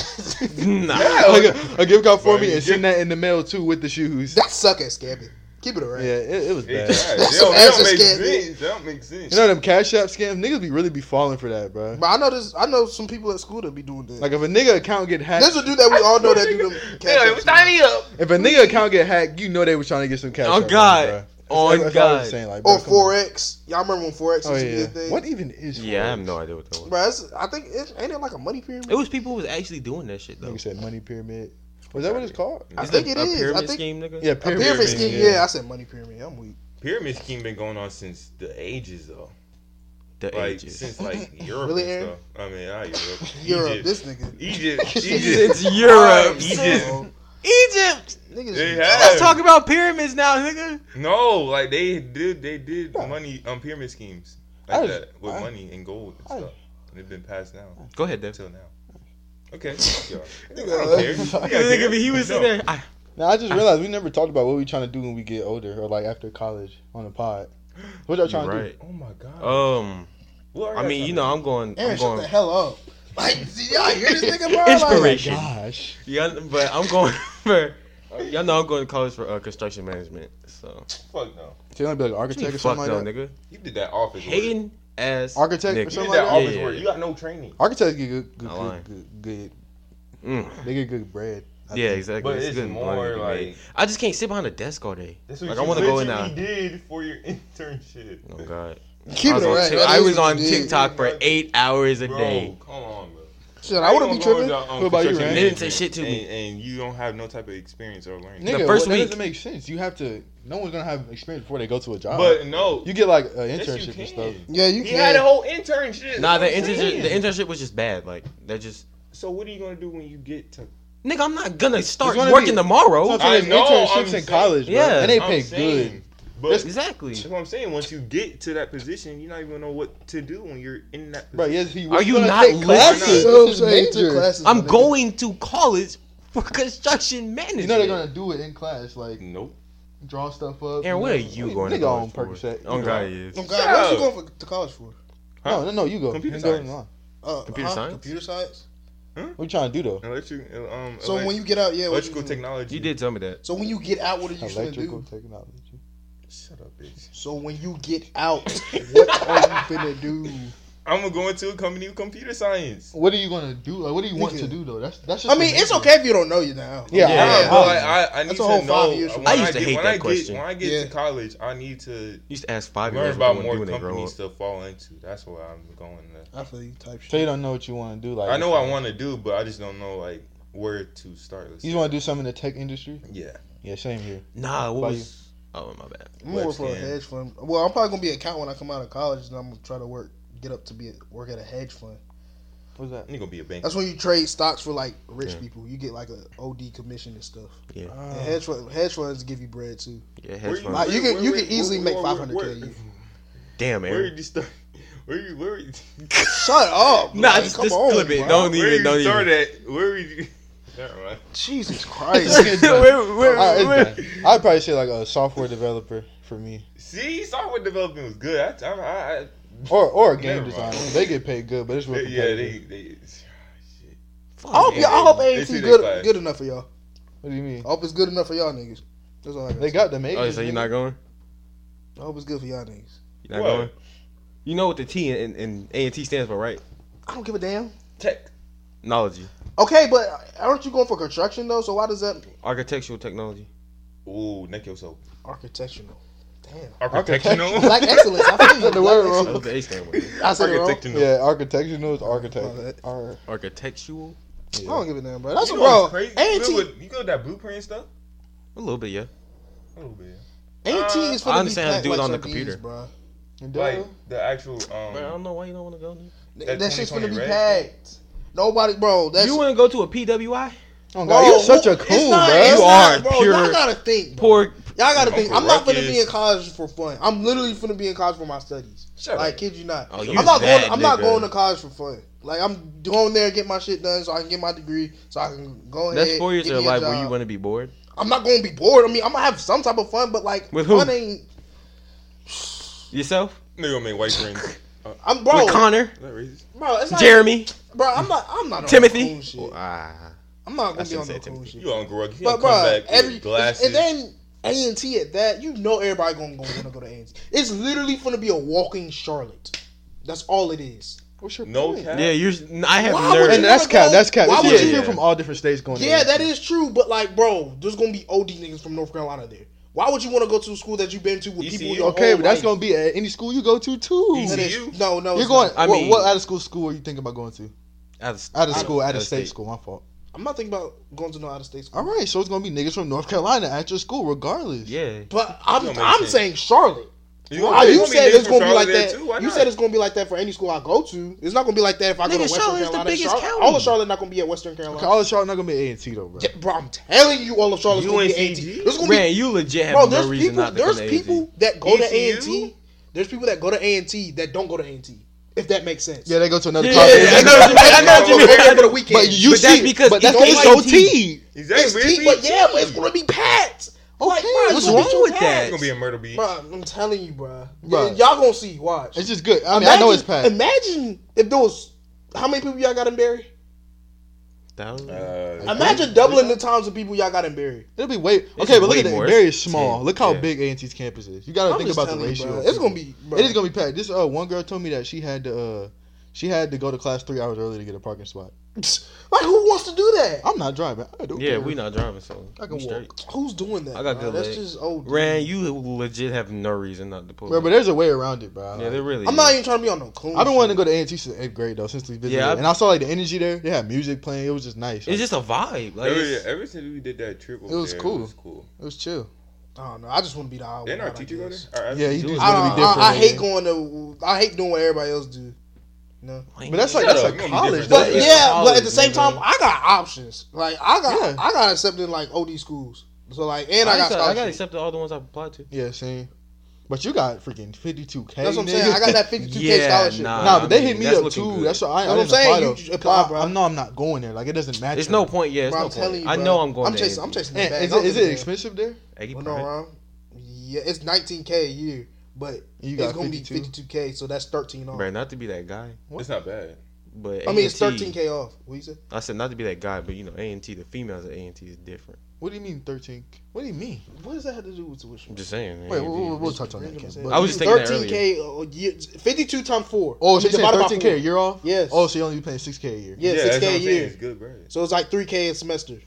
[SPEAKER 2] nah.
[SPEAKER 4] Yeah, like a, a gift card for
[SPEAKER 3] Right.
[SPEAKER 4] me and send that in the mail too with the shoes.
[SPEAKER 1] That suck at scamming. Keep it around.
[SPEAKER 4] Yeah, it, it was
[SPEAKER 3] They
[SPEAKER 4] bad.
[SPEAKER 3] tried.
[SPEAKER 1] That's
[SPEAKER 3] They
[SPEAKER 1] some
[SPEAKER 3] don't, they don't
[SPEAKER 1] extra
[SPEAKER 3] make
[SPEAKER 1] scam.
[SPEAKER 3] sense. They don't make sense.
[SPEAKER 4] You know them cash app scams, niggas be really be falling for that, bro.
[SPEAKER 1] But I know this. I know some people at school that be doing that.
[SPEAKER 4] Like if a nigga account get hacked,
[SPEAKER 1] There's a dude that we all know that do them.
[SPEAKER 3] Anyway,
[SPEAKER 1] cash
[SPEAKER 3] sign
[SPEAKER 1] apps.
[SPEAKER 3] me up.
[SPEAKER 4] if a nigga account get hacked, you know they was trying to get some cash.
[SPEAKER 2] Oh,
[SPEAKER 4] out of
[SPEAKER 2] God.
[SPEAKER 4] it, bruh. That's-
[SPEAKER 2] Oh,
[SPEAKER 4] that's all I
[SPEAKER 2] God.
[SPEAKER 4] was saying, like,
[SPEAKER 1] Or
[SPEAKER 4] bruh, come on.
[SPEAKER 1] forex. Y'all remember when forex used
[SPEAKER 4] Oh
[SPEAKER 1] to be a
[SPEAKER 4] yeah.
[SPEAKER 1] thing?
[SPEAKER 4] What even is?
[SPEAKER 2] Yeah, I have
[SPEAKER 4] forex?
[SPEAKER 2] no idea what that was.
[SPEAKER 1] Bro, that's, I think it ain't it like a money pyramid.
[SPEAKER 2] It was people who was actually doing that shit though.
[SPEAKER 4] Nigga said money pyramid. Was that what it's called?
[SPEAKER 1] I
[SPEAKER 2] Is
[SPEAKER 1] think it
[SPEAKER 2] that a
[SPEAKER 1] is. I
[SPEAKER 2] pyramid
[SPEAKER 1] think-
[SPEAKER 2] scheme, nigga.
[SPEAKER 4] Yeah,
[SPEAKER 1] a pyramid,
[SPEAKER 4] pyramid
[SPEAKER 1] scheme.
[SPEAKER 4] yeah.
[SPEAKER 1] Yeah. I said money pyramid. I'm weak.
[SPEAKER 3] Pyramid scheme been going on since the ages though.
[SPEAKER 2] The
[SPEAKER 3] Like
[SPEAKER 2] ages.
[SPEAKER 3] since like Europe
[SPEAKER 1] Really,
[SPEAKER 3] and
[SPEAKER 1] Aaron?
[SPEAKER 3] stuff. I mean, not Europe.
[SPEAKER 1] Europe,
[SPEAKER 3] Egypt.
[SPEAKER 1] this nigga.
[SPEAKER 3] Egypt. Egypt.
[SPEAKER 2] Since Europe.
[SPEAKER 3] Egypt.
[SPEAKER 2] Egypt.
[SPEAKER 1] Niggas
[SPEAKER 3] They
[SPEAKER 1] be-
[SPEAKER 3] have.
[SPEAKER 2] Let's talk about pyramids now, nigga.
[SPEAKER 3] No, like they did, they did money on pyramid schemes like
[SPEAKER 4] I-
[SPEAKER 3] that with
[SPEAKER 4] I-
[SPEAKER 3] money and gold and
[SPEAKER 4] I-
[SPEAKER 3] stuff. And it's been passed down
[SPEAKER 2] Go ahead, Dev.
[SPEAKER 3] until now. Okay, yeah. I don't care. You got
[SPEAKER 2] Nigga,
[SPEAKER 3] there.
[SPEAKER 2] but he was
[SPEAKER 3] No.
[SPEAKER 2] sitting there. I,
[SPEAKER 4] Now I just realized we never talked about what we trying to do when we get older or like after college on the pod. What y'all
[SPEAKER 2] you're
[SPEAKER 4] trying to
[SPEAKER 2] right.
[SPEAKER 3] Oh my god.
[SPEAKER 2] Um,
[SPEAKER 3] What are
[SPEAKER 2] I
[SPEAKER 3] y'all
[SPEAKER 2] mean, you
[SPEAKER 3] talking
[SPEAKER 2] know, I'm going.
[SPEAKER 1] Aaron,
[SPEAKER 2] I'm
[SPEAKER 1] shut the
[SPEAKER 2] going.
[SPEAKER 1] hell up. Like, see, y'all hear this nigga, bro?
[SPEAKER 4] do?
[SPEAKER 1] Like,
[SPEAKER 2] Inspiration.
[SPEAKER 4] Oh, Gosh.
[SPEAKER 2] Yeah, but I'm going for. Y'all know I'm going to college for uh, construction management. So
[SPEAKER 3] about? Fuck no.
[SPEAKER 4] So you want to be like an architect or
[SPEAKER 2] fuck
[SPEAKER 4] something
[SPEAKER 2] no,
[SPEAKER 4] like that?
[SPEAKER 2] nigga.
[SPEAKER 3] You did that office work.
[SPEAKER 2] Hating ass.
[SPEAKER 4] Architect or
[SPEAKER 2] nigga.
[SPEAKER 3] You
[SPEAKER 4] something
[SPEAKER 3] did
[SPEAKER 4] like
[SPEAKER 3] that
[SPEAKER 4] that?
[SPEAKER 3] office
[SPEAKER 2] Yeah,
[SPEAKER 3] work.
[SPEAKER 2] yeah.
[SPEAKER 3] You got no training.
[SPEAKER 4] Architects get good, good,
[SPEAKER 2] Not lying.
[SPEAKER 4] good, good, good,
[SPEAKER 2] Mm.
[SPEAKER 4] They get good bread. I
[SPEAKER 2] Yeah,
[SPEAKER 4] think.
[SPEAKER 2] exactly.
[SPEAKER 3] But it's
[SPEAKER 2] good money
[SPEAKER 3] more
[SPEAKER 2] to be
[SPEAKER 3] like
[SPEAKER 2] made. I just can't sit behind a desk all day.
[SPEAKER 3] that's what
[SPEAKER 2] Like
[SPEAKER 3] you
[SPEAKER 2] I want to go in
[SPEAKER 3] literally
[SPEAKER 2] now.
[SPEAKER 3] did for your internship.
[SPEAKER 2] Oh God.
[SPEAKER 1] Keep it
[SPEAKER 2] I was, on
[SPEAKER 1] around.
[SPEAKER 2] Tik-
[SPEAKER 1] That
[SPEAKER 2] I
[SPEAKER 1] is
[SPEAKER 2] was
[SPEAKER 1] what
[SPEAKER 2] on
[SPEAKER 1] you did.
[SPEAKER 2] TikTok for eight hours a
[SPEAKER 3] Bro,
[SPEAKER 2] day.
[SPEAKER 3] come on, bro.
[SPEAKER 1] Shit, I wouldn't be tripping.
[SPEAKER 4] What about you,
[SPEAKER 2] They
[SPEAKER 4] Rand?
[SPEAKER 2] didn't say shit to
[SPEAKER 3] um, and,
[SPEAKER 2] me.
[SPEAKER 3] and you don't have no type of experience or learning.
[SPEAKER 4] Nigga,
[SPEAKER 2] The first
[SPEAKER 4] well,
[SPEAKER 2] week.
[SPEAKER 4] that doesn't make sense. You have to. No one's gonna have experience before they go to a job.
[SPEAKER 3] But no,
[SPEAKER 4] uh, you get like an
[SPEAKER 3] yes, you
[SPEAKER 4] internship and stuff.
[SPEAKER 3] can.
[SPEAKER 1] Yeah, you
[SPEAKER 3] He had a
[SPEAKER 1] can.
[SPEAKER 3] whole internship.
[SPEAKER 2] Nah, the
[SPEAKER 3] That's what I'm
[SPEAKER 2] internship, the
[SPEAKER 3] saying.
[SPEAKER 2] internship was just bad. Like that just.
[SPEAKER 3] So what are you gonna do when you get to?
[SPEAKER 2] Nigga, I'm not gonna start
[SPEAKER 4] gonna
[SPEAKER 2] working
[SPEAKER 4] be-
[SPEAKER 2] tomorrow.
[SPEAKER 4] So I'm saying
[SPEAKER 3] I know,
[SPEAKER 4] internships
[SPEAKER 3] I'm
[SPEAKER 4] in
[SPEAKER 3] saying-
[SPEAKER 4] college, bro,
[SPEAKER 2] Yeah.
[SPEAKER 4] and they
[SPEAKER 3] I'm
[SPEAKER 4] pay
[SPEAKER 3] saying,
[SPEAKER 4] good.
[SPEAKER 3] But
[SPEAKER 2] Exactly.
[SPEAKER 3] that's what I'm saying. Once you get to that position, you're not even gonna know what to do when you're in that.
[SPEAKER 4] Bro,
[SPEAKER 3] Position.
[SPEAKER 4] yes, he.
[SPEAKER 2] Are you
[SPEAKER 4] gonna
[SPEAKER 2] not
[SPEAKER 4] take
[SPEAKER 2] listening?
[SPEAKER 4] classes?
[SPEAKER 1] So I'm
[SPEAKER 4] This is
[SPEAKER 1] saying, you took
[SPEAKER 4] major.
[SPEAKER 1] classes, my
[SPEAKER 2] I'm
[SPEAKER 1] nigga.
[SPEAKER 2] going to college for construction management.
[SPEAKER 4] You know they're gonna do it in class, like
[SPEAKER 3] Nope.
[SPEAKER 4] draw stuff
[SPEAKER 2] Aaron,
[SPEAKER 4] up. you
[SPEAKER 2] what are
[SPEAKER 4] know?
[SPEAKER 2] you going to
[SPEAKER 4] Nigga on
[SPEAKER 2] college for?
[SPEAKER 4] Percocet.
[SPEAKER 2] Oh
[SPEAKER 4] You
[SPEAKER 2] God,
[SPEAKER 4] know.
[SPEAKER 2] he is.
[SPEAKER 1] Oh, God, what else you
[SPEAKER 3] Shut
[SPEAKER 1] going for, to college for?
[SPEAKER 4] No, no, no. You go.
[SPEAKER 3] Computer
[SPEAKER 4] You go
[SPEAKER 3] science.
[SPEAKER 4] online.
[SPEAKER 1] Uh,
[SPEAKER 2] Computer science?
[SPEAKER 1] Computer science.
[SPEAKER 4] What you trying to do though?
[SPEAKER 3] Electric. Um.
[SPEAKER 1] So when you get out, yeah. what
[SPEAKER 3] electrical
[SPEAKER 1] you-
[SPEAKER 3] technology.
[SPEAKER 2] You did tell me that.
[SPEAKER 1] So when you get out, what are you supposed to
[SPEAKER 4] Electrical
[SPEAKER 1] do?
[SPEAKER 4] technology.
[SPEAKER 3] Shut up, bitch.
[SPEAKER 1] So when you get out, what are you finna do?
[SPEAKER 3] I'm gonna go into a company with computer
[SPEAKER 1] Oh,
[SPEAKER 3] science.
[SPEAKER 4] What are you gonna do? Like, what do you want
[SPEAKER 1] Nigga.
[SPEAKER 4] to do though? That's that's. Just
[SPEAKER 1] I mean,
[SPEAKER 4] a-
[SPEAKER 1] it's okay if you don't know you now.
[SPEAKER 4] Yeah,
[SPEAKER 2] Yeah,
[SPEAKER 3] Yeah,
[SPEAKER 2] yeah.
[SPEAKER 3] but
[SPEAKER 4] I,
[SPEAKER 3] like,
[SPEAKER 4] I, I,
[SPEAKER 3] I, I need
[SPEAKER 1] That's a whole
[SPEAKER 3] to know.
[SPEAKER 1] five years from
[SPEAKER 3] when
[SPEAKER 2] now. I used to
[SPEAKER 3] get,
[SPEAKER 2] hate
[SPEAKER 3] when
[SPEAKER 2] that
[SPEAKER 3] I
[SPEAKER 2] question.
[SPEAKER 3] Get, when I get
[SPEAKER 1] Yeah.
[SPEAKER 3] to college, I need to
[SPEAKER 2] You used to ask five
[SPEAKER 3] learn
[SPEAKER 2] years old
[SPEAKER 3] about
[SPEAKER 2] what they
[SPEAKER 3] more
[SPEAKER 2] want to do when they grow up.
[SPEAKER 3] companies to fall into. That's where I'm going. To.
[SPEAKER 1] I feel you type shit.
[SPEAKER 4] so you don't know what you want to do. Like,
[SPEAKER 3] I know what I want to do, but I just don't know like where to start. Let's
[SPEAKER 4] You just
[SPEAKER 3] say.
[SPEAKER 4] want to do something in the tech industry?
[SPEAKER 3] yeah.
[SPEAKER 4] Yeah, same here.
[SPEAKER 2] Nah, what
[SPEAKER 4] Why
[SPEAKER 2] was? Oh my bad.
[SPEAKER 1] I'm gonna work
[SPEAKER 3] West
[SPEAKER 1] for a
[SPEAKER 3] End.
[SPEAKER 1] hedge fund. Well, I'm probably gonna be an accountant when I come out of college, and I'm gonna try to work, get up to be work at a hedge fund.
[SPEAKER 4] What's that?
[SPEAKER 3] You gonna be a banker.
[SPEAKER 1] That's when you trade stocks for like rich
[SPEAKER 2] Yeah.
[SPEAKER 1] people. You get like a OD commission and stuff.
[SPEAKER 2] Yeah,
[SPEAKER 1] And hedge fund, hedge funds give you bread too.
[SPEAKER 2] yeah.
[SPEAKER 3] Uh, Where
[SPEAKER 2] Hedge
[SPEAKER 3] you-
[SPEAKER 2] fund.
[SPEAKER 1] Like, you can- you can easily make
[SPEAKER 3] where-
[SPEAKER 1] 500K
[SPEAKER 3] where-
[SPEAKER 1] a year.
[SPEAKER 2] Damn,
[SPEAKER 3] Where
[SPEAKER 2] Aaron.
[SPEAKER 3] did you start? Where you where? you-
[SPEAKER 1] Shut up!
[SPEAKER 2] Nah,
[SPEAKER 1] like,
[SPEAKER 2] just,
[SPEAKER 1] come
[SPEAKER 2] just
[SPEAKER 1] on,
[SPEAKER 2] clip it.
[SPEAKER 1] bro.
[SPEAKER 2] Don't
[SPEAKER 3] where
[SPEAKER 2] even.
[SPEAKER 3] you
[SPEAKER 2] Don't
[SPEAKER 3] start
[SPEAKER 2] even.
[SPEAKER 3] at? Where you? Never mind.
[SPEAKER 1] Jesus
[SPEAKER 2] where,
[SPEAKER 1] Christ!
[SPEAKER 2] where,
[SPEAKER 4] All
[SPEAKER 2] where,
[SPEAKER 4] right, it's done. I'd probably say like a software developer for me,
[SPEAKER 3] See, software development was good. I, I, I, I
[SPEAKER 4] or or a game
[SPEAKER 3] Never
[SPEAKER 4] designer.
[SPEAKER 3] mind.
[SPEAKER 4] They get paid good, but it's real
[SPEAKER 3] yeah,
[SPEAKER 4] competitive.
[SPEAKER 3] they, they. shit.
[SPEAKER 1] I hope oh, y'all, I hope
[SPEAKER 3] They
[SPEAKER 1] AAT
[SPEAKER 3] see they
[SPEAKER 1] good
[SPEAKER 3] class.
[SPEAKER 1] good enough for y'all.
[SPEAKER 4] What do you mean?
[SPEAKER 1] I hope it's good enough for y'all niggas. That's all I got.
[SPEAKER 4] They got the majors.
[SPEAKER 2] Oh, so you're
[SPEAKER 4] nigga.
[SPEAKER 2] not going?
[SPEAKER 1] I hope it's good for y'all niggas.
[SPEAKER 2] You're not
[SPEAKER 3] What?
[SPEAKER 2] going? You know what the T in in A and T stands for, right?
[SPEAKER 1] I don't give a damn.
[SPEAKER 3] Tech.
[SPEAKER 2] Knowledge,
[SPEAKER 1] Okay, but aren't you going for construction though? So why does that
[SPEAKER 2] architectural technology.
[SPEAKER 3] Ooh, neck yourself.
[SPEAKER 1] architectural? Damn.
[SPEAKER 3] Architectural.
[SPEAKER 1] Black excellence. I feel you.
[SPEAKER 4] The
[SPEAKER 1] Black
[SPEAKER 4] word wrong.
[SPEAKER 2] That's
[SPEAKER 1] excellence.
[SPEAKER 2] what the A stand for.
[SPEAKER 1] I said it wrong.
[SPEAKER 3] Architectural.
[SPEAKER 4] Yeah, architectural is
[SPEAKER 1] My
[SPEAKER 4] architect.
[SPEAKER 1] bad.
[SPEAKER 4] Ar-
[SPEAKER 2] Architectural?
[SPEAKER 1] I don't give a damn, bro. That's
[SPEAKER 3] You
[SPEAKER 1] what,
[SPEAKER 3] know what's
[SPEAKER 1] bro.
[SPEAKER 3] crazy?
[SPEAKER 1] A&T,
[SPEAKER 3] You, go with, you go with that blueprint stuff. Oh,
[SPEAKER 2] A little bit, yeah.
[SPEAKER 3] A little bit.
[SPEAKER 1] A&T
[SPEAKER 3] Uh,
[SPEAKER 1] is for
[SPEAKER 2] I
[SPEAKER 1] the
[SPEAKER 2] understand how to do it on the computer.
[SPEAKER 1] bro.
[SPEAKER 3] Like the actual. Um,
[SPEAKER 2] Bro, I don't know why you don't want to go. Nigga.
[SPEAKER 1] That,
[SPEAKER 3] That
[SPEAKER 1] shit's gonna
[SPEAKER 3] 2020
[SPEAKER 1] be
[SPEAKER 3] red.
[SPEAKER 1] packed. Nobody, bro. That's
[SPEAKER 2] You want to go to a PWI?
[SPEAKER 1] bro,
[SPEAKER 4] Oh, God, you're such
[SPEAKER 1] who-
[SPEAKER 4] a
[SPEAKER 1] it's
[SPEAKER 4] coon,
[SPEAKER 1] not-
[SPEAKER 4] bro.
[SPEAKER 1] it's
[SPEAKER 2] You
[SPEAKER 1] not-
[SPEAKER 2] are
[SPEAKER 1] bro,
[SPEAKER 2] pure-
[SPEAKER 1] Y'all gotta think. Bro.
[SPEAKER 2] Poor.
[SPEAKER 1] Y'all gotta
[SPEAKER 3] I'm
[SPEAKER 1] think.
[SPEAKER 3] for
[SPEAKER 1] I'm not gonna
[SPEAKER 3] ruckus.
[SPEAKER 1] be in college for fun. I'm literally gonna be in college for my studies.
[SPEAKER 3] Shut
[SPEAKER 1] like,
[SPEAKER 3] up.
[SPEAKER 1] kid you not.
[SPEAKER 2] Oh, you
[SPEAKER 1] I'm not
[SPEAKER 2] that
[SPEAKER 1] going. I'm not
[SPEAKER 2] nigga.
[SPEAKER 1] going to college for fun. Like I'm going there, get my shit done, so I can get my degree, so I can go ahead.
[SPEAKER 2] That's four years
[SPEAKER 1] get
[SPEAKER 2] of your
[SPEAKER 1] me a
[SPEAKER 2] life where you
[SPEAKER 1] job.
[SPEAKER 2] want to be bored.
[SPEAKER 1] I'm not gonna be bored. I mean, I'm gonna have some type of fun, but like
[SPEAKER 2] With who?
[SPEAKER 1] fun ain't.
[SPEAKER 2] Yourself?
[SPEAKER 3] Nigga gonna make white friends.
[SPEAKER 1] I'm bro,
[SPEAKER 2] With Connor?
[SPEAKER 3] Is that racist?
[SPEAKER 1] bro. It's not,
[SPEAKER 2] Jeremy?
[SPEAKER 1] bro. I'm not. I'm not on
[SPEAKER 2] Timothy?
[SPEAKER 1] the cool oh, shit.
[SPEAKER 2] Ah.
[SPEAKER 1] I'm not
[SPEAKER 2] I
[SPEAKER 1] gonna be
[SPEAKER 2] shouldn't
[SPEAKER 1] on
[SPEAKER 2] say
[SPEAKER 1] the cool
[SPEAKER 2] Timothy.
[SPEAKER 1] shit.
[SPEAKER 3] You on Grug. You
[SPEAKER 1] But
[SPEAKER 3] gonna come
[SPEAKER 1] bro,
[SPEAKER 3] back
[SPEAKER 1] every
[SPEAKER 3] with glasses.
[SPEAKER 1] and then A and T at that, you know everybody gonna go wanna go to A and T. It's literally gonna be a walking Charlotte. That's all it is.
[SPEAKER 4] What's your
[SPEAKER 3] no
[SPEAKER 4] point?
[SPEAKER 3] cap.
[SPEAKER 2] Yeah, you're. I have
[SPEAKER 1] Why would
[SPEAKER 2] nerves.
[SPEAKER 1] you
[SPEAKER 4] And that's
[SPEAKER 1] wanna go-
[SPEAKER 4] cap. That's cap.
[SPEAKER 1] why
[SPEAKER 4] This
[SPEAKER 1] would
[SPEAKER 4] is-
[SPEAKER 2] you-
[SPEAKER 4] you hear
[SPEAKER 2] Yeah.
[SPEAKER 4] from all different states going? to
[SPEAKER 1] Yeah,
[SPEAKER 4] A&T.
[SPEAKER 1] that is true, but like, bro, there's gonna be OD niggas from North Carolina there. Why would you want to go to a school that you've been to with
[SPEAKER 3] ECU?
[SPEAKER 1] people? Your
[SPEAKER 4] Okay,
[SPEAKER 1] whole
[SPEAKER 4] but that's
[SPEAKER 1] life?
[SPEAKER 4] gonna be at any school you go to too.
[SPEAKER 1] That is-
[SPEAKER 3] ECU?
[SPEAKER 1] No, no,
[SPEAKER 4] You're
[SPEAKER 1] it's
[SPEAKER 4] going.
[SPEAKER 1] not.
[SPEAKER 2] I
[SPEAKER 4] what,
[SPEAKER 2] mean-
[SPEAKER 4] what out of school school are you thinking about going to?
[SPEAKER 2] Out of-
[SPEAKER 4] Out of
[SPEAKER 1] Out of-
[SPEAKER 4] school, out
[SPEAKER 2] out
[SPEAKER 4] of
[SPEAKER 2] of
[SPEAKER 4] state
[SPEAKER 2] state.
[SPEAKER 4] school. My fault.
[SPEAKER 1] I'm not thinking about going to no out of state school.
[SPEAKER 4] All right, so it's gonna be niggas from North Carolina at your school, regardless.
[SPEAKER 2] Yeah.
[SPEAKER 1] But I'm
[SPEAKER 3] don't make
[SPEAKER 1] I'm
[SPEAKER 3] sense.
[SPEAKER 1] saying Charlotte.
[SPEAKER 3] You,
[SPEAKER 1] Well, you
[SPEAKER 3] be
[SPEAKER 1] said
[SPEAKER 3] niggas
[SPEAKER 1] it's
[SPEAKER 3] from
[SPEAKER 1] gonna be like
[SPEAKER 3] Charlotte
[SPEAKER 1] that.
[SPEAKER 3] there, too? Why
[SPEAKER 1] you
[SPEAKER 3] not?
[SPEAKER 1] said it's gonna be like that for any school I go to. It's not gonna be like that if I go
[SPEAKER 2] Nigga,
[SPEAKER 1] to Western
[SPEAKER 2] Charlotte's the
[SPEAKER 1] Carolina.
[SPEAKER 2] biggest
[SPEAKER 1] Charlotte-
[SPEAKER 2] county.
[SPEAKER 1] All of Charlotte not gonna be at Western Carolina.
[SPEAKER 4] Okay, all of y'all not gonna be A and T though, bro.
[SPEAKER 1] Yeah, bro, I'm telling you, all of Charlotte's gonna be
[SPEAKER 3] UNCG?
[SPEAKER 1] AT. There's gonna be
[SPEAKER 2] Man, you legit have
[SPEAKER 1] bro.
[SPEAKER 2] no
[SPEAKER 1] There's
[SPEAKER 2] reason
[SPEAKER 1] people.
[SPEAKER 2] not to come
[SPEAKER 1] There's
[SPEAKER 2] to
[SPEAKER 1] people
[SPEAKER 2] AT.
[SPEAKER 1] that go to A
[SPEAKER 3] ECU?
[SPEAKER 1] and T. There's people that go to A and T that don't go to A and T. If that makes sense.
[SPEAKER 4] Yeah, they go to another
[SPEAKER 2] Yeah,
[SPEAKER 4] college.
[SPEAKER 2] yeah, I know what you mean. I know what you mean.
[SPEAKER 1] They're there for the weekend.
[SPEAKER 4] But you
[SPEAKER 2] But
[SPEAKER 4] see,
[SPEAKER 2] that's because
[SPEAKER 4] but that's
[SPEAKER 2] it's
[SPEAKER 4] because it's
[SPEAKER 2] only
[SPEAKER 4] so T.
[SPEAKER 1] It's
[SPEAKER 3] Exactly.
[SPEAKER 1] T, but yeah, but it's gonna be packed.
[SPEAKER 4] Okay, what's
[SPEAKER 2] wrong with
[SPEAKER 3] It's
[SPEAKER 2] that?
[SPEAKER 3] gonna be in Myrtle Beach.
[SPEAKER 1] Bro, I'm telling you, bro.
[SPEAKER 4] Bruh.
[SPEAKER 1] Y'all gonna see. Watch.
[SPEAKER 4] It's just good. I mean, I know it's packed.
[SPEAKER 1] Imagine if there was how many people y'all got in Barry.
[SPEAKER 2] Thousand?
[SPEAKER 3] Uh,
[SPEAKER 1] Imagine doubling the times of people y'all got in Barry.
[SPEAKER 4] It'll be way okay, but look
[SPEAKER 2] way
[SPEAKER 4] at that.
[SPEAKER 2] more.
[SPEAKER 4] Very small.
[SPEAKER 2] Yeah.
[SPEAKER 4] Look how
[SPEAKER 2] Yeah.
[SPEAKER 4] big ANT's campus is. You gotta
[SPEAKER 1] I'm
[SPEAKER 4] think
[SPEAKER 1] just
[SPEAKER 4] about the
[SPEAKER 1] telling you,
[SPEAKER 4] ratio.
[SPEAKER 1] bruh.
[SPEAKER 4] of
[SPEAKER 1] It's
[SPEAKER 4] people.
[SPEAKER 1] gonna be. bruh.
[SPEAKER 4] It is gonna be packed. This uh, one girl told me that she had to uh, she had to go to class three hours early to get a parking spot.
[SPEAKER 1] like who wants to do that?
[SPEAKER 4] I'm not driving. I don't
[SPEAKER 2] Yeah,
[SPEAKER 4] care.
[SPEAKER 2] we not driving, so
[SPEAKER 4] I can
[SPEAKER 2] we straight.
[SPEAKER 1] Who's doing that?
[SPEAKER 2] I got
[SPEAKER 1] bruh?
[SPEAKER 2] good
[SPEAKER 1] That's
[SPEAKER 2] leg.
[SPEAKER 1] just oh, old.
[SPEAKER 2] Ran, you legit have no reason not to pull.
[SPEAKER 4] Bro,
[SPEAKER 2] up.
[SPEAKER 4] but there's a way around it, bro.
[SPEAKER 2] yeah,
[SPEAKER 4] Like,
[SPEAKER 2] there really.
[SPEAKER 1] I'm not
[SPEAKER 2] is.
[SPEAKER 1] even trying to be on no cool.
[SPEAKER 4] I've been wanting
[SPEAKER 1] shit.
[SPEAKER 4] to go to ANT since eighth grade though, since we visited,
[SPEAKER 2] Yeah, I-
[SPEAKER 4] and I saw like the energy there. They had music playing. It was just nice.
[SPEAKER 2] It's
[SPEAKER 4] Like,
[SPEAKER 2] just a vibe. Like,
[SPEAKER 3] ever,
[SPEAKER 2] it's-
[SPEAKER 3] ever since we did that trip, over
[SPEAKER 4] It was
[SPEAKER 3] there,
[SPEAKER 4] cool.
[SPEAKER 3] It was cool.
[SPEAKER 4] it was chill.
[SPEAKER 1] I don't know. I just want to be the odd
[SPEAKER 3] Didn't
[SPEAKER 1] one
[SPEAKER 3] our
[SPEAKER 1] out, I
[SPEAKER 3] teacher go there?
[SPEAKER 1] guess.
[SPEAKER 3] Our-
[SPEAKER 4] Yeah, he
[SPEAKER 2] It
[SPEAKER 4] just
[SPEAKER 2] was
[SPEAKER 1] I,
[SPEAKER 4] wanna
[SPEAKER 1] don't,
[SPEAKER 4] be
[SPEAKER 1] I,
[SPEAKER 4] different.
[SPEAKER 1] I hate going to. I hate doing what everybody else do. No,
[SPEAKER 4] But that's like
[SPEAKER 3] Shut
[SPEAKER 4] that's
[SPEAKER 3] up,
[SPEAKER 4] like
[SPEAKER 3] you gonna be
[SPEAKER 4] college.
[SPEAKER 3] different.
[SPEAKER 4] though.
[SPEAKER 1] but
[SPEAKER 2] That's
[SPEAKER 1] yeah,
[SPEAKER 2] college,
[SPEAKER 1] but at the same
[SPEAKER 2] nigga.
[SPEAKER 1] time, I got options. Like I got,
[SPEAKER 4] Yeah.
[SPEAKER 1] I got accepted in like OD schools. So like, and I, got
[SPEAKER 2] I, got, I
[SPEAKER 1] scholarships.
[SPEAKER 2] got accepted all the ones I applied to.
[SPEAKER 4] Yeah, same. But you got freaking 52k.
[SPEAKER 1] That's what I'm saying. I got that 52k scholarship.
[SPEAKER 2] nah.
[SPEAKER 1] bro.
[SPEAKER 4] Nah, but they
[SPEAKER 2] I
[SPEAKER 4] hit
[SPEAKER 2] mean,
[SPEAKER 4] me
[SPEAKER 2] that's
[SPEAKER 4] up
[SPEAKER 2] looking
[SPEAKER 4] too.
[SPEAKER 2] good.
[SPEAKER 4] That's what I.
[SPEAKER 1] Know
[SPEAKER 4] I
[SPEAKER 1] what I'm
[SPEAKER 4] didn't
[SPEAKER 1] saying?
[SPEAKER 4] apply,
[SPEAKER 1] You
[SPEAKER 4] though.
[SPEAKER 1] just apply,
[SPEAKER 4] I-
[SPEAKER 1] bro.
[SPEAKER 4] I know I'm not going there. Like it doesn't matter.
[SPEAKER 2] There's no point. Yeah, it's
[SPEAKER 1] Bro,
[SPEAKER 2] no
[SPEAKER 1] I'm
[SPEAKER 2] point.
[SPEAKER 1] telling you,
[SPEAKER 2] I
[SPEAKER 1] bro.
[SPEAKER 2] know I'm going.
[SPEAKER 1] I'm
[SPEAKER 2] to
[SPEAKER 1] chasing.
[SPEAKER 2] AT.
[SPEAKER 1] I'm chasing.
[SPEAKER 4] And
[SPEAKER 1] that bag.
[SPEAKER 4] Eh, is
[SPEAKER 1] Don't
[SPEAKER 4] it is
[SPEAKER 1] get
[SPEAKER 4] it
[SPEAKER 1] me-
[SPEAKER 4] expensive there?
[SPEAKER 2] Aggie
[SPEAKER 1] Well, no,
[SPEAKER 2] Pride.
[SPEAKER 1] Ron. Yeah, it's 19k a year, but
[SPEAKER 4] You
[SPEAKER 1] it's
[SPEAKER 4] got
[SPEAKER 1] gonna
[SPEAKER 4] 52.
[SPEAKER 1] be 52k, so that's 13 off.
[SPEAKER 2] Bro, not to be that guy,
[SPEAKER 3] It's not bad.
[SPEAKER 2] but
[SPEAKER 1] I mean, it's
[SPEAKER 2] A&T
[SPEAKER 1] 13k off. What you say?
[SPEAKER 2] I said not to be that guy, but you know, A and T, the females at A and T is different.
[SPEAKER 4] What do you mean 13? What do you mean?
[SPEAKER 1] What does that have to do with tuition?
[SPEAKER 2] I'm just saying.
[SPEAKER 4] Wait,
[SPEAKER 2] A&T.
[SPEAKER 4] we'll, we'll, we'll touch on that. Ken, but-
[SPEAKER 2] I was just thinking that
[SPEAKER 1] 13k a year, 52 times four.
[SPEAKER 4] oh, so you said
[SPEAKER 1] Divided by
[SPEAKER 4] 13k
[SPEAKER 1] four.
[SPEAKER 4] a year off?
[SPEAKER 1] Yes.
[SPEAKER 4] Oh, so you only be paying 6k a year?
[SPEAKER 1] Yeah,
[SPEAKER 3] that's
[SPEAKER 1] 6k
[SPEAKER 3] what
[SPEAKER 1] a
[SPEAKER 3] I'm saying. It's
[SPEAKER 1] year.
[SPEAKER 3] good bread.
[SPEAKER 1] So it's like 3k a semester.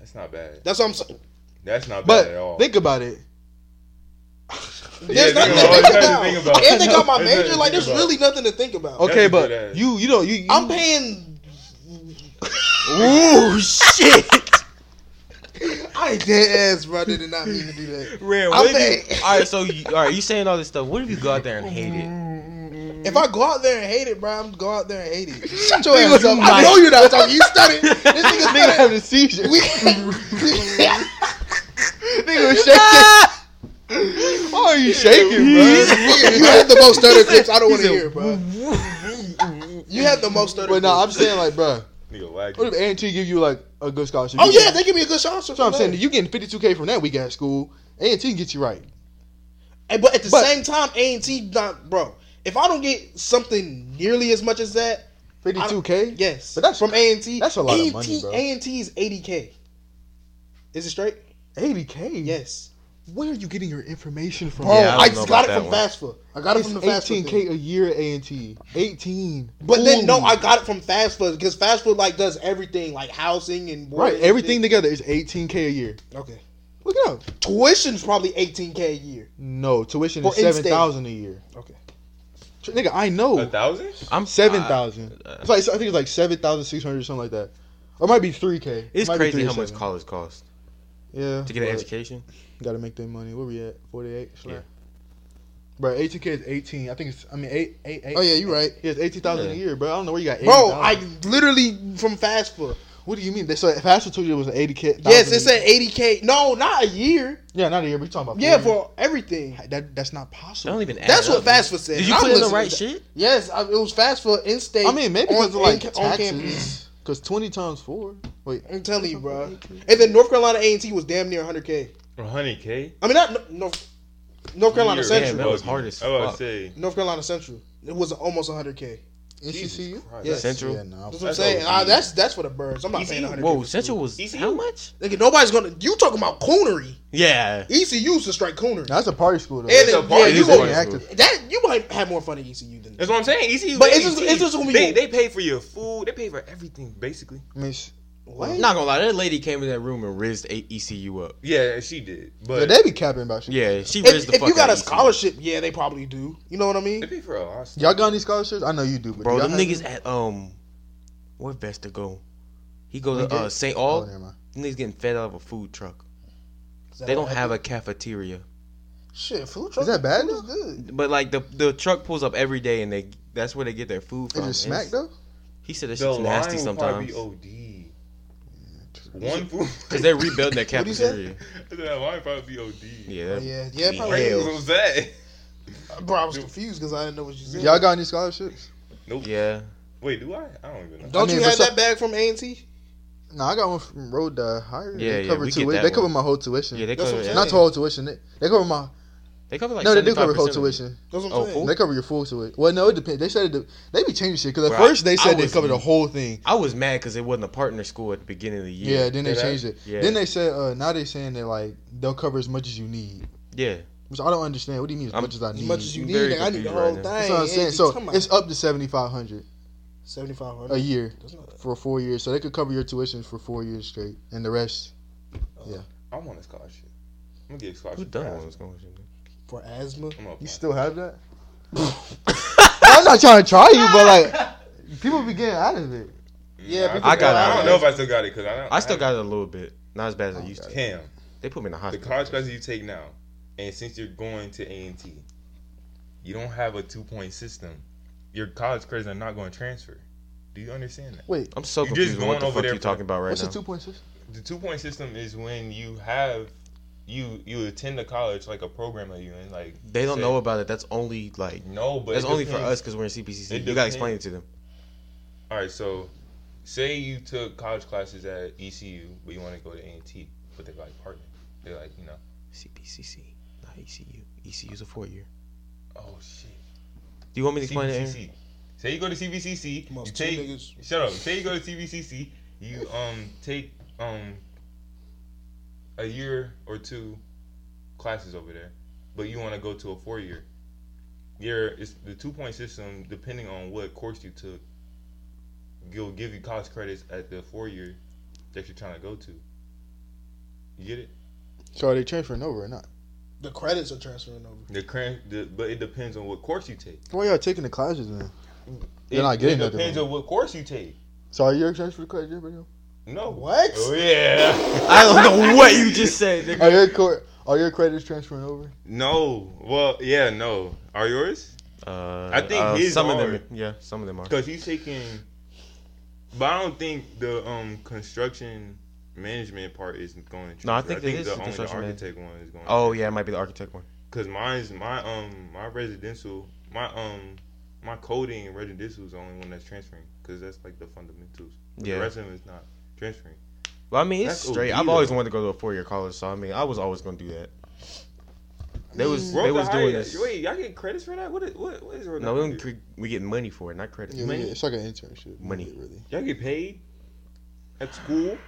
[SPEAKER 3] That's not bad.
[SPEAKER 1] That's what I'm saying.
[SPEAKER 3] That's not bad at all.
[SPEAKER 4] But think about it.
[SPEAKER 1] There's nothing
[SPEAKER 3] think about
[SPEAKER 1] to
[SPEAKER 3] it.
[SPEAKER 1] think
[SPEAKER 3] There's
[SPEAKER 1] about.
[SPEAKER 3] nothing to think about.
[SPEAKER 1] And they got my
[SPEAKER 3] There's nothing
[SPEAKER 1] major.
[SPEAKER 3] to
[SPEAKER 1] Like,
[SPEAKER 3] think
[SPEAKER 1] there's
[SPEAKER 3] about.
[SPEAKER 1] really nothing to think about.
[SPEAKER 4] Okay,
[SPEAKER 3] a good
[SPEAKER 4] but
[SPEAKER 3] ass.
[SPEAKER 4] you you don't you, you
[SPEAKER 1] I'm paying.
[SPEAKER 2] Ooh, shit.
[SPEAKER 1] I ain't dead ass, bro. I did not mean to do that.
[SPEAKER 2] Rare,
[SPEAKER 1] I'm
[SPEAKER 2] what if
[SPEAKER 1] saying-
[SPEAKER 2] you, all right, so you, all right, you saying all this stuff. What if you go out there and hate it?
[SPEAKER 1] If I go out there and hate it, bro, I'm gonna go out there and hate it. Shut your ass up. I
[SPEAKER 4] nice.
[SPEAKER 1] know you're not talking. You studied. This nigga
[SPEAKER 4] nigga
[SPEAKER 1] studied.
[SPEAKER 4] having a seizure.
[SPEAKER 1] We,
[SPEAKER 4] nigga was shaking. Why are you shaking, bro?
[SPEAKER 1] you had the most stutter clips. I don't want to hear, bro. You had the most stutter.
[SPEAKER 4] But no, I'm
[SPEAKER 1] clips.
[SPEAKER 4] saying like, bro,
[SPEAKER 3] Nigga wacky.
[SPEAKER 2] Oh,
[SPEAKER 4] what if A&T give you like a good scholarship?
[SPEAKER 1] Oh
[SPEAKER 4] You
[SPEAKER 1] yeah,
[SPEAKER 4] get-
[SPEAKER 1] they give me a good shot.
[SPEAKER 4] that's what I'm saying. You getting 52k from that week at school? A&T can get you right.
[SPEAKER 1] Hey, but at the
[SPEAKER 4] But-
[SPEAKER 1] same time, A and T not, bro. If I don't get something nearly as much as that,
[SPEAKER 4] 52k?
[SPEAKER 1] yes,
[SPEAKER 4] But that's
[SPEAKER 1] from A and T.
[SPEAKER 4] that's a lot of money, bro.
[SPEAKER 1] A and T is 80k. Is it straight?
[SPEAKER 4] 80k.
[SPEAKER 1] Yes.
[SPEAKER 4] Where are you getting your information from?
[SPEAKER 1] Bro,
[SPEAKER 2] Yeah, I
[SPEAKER 1] I,
[SPEAKER 2] don't know
[SPEAKER 1] just got it
[SPEAKER 2] about
[SPEAKER 1] from
[SPEAKER 2] that
[SPEAKER 1] FAFSA. I got it
[SPEAKER 4] It's
[SPEAKER 1] from the FAFSA. thing.
[SPEAKER 4] 18k a year at A&T. 18.
[SPEAKER 1] But then no,
[SPEAKER 4] Ooh.
[SPEAKER 1] I got it from fast food because fast food like does everything like housing and board
[SPEAKER 4] right
[SPEAKER 1] and
[SPEAKER 4] everything together is 18k a year.
[SPEAKER 1] shit. Okay,
[SPEAKER 4] Look it up.
[SPEAKER 1] tuition's probably eighteen k a year.
[SPEAKER 4] No, tuition
[SPEAKER 1] For
[SPEAKER 4] is
[SPEAKER 1] in-state.
[SPEAKER 4] 7,000 a year.
[SPEAKER 1] Okay,
[SPEAKER 4] Tr- Nigga, I know.
[SPEAKER 3] A thousand?
[SPEAKER 2] oh.
[SPEAKER 3] Ah,
[SPEAKER 2] I'm uh,
[SPEAKER 4] Seven
[SPEAKER 2] I-
[SPEAKER 4] thousand. It's like I think it's like seven thousand six hundred or something like that, or it might be three k.
[SPEAKER 2] It's crazy how much college costs
[SPEAKER 4] Yeah,
[SPEAKER 2] to get an
[SPEAKER 4] but
[SPEAKER 2] education.
[SPEAKER 4] Got to make that money. Where we at? Forty eight.
[SPEAKER 2] Yeah.
[SPEAKER 4] Bro, eighteen k is eighteen. I think it's. I mean, eight, eight, eight.
[SPEAKER 1] Oh, yeah, you right.
[SPEAKER 4] Yeah, it's eighteen thousand a
[SPEAKER 2] Yeah.
[SPEAKER 4] year, bro. I don't know where you got.
[SPEAKER 1] bro, I
[SPEAKER 4] 80,000.
[SPEAKER 1] literally from fast food.
[SPEAKER 4] What do you mean? They so if Ashley told you it was an eighty k.
[SPEAKER 1] Yes, it said 80k. No, not a year.
[SPEAKER 4] Yeah, not a year. We talking about
[SPEAKER 1] Yeah,
[SPEAKER 4] four years.
[SPEAKER 1] for everything.
[SPEAKER 4] Mm. that. That's not possible.
[SPEAKER 2] Don't even. Add
[SPEAKER 1] That's
[SPEAKER 2] it up,
[SPEAKER 1] what FAFSA
[SPEAKER 2] man.
[SPEAKER 1] said.
[SPEAKER 2] Did you
[SPEAKER 1] I'm
[SPEAKER 2] put in the
[SPEAKER 1] listening
[SPEAKER 2] right
[SPEAKER 1] to-
[SPEAKER 2] shit?
[SPEAKER 1] Yes, I, it was fast for in-state.
[SPEAKER 4] I mean, maybe because of like
[SPEAKER 1] in- on campus.
[SPEAKER 4] taxes. Because twenty times four. Wait,
[SPEAKER 1] I'm telling you, bro. And then North Carolina A&T was damn near 100k.
[SPEAKER 3] Hundred K.
[SPEAKER 1] I mean, not Nor- North North Carolina
[SPEAKER 3] Year.
[SPEAKER 1] Central.
[SPEAKER 2] Damn, that was hard as
[SPEAKER 3] I was about
[SPEAKER 2] fuck.
[SPEAKER 3] to say.
[SPEAKER 1] North Carolina Central. It was almost 100k.
[SPEAKER 4] NCCU.
[SPEAKER 1] Yes.
[SPEAKER 2] Central.
[SPEAKER 4] Yeah, no.
[SPEAKER 1] That's what I'm
[SPEAKER 3] That's
[SPEAKER 1] saying.
[SPEAKER 3] OD.
[SPEAKER 1] Ah, that's that's for the birds. I'm not saying 100.
[SPEAKER 2] Whoa, Central was
[SPEAKER 3] Easy.
[SPEAKER 2] how much?
[SPEAKER 1] Nigga, nobody's gonna. You talking about E coonery?
[SPEAKER 2] Yeah.
[SPEAKER 1] ECU should strike coonery.
[SPEAKER 4] That's a party school though.
[SPEAKER 1] and
[SPEAKER 3] a
[SPEAKER 1] then,
[SPEAKER 3] bar-
[SPEAKER 1] yeah,
[SPEAKER 3] it
[SPEAKER 1] you
[SPEAKER 3] is a
[SPEAKER 1] gonna,
[SPEAKER 3] bar.
[SPEAKER 4] active.
[SPEAKER 1] that you might have more fun at ECU than
[SPEAKER 3] That's what I'm saying. E Easy,
[SPEAKER 1] But it's just- it's just when we
[SPEAKER 3] they,
[SPEAKER 1] go-
[SPEAKER 3] they pay for your food. They pay for everything basically.
[SPEAKER 4] I mean, sh-
[SPEAKER 1] what?
[SPEAKER 2] Not gonna lie, that lady came in that room and rizzed a- ECU up.
[SPEAKER 3] Yeah, she did.
[SPEAKER 4] yeah,
[SPEAKER 3] But
[SPEAKER 4] they be capping about shit.
[SPEAKER 2] Yeah, she rizzed
[SPEAKER 1] If,
[SPEAKER 2] the
[SPEAKER 1] if
[SPEAKER 2] fuck
[SPEAKER 1] you
[SPEAKER 2] out
[SPEAKER 1] got a
[SPEAKER 2] of E ECU.
[SPEAKER 1] scholarship, yeah, they probably do. You know what I
[SPEAKER 3] they
[SPEAKER 1] mean?
[SPEAKER 3] pay for a lot. Of stuff.
[SPEAKER 4] Y'all got any scholarships? I know you do, but
[SPEAKER 2] bro,
[SPEAKER 4] do
[SPEAKER 2] them
[SPEAKER 4] y'all have-
[SPEAKER 2] niggas at um, where Vesta go? He goes
[SPEAKER 4] We
[SPEAKER 2] to uh,
[SPEAKER 4] did.
[SPEAKER 2] St.
[SPEAKER 4] Oh,
[SPEAKER 2] Aul.
[SPEAKER 4] never mind.
[SPEAKER 2] Them niggas getting fed out of a food truck. They don't have a cafeteria,
[SPEAKER 1] shit. Food truck
[SPEAKER 4] Is that bad
[SPEAKER 1] food is
[SPEAKER 4] though?
[SPEAKER 1] good.
[SPEAKER 2] but like the the truck pulls up every day and they that's where they get their food
[SPEAKER 4] Is
[SPEAKER 2] from.
[SPEAKER 4] it
[SPEAKER 2] And
[SPEAKER 4] smack
[SPEAKER 2] it's-
[SPEAKER 4] though?
[SPEAKER 2] He said it's
[SPEAKER 3] The
[SPEAKER 2] just nasty
[SPEAKER 3] line will probably
[SPEAKER 2] sometimes
[SPEAKER 3] be OD. One food.
[SPEAKER 2] because they're rebuilding their
[SPEAKER 1] What'd he say?
[SPEAKER 2] cafeteria.
[SPEAKER 3] That line probably be OD.
[SPEAKER 4] Oh,
[SPEAKER 2] Yeah,
[SPEAKER 1] Yeah, yeah, probably.
[SPEAKER 2] Hell.
[SPEAKER 1] is.
[SPEAKER 3] What was that?
[SPEAKER 1] Bro, I was confused because I didn't know what you said.
[SPEAKER 4] Y'all got any scholarships?
[SPEAKER 3] Nope.
[SPEAKER 2] yeah.
[SPEAKER 3] Wait, do I? I don't even know.
[SPEAKER 1] don't
[SPEAKER 4] I mean,
[SPEAKER 1] you have
[SPEAKER 4] for some-
[SPEAKER 1] that bag from A and T?
[SPEAKER 4] No, I got one from Road to Higher.
[SPEAKER 2] Yeah,
[SPEAKER 4] they
[SPEAKER 2] yeah,
[SPEAKER 4] cover
[SPEAKER 2] we
[SPEAKER 4] two.
[SPEAKER 2] get
[SPEAKER 4] They
[SPEAKER 2] that
[SPEAKER 4] cover
[SPEAKER 2] one.
[SPEAKER 4] my whole tuition.
[SPEAKER 2] Yeah, they
[SPEAKER 1] That's
[SPEAKER 2] cover.
[SPEAKER 1] what I'm
[SPEAKER 4] not
[SPEAKER 2] everything.
[SPEAKER 1] saying.
[SPEAKER 4] whole tuition. They, they cover my.
[SPEAKER 2] They cover like
[SPEAKER 4] no, they do cover
[SPEAKER 2] 75%
[SPEAKER 4] whole
[SPEAKER 2] of it.
[SPEAKER 4] tuition.
[SPEAKER 1] That's what I'm
[SPEAKER 2] Oh,
[SPEAKER 1] saying.
[SPEAKER 2] food?
[SPEAKER 4] They cover your full tuition. Well, no, it depends. They said it de- they be changing shit because at
[SPEAKER 2] Bro,
[SPEAKER 4] first they
[SPEAKER 2] I
[SPEAKER 4] said they
[SPEAKER 2] was-
[SPEAKER 4] covered the whole thing.
[SPEAKER 2] I was mad because it wasn't a partner school at the beginning of the
[SPEAKER 4] Yeah,
[SPEAKER 2] year.
[SPEAKER 4] then they
[SPEAKER 3] Yeah, that-
[SPEAKER 4] changed it.
[SPEAKER 2] yeah.
[SPEAKER 4] Then they said uh, now they saying that like they'll cover as much as you need,
[SPEAKER 2] Yeah,
[SPEAKER 4] which I don't understand. What do you mean as
[SPEAKER 2] I'm-
[SPEAKER 4] much as I
[SPEAKER 1] As
[SPEAKER 4] need?
[SPEAKER 1] much as you
[SPEAKER 2] I'm
[SPEAKER 1] need,
[SPEAKER 2] Mm, very
[SPEAKER 1] like, I need the
[SPEAKER 2] confused
[SPEAKER 1] whole
[SPEAKER 2] right
[SPEAKER 1] thing.
[SPEAKER 2] now.
[SPEAKER 4] That's what I'm saying. So it's up to seventy five hundred
[SPEAKER 1] seventy five hundred
[SPEAKER 4] a year
[SPEAKER 1] That's not-
[SPEAKER 4] for four years, so they could cover your tuition for four years straight, and the rest.
[SPEAKER 3] I want a scholarship. I'm gonna get a scholarship.
[SPEAKER 2] who done
[SPEAKER 3] for
[SPEAKER 2] one
[SPEAKER 3] asthma.
[SPEAKER 2] was going to?
[SPEAKER 1] for asthma.
[SPEAKER 3] I'm gonna
[SPEAKER 4] You
[SPEAKER 3] apply.
[SPEAKER 4] still have that? I'm not trying to try you, but like people be getting out of it.
[SPEAKER 1] Yeah,
[SPEAKER 3] I,
[SPEAKER 1] people
[SPEAKER 3] I got.
[SPEAKER 2] got
[SPEAKER 3] I
[SPEAKER 2] it.
[SPEAKER 3] don't know if I still got it because I don't.
[SPEAKER 2] I still got it a little bit, not as bad
[SPEAKER 4] Oh,
[SPEAKER 2] as I used to.
[SPEAKER 3] Cam,
[SPEAKER 2] They put me in the
[SPEAKER 3] the
[SPEAKER 2] hospital.
[SPEAKER 3] college classes you take now, and since you're going to A and T, you don't have a two point system. Your college credits are not going to transfer. Do you understand that?
[SPEAKER 4] Wait,
[SPEAKER 2] I'm so
[SPEAKER 3] You just
[SPEAKER 2] confused. with What
[SPEAKER 3] going
[SPEAKER 2] the
[SPEAKER 3] over
[SPEAKER 2] fuck
[SPEAKER 3] there
[SPEAKER 2] you
[SPEAKER 3] for-
[SPEAKER 2] talking about right
[SPEAKER 4] what's
[SPEAKER 2] now?
[SPEAKER 4] the two point six?
[SPEAKER 3] The two point system is when you have you you attend a college like a program that you in like.
[SPEAKER 2] they don't
[SPEAKER 3] say-
[SPEAKER 2] know about it. That's only like
[SPEAKER 3] No, but
[SPEAKER 2] that's
[SPEAKER 3] it
[SPEAKER 2] only for
[SPEAKER 3] depends.
[SPEAKER 2] us because we're in CPCC.
[SPEAKER 3] It
[SPEAKER 2] You gotta
[SPEAKER 3] depends.
[SPEAKER 2] explain it to them.
[SPEAKER 3] All right, so say you took college classes at ECU, but you want to go to A&T, but they're like partner. They're like, you know,
[SPEAKER 2] CPCC, not E ECU. ECU's a four year.
[SPEAKER 3] oh shit.
[SPEAKER 2] Do you want me to explain it? Aaron?
[SPEAKER 3] CVCC. Say you go to CVCC,
[SPEAKER 1] Come on,
[SPEAKER 3] you
[SPEAKER 1] two
[SPEAKER 3] take
[SPEAKER 1] niggas.
[SPEAKER 3] shut up. Say you go to CVCC, you um take um a year or two classes over there, but you want to go to a four year. Your it's the two point system depending on what course you took. You'll give you college credits at the four year that you're trying to go to. You get it?
[SPEAKER 4] So are they transferring over or not?
[SPEAKER 1] The credits are transferring over.
[SPEAKER 3] The current, the, but it depends on what course you take.
[SPEAKER 4] Why y'all taking the classes then?
[SPEAKER 3] It,
[SPEAKER 4] You're not getting
[SPEAKER 3] it
[SPEAKER 4] nothing
[SPEAKER 3] depends
[SPEAKER 4] from
[SPEAKER 3] on what course you take.
[SPEAKER 4] So are you transferring credit year, bro?
[SPEAKER 3] No.
[SPEAKER 1] What?
[SPEAKER 3] Oh yeah.
[SPEAKER 2] I don't know what you just said. Nigga.
[SPEAKER 4] Are your cor- are your credits transferring over?
[SPEAKER 3] No. Well, yeah, no. Are yours?
[SPEAKER 2] Uh,
[SPEAKER 3] I think
[SPEAKER 2] uh,
[SPEAKER 3] his
[SPEAKER 2] some of
[SPEAKER 3] are.
[SPEAKER 2] them. Yeah, some of them are.
[SPEAKER 3] Because he's taking. But I don't think the um construction management part is going. To
[SPEAKER 2] No, I
[SPEAKER 3] transfer.
[SPEAKER 2] think it is
[SPEAKER 3] the
[SPEAKER 2] the
[SPEAKER 3] only
[SPEAKER 2] construction man-
[SPEAKER 3] architect one is going.
[SPEAKER 2] Oh yeah, it might be the architect one.
[SPEAKER 3] Because mine's my um my residential my um my coding and residential is the only one that's transferring because that's like the fundamentals.
[SPEAKER 2] Yeah.
[SPEAKER 3] The rest of them is not transferring.
[SPEAKER 2] Well, I mean, it's
[SPEAKER 3] That's
[SPEAKER 2] straight.
[SPEAKER 3] OD,
[SPEAKER 2] I've always
[SPEAKER 3] though.
[SPEAKER 2] wanted to go to a four year college, so I mean, I was always gonna do that. They was
[SPEAKER 3] Road
[SPEAKER 2] they
[SPEAKER 3] to
[SPEAKER 2] was
[SPEAKER 3] hire-
[SPEAKER 2] doing this.
[SPEAKER 3] Wait, y'all get credits for that? What is what what is Road to
[SPEAKER 2] No, we
[SPEAKER 3] Hire
[SPEAKER 2] don't
[SPEAKER 3] do?
[SPEAKER 2] cre- we get money for it, not credit.
[SPEAKER 4] Yeah, we
[SPEAKER 3] Money.
[SPEAKER 4] get- it's like an internship.
[SPEAKER 2] Money.
[SPEAKER 4] really?
[SPEAKER 3] y'all get paid at school?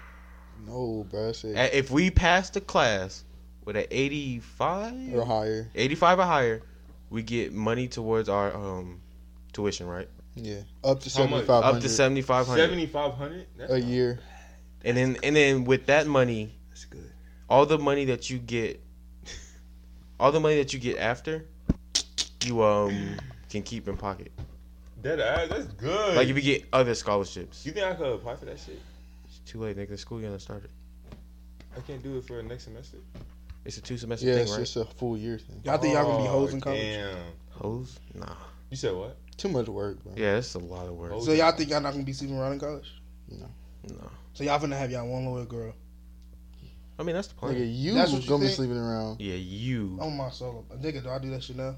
[SPEAKER 4] No, bro. I said
[SPEAKER 2] A- If we pass the class with an 85,
[SPEAKER 4] or higher.
[SPEAKER 2] 85 or higher, we get money towards our um tuition, right?
[SPEAKER 4] Yeah, up to
[SPEAKER 3] How much?
[SPEAKER 4] seventy five
[SPEAKER 2] Up to
[SPEAKER 4] hundred
[SPEAKER 2] 7500.
[SPEAKER 3] Seventy five hundred
[SPEAKER 4] a year.
[SPEAKER 2] And then and then with that money,
[SPEAKER 3] That's good.
[SPEAKER 2] all the money that you get all the money that you get after you um can keep in pocket.
[SPEAKER 3] Dead ass. That's good.
[SPEAKER 2] Like if you get other scholarships.
[SPEAKER 3] you think I could apply for that shit?
[SPEAKER 2] It's too late, nigga. The school year done started.
[SPEAKER 3] I can't do it for next semester.
[SPEAKER 2] It's a two semester
[SPEAKER 4] Yeah,
[SPEAKER 2] thing,
[SPEAKER 4] it's
[SPEAKER 2] right?
[SPEAKER 4] just a full year thing.
[SPEAKER 1] Y'all think y'all gonna be
[SPEAKER 3] Oh,
[SPEAKER 1] hoes in college?
[SPEAKER 3] Damn.
[SPEAKER 2] Hoes? Nah.
[SPEAKER 3] You said what?
[SPEAKER 4] Too much work, bro.
[SPEAKER 2] Yeah, that's a lot of work.
[SPEAKER 3] Hoes?
[SPEAKER 1] So y'all think y'all not gonna be sleeping around in college?
[SPEAKER 2] No.
[SPEAKER 1] So y'all finna have y'all one little girl.
[SPEAKER 2] I mean, that's the point.
[SPEAKER 4] Nigga, you
[SPEAKER 1] That's what you
[SPEAKER 4] gonna be
[SPEAKER 1] think?
[SPEAKER 4] sleeping around.
[SPEAKER 2] Yeah, you.
[SPEAKER 1] Oh my soul, nigga, do I do that shit now?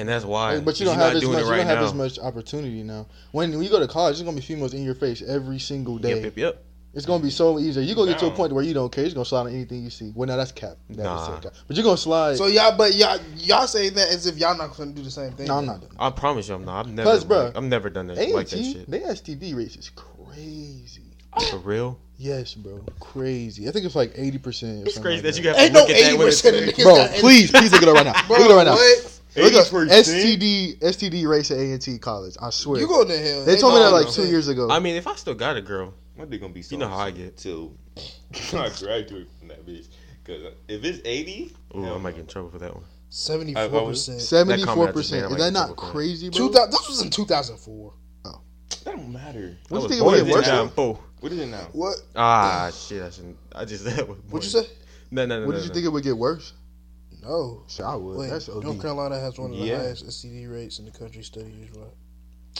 [SPEAKER 2] And that's why.
[SPEAKER 4] Like, but you
[SPEAKER 2] You're
[SPEAKER 4] don't have
[SPEAKER 2] not
[SPEAKER 4] as
[SPEAKER 2] doing
[SPEAKER 4] much.
[SPEAKER 2] it
[SPEAKER 4] you
[SPEAKER 2] right
[SPEAKER 4] don't have
[SPEAKER 2] now.
[SPEAKER 4] as much opportunity now. When we go to college, there's gonna be females in your face every single day.
[SPEAKER 2] Yep, yep, yep.
[SPEAKER 4] It's gonna be so easy. You are gonna get to a
[SPEAKER 3] No.
[SPEAKER 4] point where you don't care. You're gonna slide on anything you see. Well, now that's cap. That is
[SPEAKER 2] Nah.
[SPEAKER 4] cap. But you're gonna slide.
[SPEAKER 1] So y'all, but y'all, y'all say that as if y'all not gonna do the same thing.
[SPEAKER 4] no, I'm not doing that.
[SPEAKER 2] I promise you, I'm not. I've never.
[SPEAKER 4] Plus, bruh,
[SPEAKER 2] like, I've never done that
[SPEAKER 4] AT,
[SPEAKER 2] like that shit.
[SPEAKER 4] they STD rates is crazy.
[SPEAKER 2] For real.
[SPEAKER 4] Yes, bro, crazy. I think it's like eighty percent.
[SPEAKER 2] It's crazy that you have
[SPEAKER 1] Ain't
[SPEAKER 2] to
[SPEAKER 1] no
[SPEAKER 2] look at that
[SPEAKER 1] eighty
[SPEAKER 2] when
[SPEAKER 1] percent of
[SPEAKER 2] it's
[SPEAKER 1] niggas.
[SPEAKER 4] Bro,
[SPEAKER 1] got-
[SPEAKER 4] please, please look it up right now.
[SPEAKER 1] bro,
[SPEAKER 4] look it up right now.
[SPEAKER 1] what?
[SPEAKER 4] Look up
[SPEAKER 3] 80%?
[SPEAKER 4] STD STD rates at A and T college. I swear.
[SPEAKER 1] You go to hell.
[SPEAKER 4] they told me that
[SPEAKER 1] know I'm
[SPEAKER 4] like two
[SPEAKER 1] saying.
[SPEAKER 4] years ago.
[SPEAKER 2] I mean, if I still got a girl,
[SPEAKER 3] My dick gonna be so
[SPEAKER 2] You know how I get.
[SPEAKER 3] till I graduate from that bitch. Cause if it's eighty,
[SPEAKER 2] ooh,
[SPEAKER 3] hell
[SPEAKER 2] I might
[SPEAKER 3] no.
[SPEAKER 2] get in trouble for that one.
[SPEAKER 3] I've
[SPEAKER 1] Seventy-four
[SPEAKER 3] always-
[SPEAKER 1] percent.
[SPEAKER 4] Seventy
[SPEAKER 2] just
[SPEAKER 4] four
[SPEAKER 2] made,
[SPEAKER 4] percent. Is
[SPEAKER 2] like,
[SPEAKER 4] that not
[SPEAKER 2] triple
[SPEAKER 4] crazy, bro?
[SPEAKER 1] Two thousand. This was in two thousand four.
[SPEAKER 3] That don't matter.
[SPEAKER 4] What
[SPEAKER 2] I
[SPEAKER 4] you
[SPEAKER 2] was
[SPEAKER 4] think it
[SPEAKER 2] born
[SPEAKER 4] would
[SPEAKER 2] in
[SPEAKER 4] get worse?
[SPEAKER 2] 2004.
[SPEAKER 3] What is it now?
[SPEAKER 1] What?
[SPEAKER 2] Ah, shit! I shouldn't. I just that was.
[SPEAKER 1] What you
[SPEAKER 2] born.
[SPEAKER 1] say?
[SPEAKER 2] No, no, no.
[SPEAKER 4] What
[SPEAKER 2] no,
[SPEAKER 4] did you
[SPEAKER 2] no.
[SPEAKER 4] think it would get worse?
[SPEAKER 1] No.
[SPEAKER 4] Shit, I would.
[SPEAKER 1] Wait,
[SPEAKER 4] That's
[SPEAKER 1] North
[SPEAKER 4] OD.
[SPEAKER 1] Carolina has one of the
[SPEAKER 3] Yeah.
[SPEAKER 1] highest STD rates in the country. Studies right.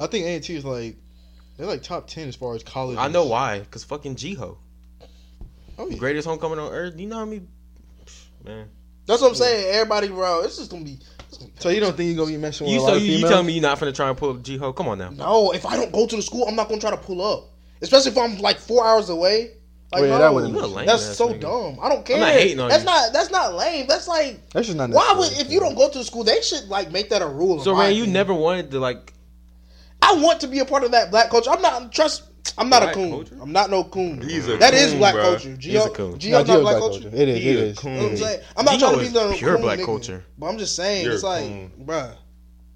[SPEAKER 4] I think A and T is like they're like top ten as far as college.
[SPEAKER 2] I know why. Cause fucking Jiho,
[SPEAKER 4] Oh, yeah.
[SPEAKER 2] greatest homecoming on earth. You know how many? pff, Man,
[SPEAKER 1] That's what I'm saying. Everybody, bro, it's just gonna be.
[SPEAKER 4] So you don't think you're gonna be messing with
[SPEAKER 2] you
[SPEAKER 4] a
[SPEAKER 2] so
[SPEAKER 4] lot of
[SPEAKER 2] you, you
[SPEAKER 4] females?
[SPEAKER 2] tell me you're not finna try and pull up Jiho? Come on now.
[SPEAKER 1] No, if I don't go to the school, I'm not gonna try to pull up. Especially if I'm like four hours away. Like,
[SPEAKER 4] Oh, yeah,
[SPEAKER 1] no,
[SPEAKER 4] that would've
[SPEAKER 2] been- You a lame
[SPEAKER 1] that's
[SPEAKER 2] ass
[SPEAKER 1] so
[SPEAKER 2] nigga.
[SPEAKER 1] dumb. I don't care.
[SPEAKER 2] hating on
[SPEAKER 1] that's
[SPEAKER 2] you.
[SPEAKER 1] not that's not lame. That's like
[SPEAKER 4] That's just not.
[SPEAKER 1] why would
[SPEAKER 4] necessary.
[SPEAKER 1] if you don't go to the school, they should like make that a rule. in
[SPEAKER 2] So
[SPEAKER 1] my
[SPEAKER 2] Rand, you
[SPEAKER 1] opinion.
[SPEAKER 2] never wanted to like.
[SPEAKER 1] I want to be a part of that black culture. I'm not trust. I'm not a
[SPEAKER 2] Black
[SPEAKER 1] coon.
[SPEAKER 2] culture?
[SPEAKER 1] I'm not no coon. That
[SPEAKER 3] He's
[SPEAKER 1] is
[SPEAKER 3] a coon,
[SPEAKER 1] black
[SPEAKER 3] bruh.
[SPEAKER 1] culture.
[SPEAKER 2] He's a
[SPEAKER 1] Geo,
[SPEAKER 2] coon.
[SPEAKER 1] Geo,
[SPEAKER 4] No,
[SPEAKER 1] not black culture.
[SPEAKER 4] It is.
[SPEAKER 3] He
[SPEAKER 4] It
[SPEAKER 3] a
[SPEAKER 4] is.
[SPEAKER 3] coon.
[SPEAKER 1] You know what I'm
[SPEAKER 3] Mm.
[SPEAKER 1] saying? I'm not
[SPEAKER 2] Geo
[SPEAKER 1] trying to be
[SPEAKER 2] is
[SPEAKER 1] no
[SPEAKER 2] pure
[SPEAKER 1] coon
[SPEAKER 2] black
[SPEAKER 1] nigga,
[SPEAKER 2] culture.
[SPEAKER 1] But I'm just saying,
[SPEAKER 3] You're
[SPEAKER 1] it's
[SPEAKER 3] a
[SPEAKER 1] like,
[SPEAKER 3] coon.
[SPEAKER 1] bruh.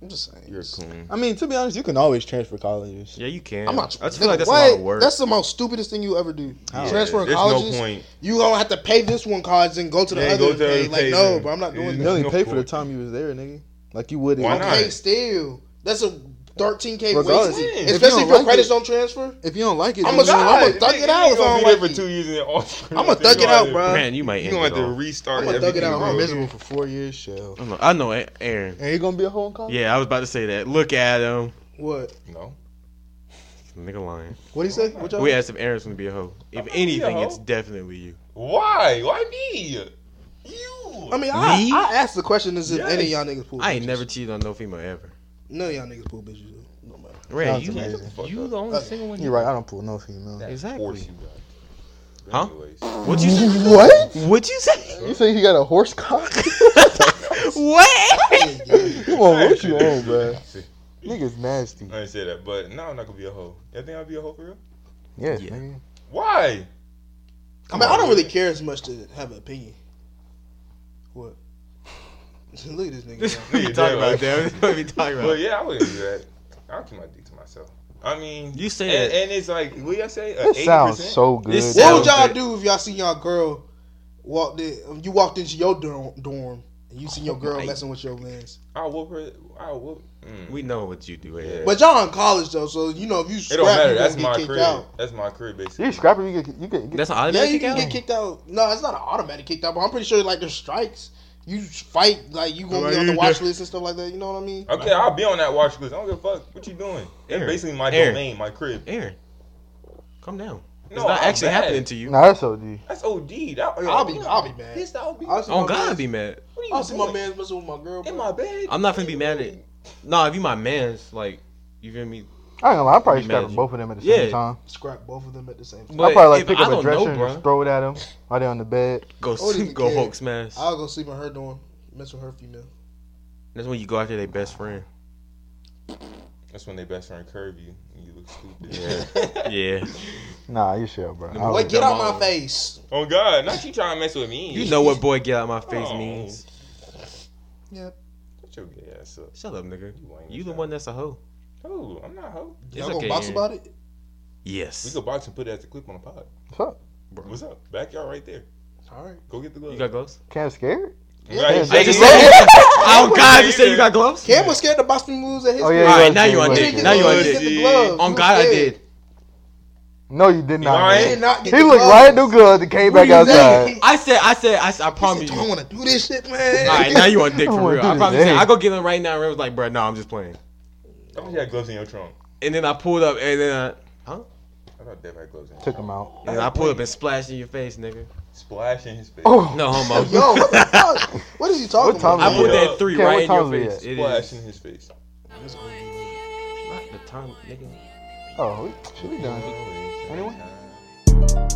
[SPEAKER 1] I'm just saying.
[SPEAKER 3] You're a coon.
[SPEAKER 4] I mean, to be honest, you can always transfer colleges.
[SPEAKER 2] Yeah, you can.
[SPEAKER 1] I'm not.
[SPEAKER 2] I just feel like that's
[SPEAKER 1] what?
[SPEAKER 2] a lot of work.
[SPEAKER 1] That's the most stupidest thing you ever do.
[SPEAKER 4] How?
[SPEAKER 1] Transfer
[SPEAKER 3] There's
[SPEAKER 1] colleges.
[SPEAKER 3] no point.
[SPEAKER 1] You gonna have to pay this one college and go to the
[SPEAKER 3] Yeah,
[SPEAKER 1] other
[SPEAKER 3] go to the
[SPEAKER 1] pay.
[SPEAKER 3] other
[SPEAKER 1] Like
[SPEAKER 3] page
[SPEAKER 1] no,
[SPEAKER 3] and-
[SPEAKER 1] but I'm not doing
[SPEAKER 4] You
[SPEAKER 1] that.
[SPEAKER 3] Yeah.
[SPEAKER 4] only
[SPEAKER 3] No
[SPEAKER 4] pay for the
[SPEAKER 3] point.
[SPEAKER 4] time you was there, nigga. Like you would.
[SPEAKER 3] Why
[SPEAKER 4] if-
[SPEAKER 3] not?
[SPEAKER 1] Okay, still that's a 13k
[SPEAKER 4] Regardless,
[SPEAKER 1] waste.
[SPEAKER 4] if you
[SPEAKER 1] Especially
[SPEAKER 4] don't
[SPEAKER 1] if your
[SPEAKER 4] like
[SPEAKER 1] credits
[SPEAKER 4] it-
[SPEAKER 1] don't transfer.
[SPEAKER 4] If you don't like it,
[SPEAKER 1] I'm
[SPEAKER 4] then
[SPEAKER 1] a-
[SPEAKER 4] you-
[SPEAKER 1] I'ma
[SPEAKER 3] Nigga,
[SPEAKER 1] thug it
[SPEAKER 3] you
[SPEAKER 1] out if
[SPEAKER 3] gonna
[SPEAKER 1] I don't
[SPEAKER 3] be there
[SPEAKER 1] like
[SPEAKER 3] for
[SPEAKER 1] it.
[SPEAKER 3] two years and all-
[SPEAKER 1] I'ma thug
[SPEAKER 3] You
[SPEAKER 1] it out,
[SPEAKER 3] gonna-
[SPEAKER 1] bruh.
[SPEAKER 2] Man, you might
[SPEAKER 3] You
[SPEAKER 2] end
[SPEAKER 3] gonna
[SPEAKER 2] it
[SPEAKER 3] have to
[SPEAKER 2] all.
[SPEAKER 3] restart.
[SPEAKER 1] I'm gonna thug it
[SPEAKER 3] everything,
[SPEAKER 1] out.
[SPEAKER 4] I'm
[SPEAKER 1] bro.
[SPEAKER 4] miserable for four years, shell.
[SPEAKER 2] I know- I know A- Aaron.
[SPEAKER 4] And you gonna be a whole college?
[SPEAKER 2] Yeah, I was about to say that. Look at him.
[SPEAKER 1] What?
[SPEAKER 3] No.
[SPEAKER 2] Nigga lying.
[SPEAKER 4] What do you say? What y'all?
[SPEAKER 2] We asked if Aaron's gonna be a hoe. If
[SPEAKER 3] not gonna be a
[SPEAKER 2] anything,
[SPEAKER 3] hoe.
[SPEAKER 2] it's definitely you.
[SPEAKER 3] Why? Why me? You.
[SPEAKER 1] I mean, I,
[SPEAKER 2] Me?
[SPEAKER 1] I asked the question as if
[SPEAKER 3] Yes.
[SPEAKER 1] any of y'all niggas pool.
[SPEAKER 2] I ain't
[SPEAKER 1] bitches.
[SPEAKER 2] never cheated on no female ever.
[SPEAKER 1] None of y'all niggas pool bitches. Though. No matter.
[SPEAKER 2] Rand,
[SPEAKER 4] Sounds
[SPEAKER 2] you
[SPEAKER 4] amazing.
[SPEAKER 2] you the only single one.
[SPEAKER 4] You're right. I don't pull no female.
[SPEAKER 2] Exactly.
[SPEAKER 3] Force you back. But
[SPEAKER 2] Huh?
[SPEAKER 3] Anyways,
[SPEAKER 2] What you say?
[SPEAKER 4] What?
[SPEAKER 2] What you say?
[SPEAKER 4] You say you got a horse cock?
[SPEAKER 2] What?
[SPEAKER 4] Come on, what you on, bro? Niggas nasty.
[SPEAKER 3] I didn't say that, but now I'm not gonna be a hoe. Y'all think I'll be a hoe for real?
[SPEAKER 4] Yeah,
[SPEAKER 2] Yeah.
[SPEAKER 4] nigga.
[SPEAKER 3] Why?
[SPEAKER 1] I mean, I don't really care as much to have an opinion. What? Look at this
[SPEAKER 2] This
[SPEAKER 1] nigga.
[SPEAKER 2] is
[SPEAKER 1] bro.
[SPEAKER 2] what we talking about, damn. This is what we talking
[SPEAKER 3] But
[SPEAKER 2] about.
[SPEAKER 3] yeah, I wouldn't do that. I'll keep my dick to myself. I mean,
[SPEAKER 2] You say
[SPEAKER 3] and,
[SPEAKER 2] that.
[SPEAKER 3] and it's like, what y'all say?
[SPEAKER 4] That sounds so good.
[SPEAKER 1] What
[SPEAKER 2] This sounds-
[SPEAKER 1] would y'all do if y'all seen y'all girl walked in? um, You walked into your dorm, dorm and you seen
[SPEAKER 3] Oh,
[SPEAKER 1] your girl
[SPEAKER 2] my-
[SPEAKER 1] messing with your lens.
[SPEAKER 3] I whoop her. I whoop. Mm.
[SPEAKER 2] We know what you do, Aaron.
[SPEAKER 1] But y'all in college though, so you know if you
[SPEAKER 3] It
[SPEAKER 1] scrap,
[SPEAKER 3] don't matter.
[SPEAKER 1] you
[SPEAKER 3] That's
[SPEAKER 1] gonna get
[SPEAKER 3] my
[SPEAKER 1] kicked
[SPEAKER 3] career.
[SPEAKER 1] out.
[SPEAKER 3] That's my career, basically.
[SPEAKER 4] You scrapper, you get you get. You get
[SPEAKER 2] That's an
[SPEAKER 1] Yeah,
[SPEAKER 2] automatic
[SPEAKER 1] you can
[SPEAKER 2] out.
[SPEAKER 1] get kicked out. No, it's not an automatic kicked out, but I'm pretty sure like there's strikes. You fight like you gonna
[SPEAKER 2] Right,
[SPEAKER 1] be on the
[SPEAKER 2] you
[SPEAKER 1] watch
[SPEAKER 2] just-
[SPEAKER 1] list and stuff like that. You know what I mean?
[SPEAKER 3] Okay, I'll be on that watch list. I don't give a fuck. What you doing? That's
[SPEAKER 2] Aaron.
[SPEAKER 3] basically my
[SPEAKER 2] Aaron.
[SPEAKER 3] domain, my crib.
[SPEAKER 2] Aaron, calm down. It's
[SPEAKER 3] No,
[SPEAKER 2] not
[SPEAKER 3] I'm
[SPEAKER 2] actually
[SPEAKER 3] bad.
[SPEAKER 2] happening to you.
[SPEAKER 4] nah, that's OD.
[SPEAKER 3] That's OD. That,
[SPEAKER 1] I'll be- I'll be mad.
[SPEAKER 3] Pissed, I'll be.
[SPEAKER 1] I'll see
[SPEAKER 2] Oh
[SPEAKER 1] my
[SPEAKER 2] God,
[SPEAKER 1] mans-
[SPEAKER 2] be mad.
[SPEAKER 3] What are you
[SPEAKER 1] I'll see my
[SPEAKER 3] doing?
[SPEAKER 1] man messing with my girl. bro.
[SPEAKER 3] in my bed.
[SPEAKER 2] I'm not finna be mad at. Nah, if you my man's, like, you feel me?
[SPEAKER 4] I ain't gonna lie. I probably
[SPEAKER 2] Be mad
[SPEAKER 4] scrap
[SPEAKER 2] at you.
[SPEAKER 4] both of them at the
[SPEAKER 2] Yeah.
[SPEAKER 4] same time.
[SPEAKER 1] Scrap both of them at the same time.
[SPEAKER 2] But
[SPEAKER 4] I probably like
[SPEAKER 2] if
[SPEAKER 4] pick
[SPEAKER 2] I
[SPEAKER 4] up a
[SPEAKER 2] don't know,
[SPEAKER 4] dresser and
[SPEAKER 2] bruh.
[SPEAKER 4] just throw it at them while they on the bed.
[SPEAKER 2] Go,
[SPEAKER 1] I wouldn't even
[SPEAKER 2] go
[SPEAKER 1] care.
[SPEAKER 2] Hulk smash.
[SPEAKER 1] I'll go sleep in her dorm, mess with her female.
[SPEAKER 2] That's when you go after their best friend.
[SPEAKER 3] That's when they best friend curve you and you look stupid.
[SPEAKER 2] Yeah,
[SPEAKER 4] Nah, you sure, bro. I
[SPEAKER 2] Wait,
[SPEAKER 1] Wait,
[SPEAKER 4] don't-
[SPEAKER 1] get
[SPEAKER 2] come
[SPEAKER 1] out my
[SPEAKER 2] on.
[SPEAKER 1] face.
[SPEAKER 3] oh God, not you trying to mess with me.
[SPEAKER 2] you know what "boy, get out my face"
[SPEAKER 3] Oh.
[SPEAKER 2] means.
[SPEAKER 3] Shut your gay ass up.
[SPEAKER 2] Shut up, nigga.
[SPEAKER 3] lame
[SPEAKER 2] You the
[SPEAKER 3] as hell.
[SPEAKER 2] one that's a hoe.
[SPEAKER 3] Oh, I'm not hoe.
[SPEAKER 2] It's
[SPEAKER 1] Y'all gonna
[SPEAKER 2] okay,
[SPEAKER 1] box
[SPEAKER 2] Aaron.
[SPEAKER 1] about it?
[SPEAKER 3] We
[SPEAKER 2] Yes.
[SPEAKER 3] could box and put it as a clip on the pod.
[SPEAKER 4] What's up?
[SPEAKER 3] What's up? Backyard right there.
[SPEAKER 1] All right.
[SPEAKER 3] Go get the gloves.
[SPEAKER 2] You got gloves?
[SPEAKER 4] Cam scared?
[SPEAKER 3] Right.
[SPEAKER 4] Hey,
[SPEAKER 2] I
[SPEAKER 4] you
[SPEAKER 2] just
[SPEAKER 4] know-
[SPEAKER 2] said. Oh God, you said you got gloves?
[SPEAKER 1] Cam was scared to Boston moves at his.
[SPEAKER 4] Oh
[SPEAKER 1] crib.
[SPEAKER 4] yeah.
[SPEAKER 2] Alright,
[SPEAKER 4] he was,
[SPEAKER 2] now
[SPEAKER 4] he
[SPEAKER 2] you
[SPEAKER 4] was.
[SPEAKER 2] on dick.
[SPEAKER 1] Didn't get
[SPEAKER 2] Now you
[SPEAKER 1] gloves,
[SPEAKER 2] on
[SPEAKER 1] didn't
[SPEAKER 2] dick.
[SPEAKER 1] get gloves.
[SPEAKER 2] On
[SPEAKER 1] You
[SPEAKER 2] God, I
[SPEAKER 1] scared.
[SPEAKER 2] did.
[SPEAKER 4] No, you did not.
[SPEAKER 3] lying?
[SPEAKER 1] He did not
[SPEAKER 4] He
[SPEAKER 1] get the
[SPEAKER 4] looked
[SPEAKER 1] gloves.
[SPEAKER 4] right at the good and came
[SPEAKER 1] What
[SPEAKER 4] back
[SPEAKER 1] do you
[SPEAKER 4] outside.
[SPEAKER 1] think?
[SPEAKER 2] I said. I said. I, said, I
[SPEAKER 1] I
[SPEAKER 2] promise
[SPEAKER 1] said,
[SPEAKER 2] you.
[SPEAKER 1] don't
[SPEAKER 2] All
[SPEAKER 1] want to do this shit, man.
[SPEAKER 2] right, now you on dick
[SPEAKER 4] I
[SPEAKER 2] for
[SPEAKER 4] wanna
[SPEAKER 2] real.
[SPEAKER 4] do
[SPEAKER 2] I
[SPEAKER 4] this
[SPEAKER 2] promise. you,
[SPEAKER 4] thing.
[SPEAKER 2] I go get him right now. And Ray was like, "Bro, no, I'm just playing."
[SPEAKER 3] I wish you had gloves in your trunk.
[SPEAKER 2] And then I pulled up, and then I,
[SPEAKER 3] I thought Dev had gloves. in his
[SPEAKER 4] Took
[SPEAKER 3] hand.
[SPEAKER 4] him out.
[SPEAKER 2] uh, And I pull up and splash in your face, nigga.
[SPEAKER 3] Splash in his face.
[SPEAKER 4] Oh,
[SPEAKER 2] No homo.
[SPEAKER 1] Yo, what the fuck? What is he talking
[SPEAKER 4] What
[SPEAKER 1] about?
[SPEAKER 4] time
[SPEAKER 2] I put
[SPEAKER 3] Yeah.
[SPEAKER 2] that three
[SPEAKER 4] Okay,
[SPEAKER 2] right in
[SPEAKER 4] what
[SPEAKER 2] your
[SPEAKER 4] time is
[SPEAKER 2] face.
[SPEAKER 4] it?
[SPEAKER 2] It
[SPEAKER 3] Splash
[SPEAKER 2] is
[SPEAKER 3] in his face.
[SPEAKER 2] not the time, nigga.
[SPEAKER 4] oh, we- should be done. Anyone?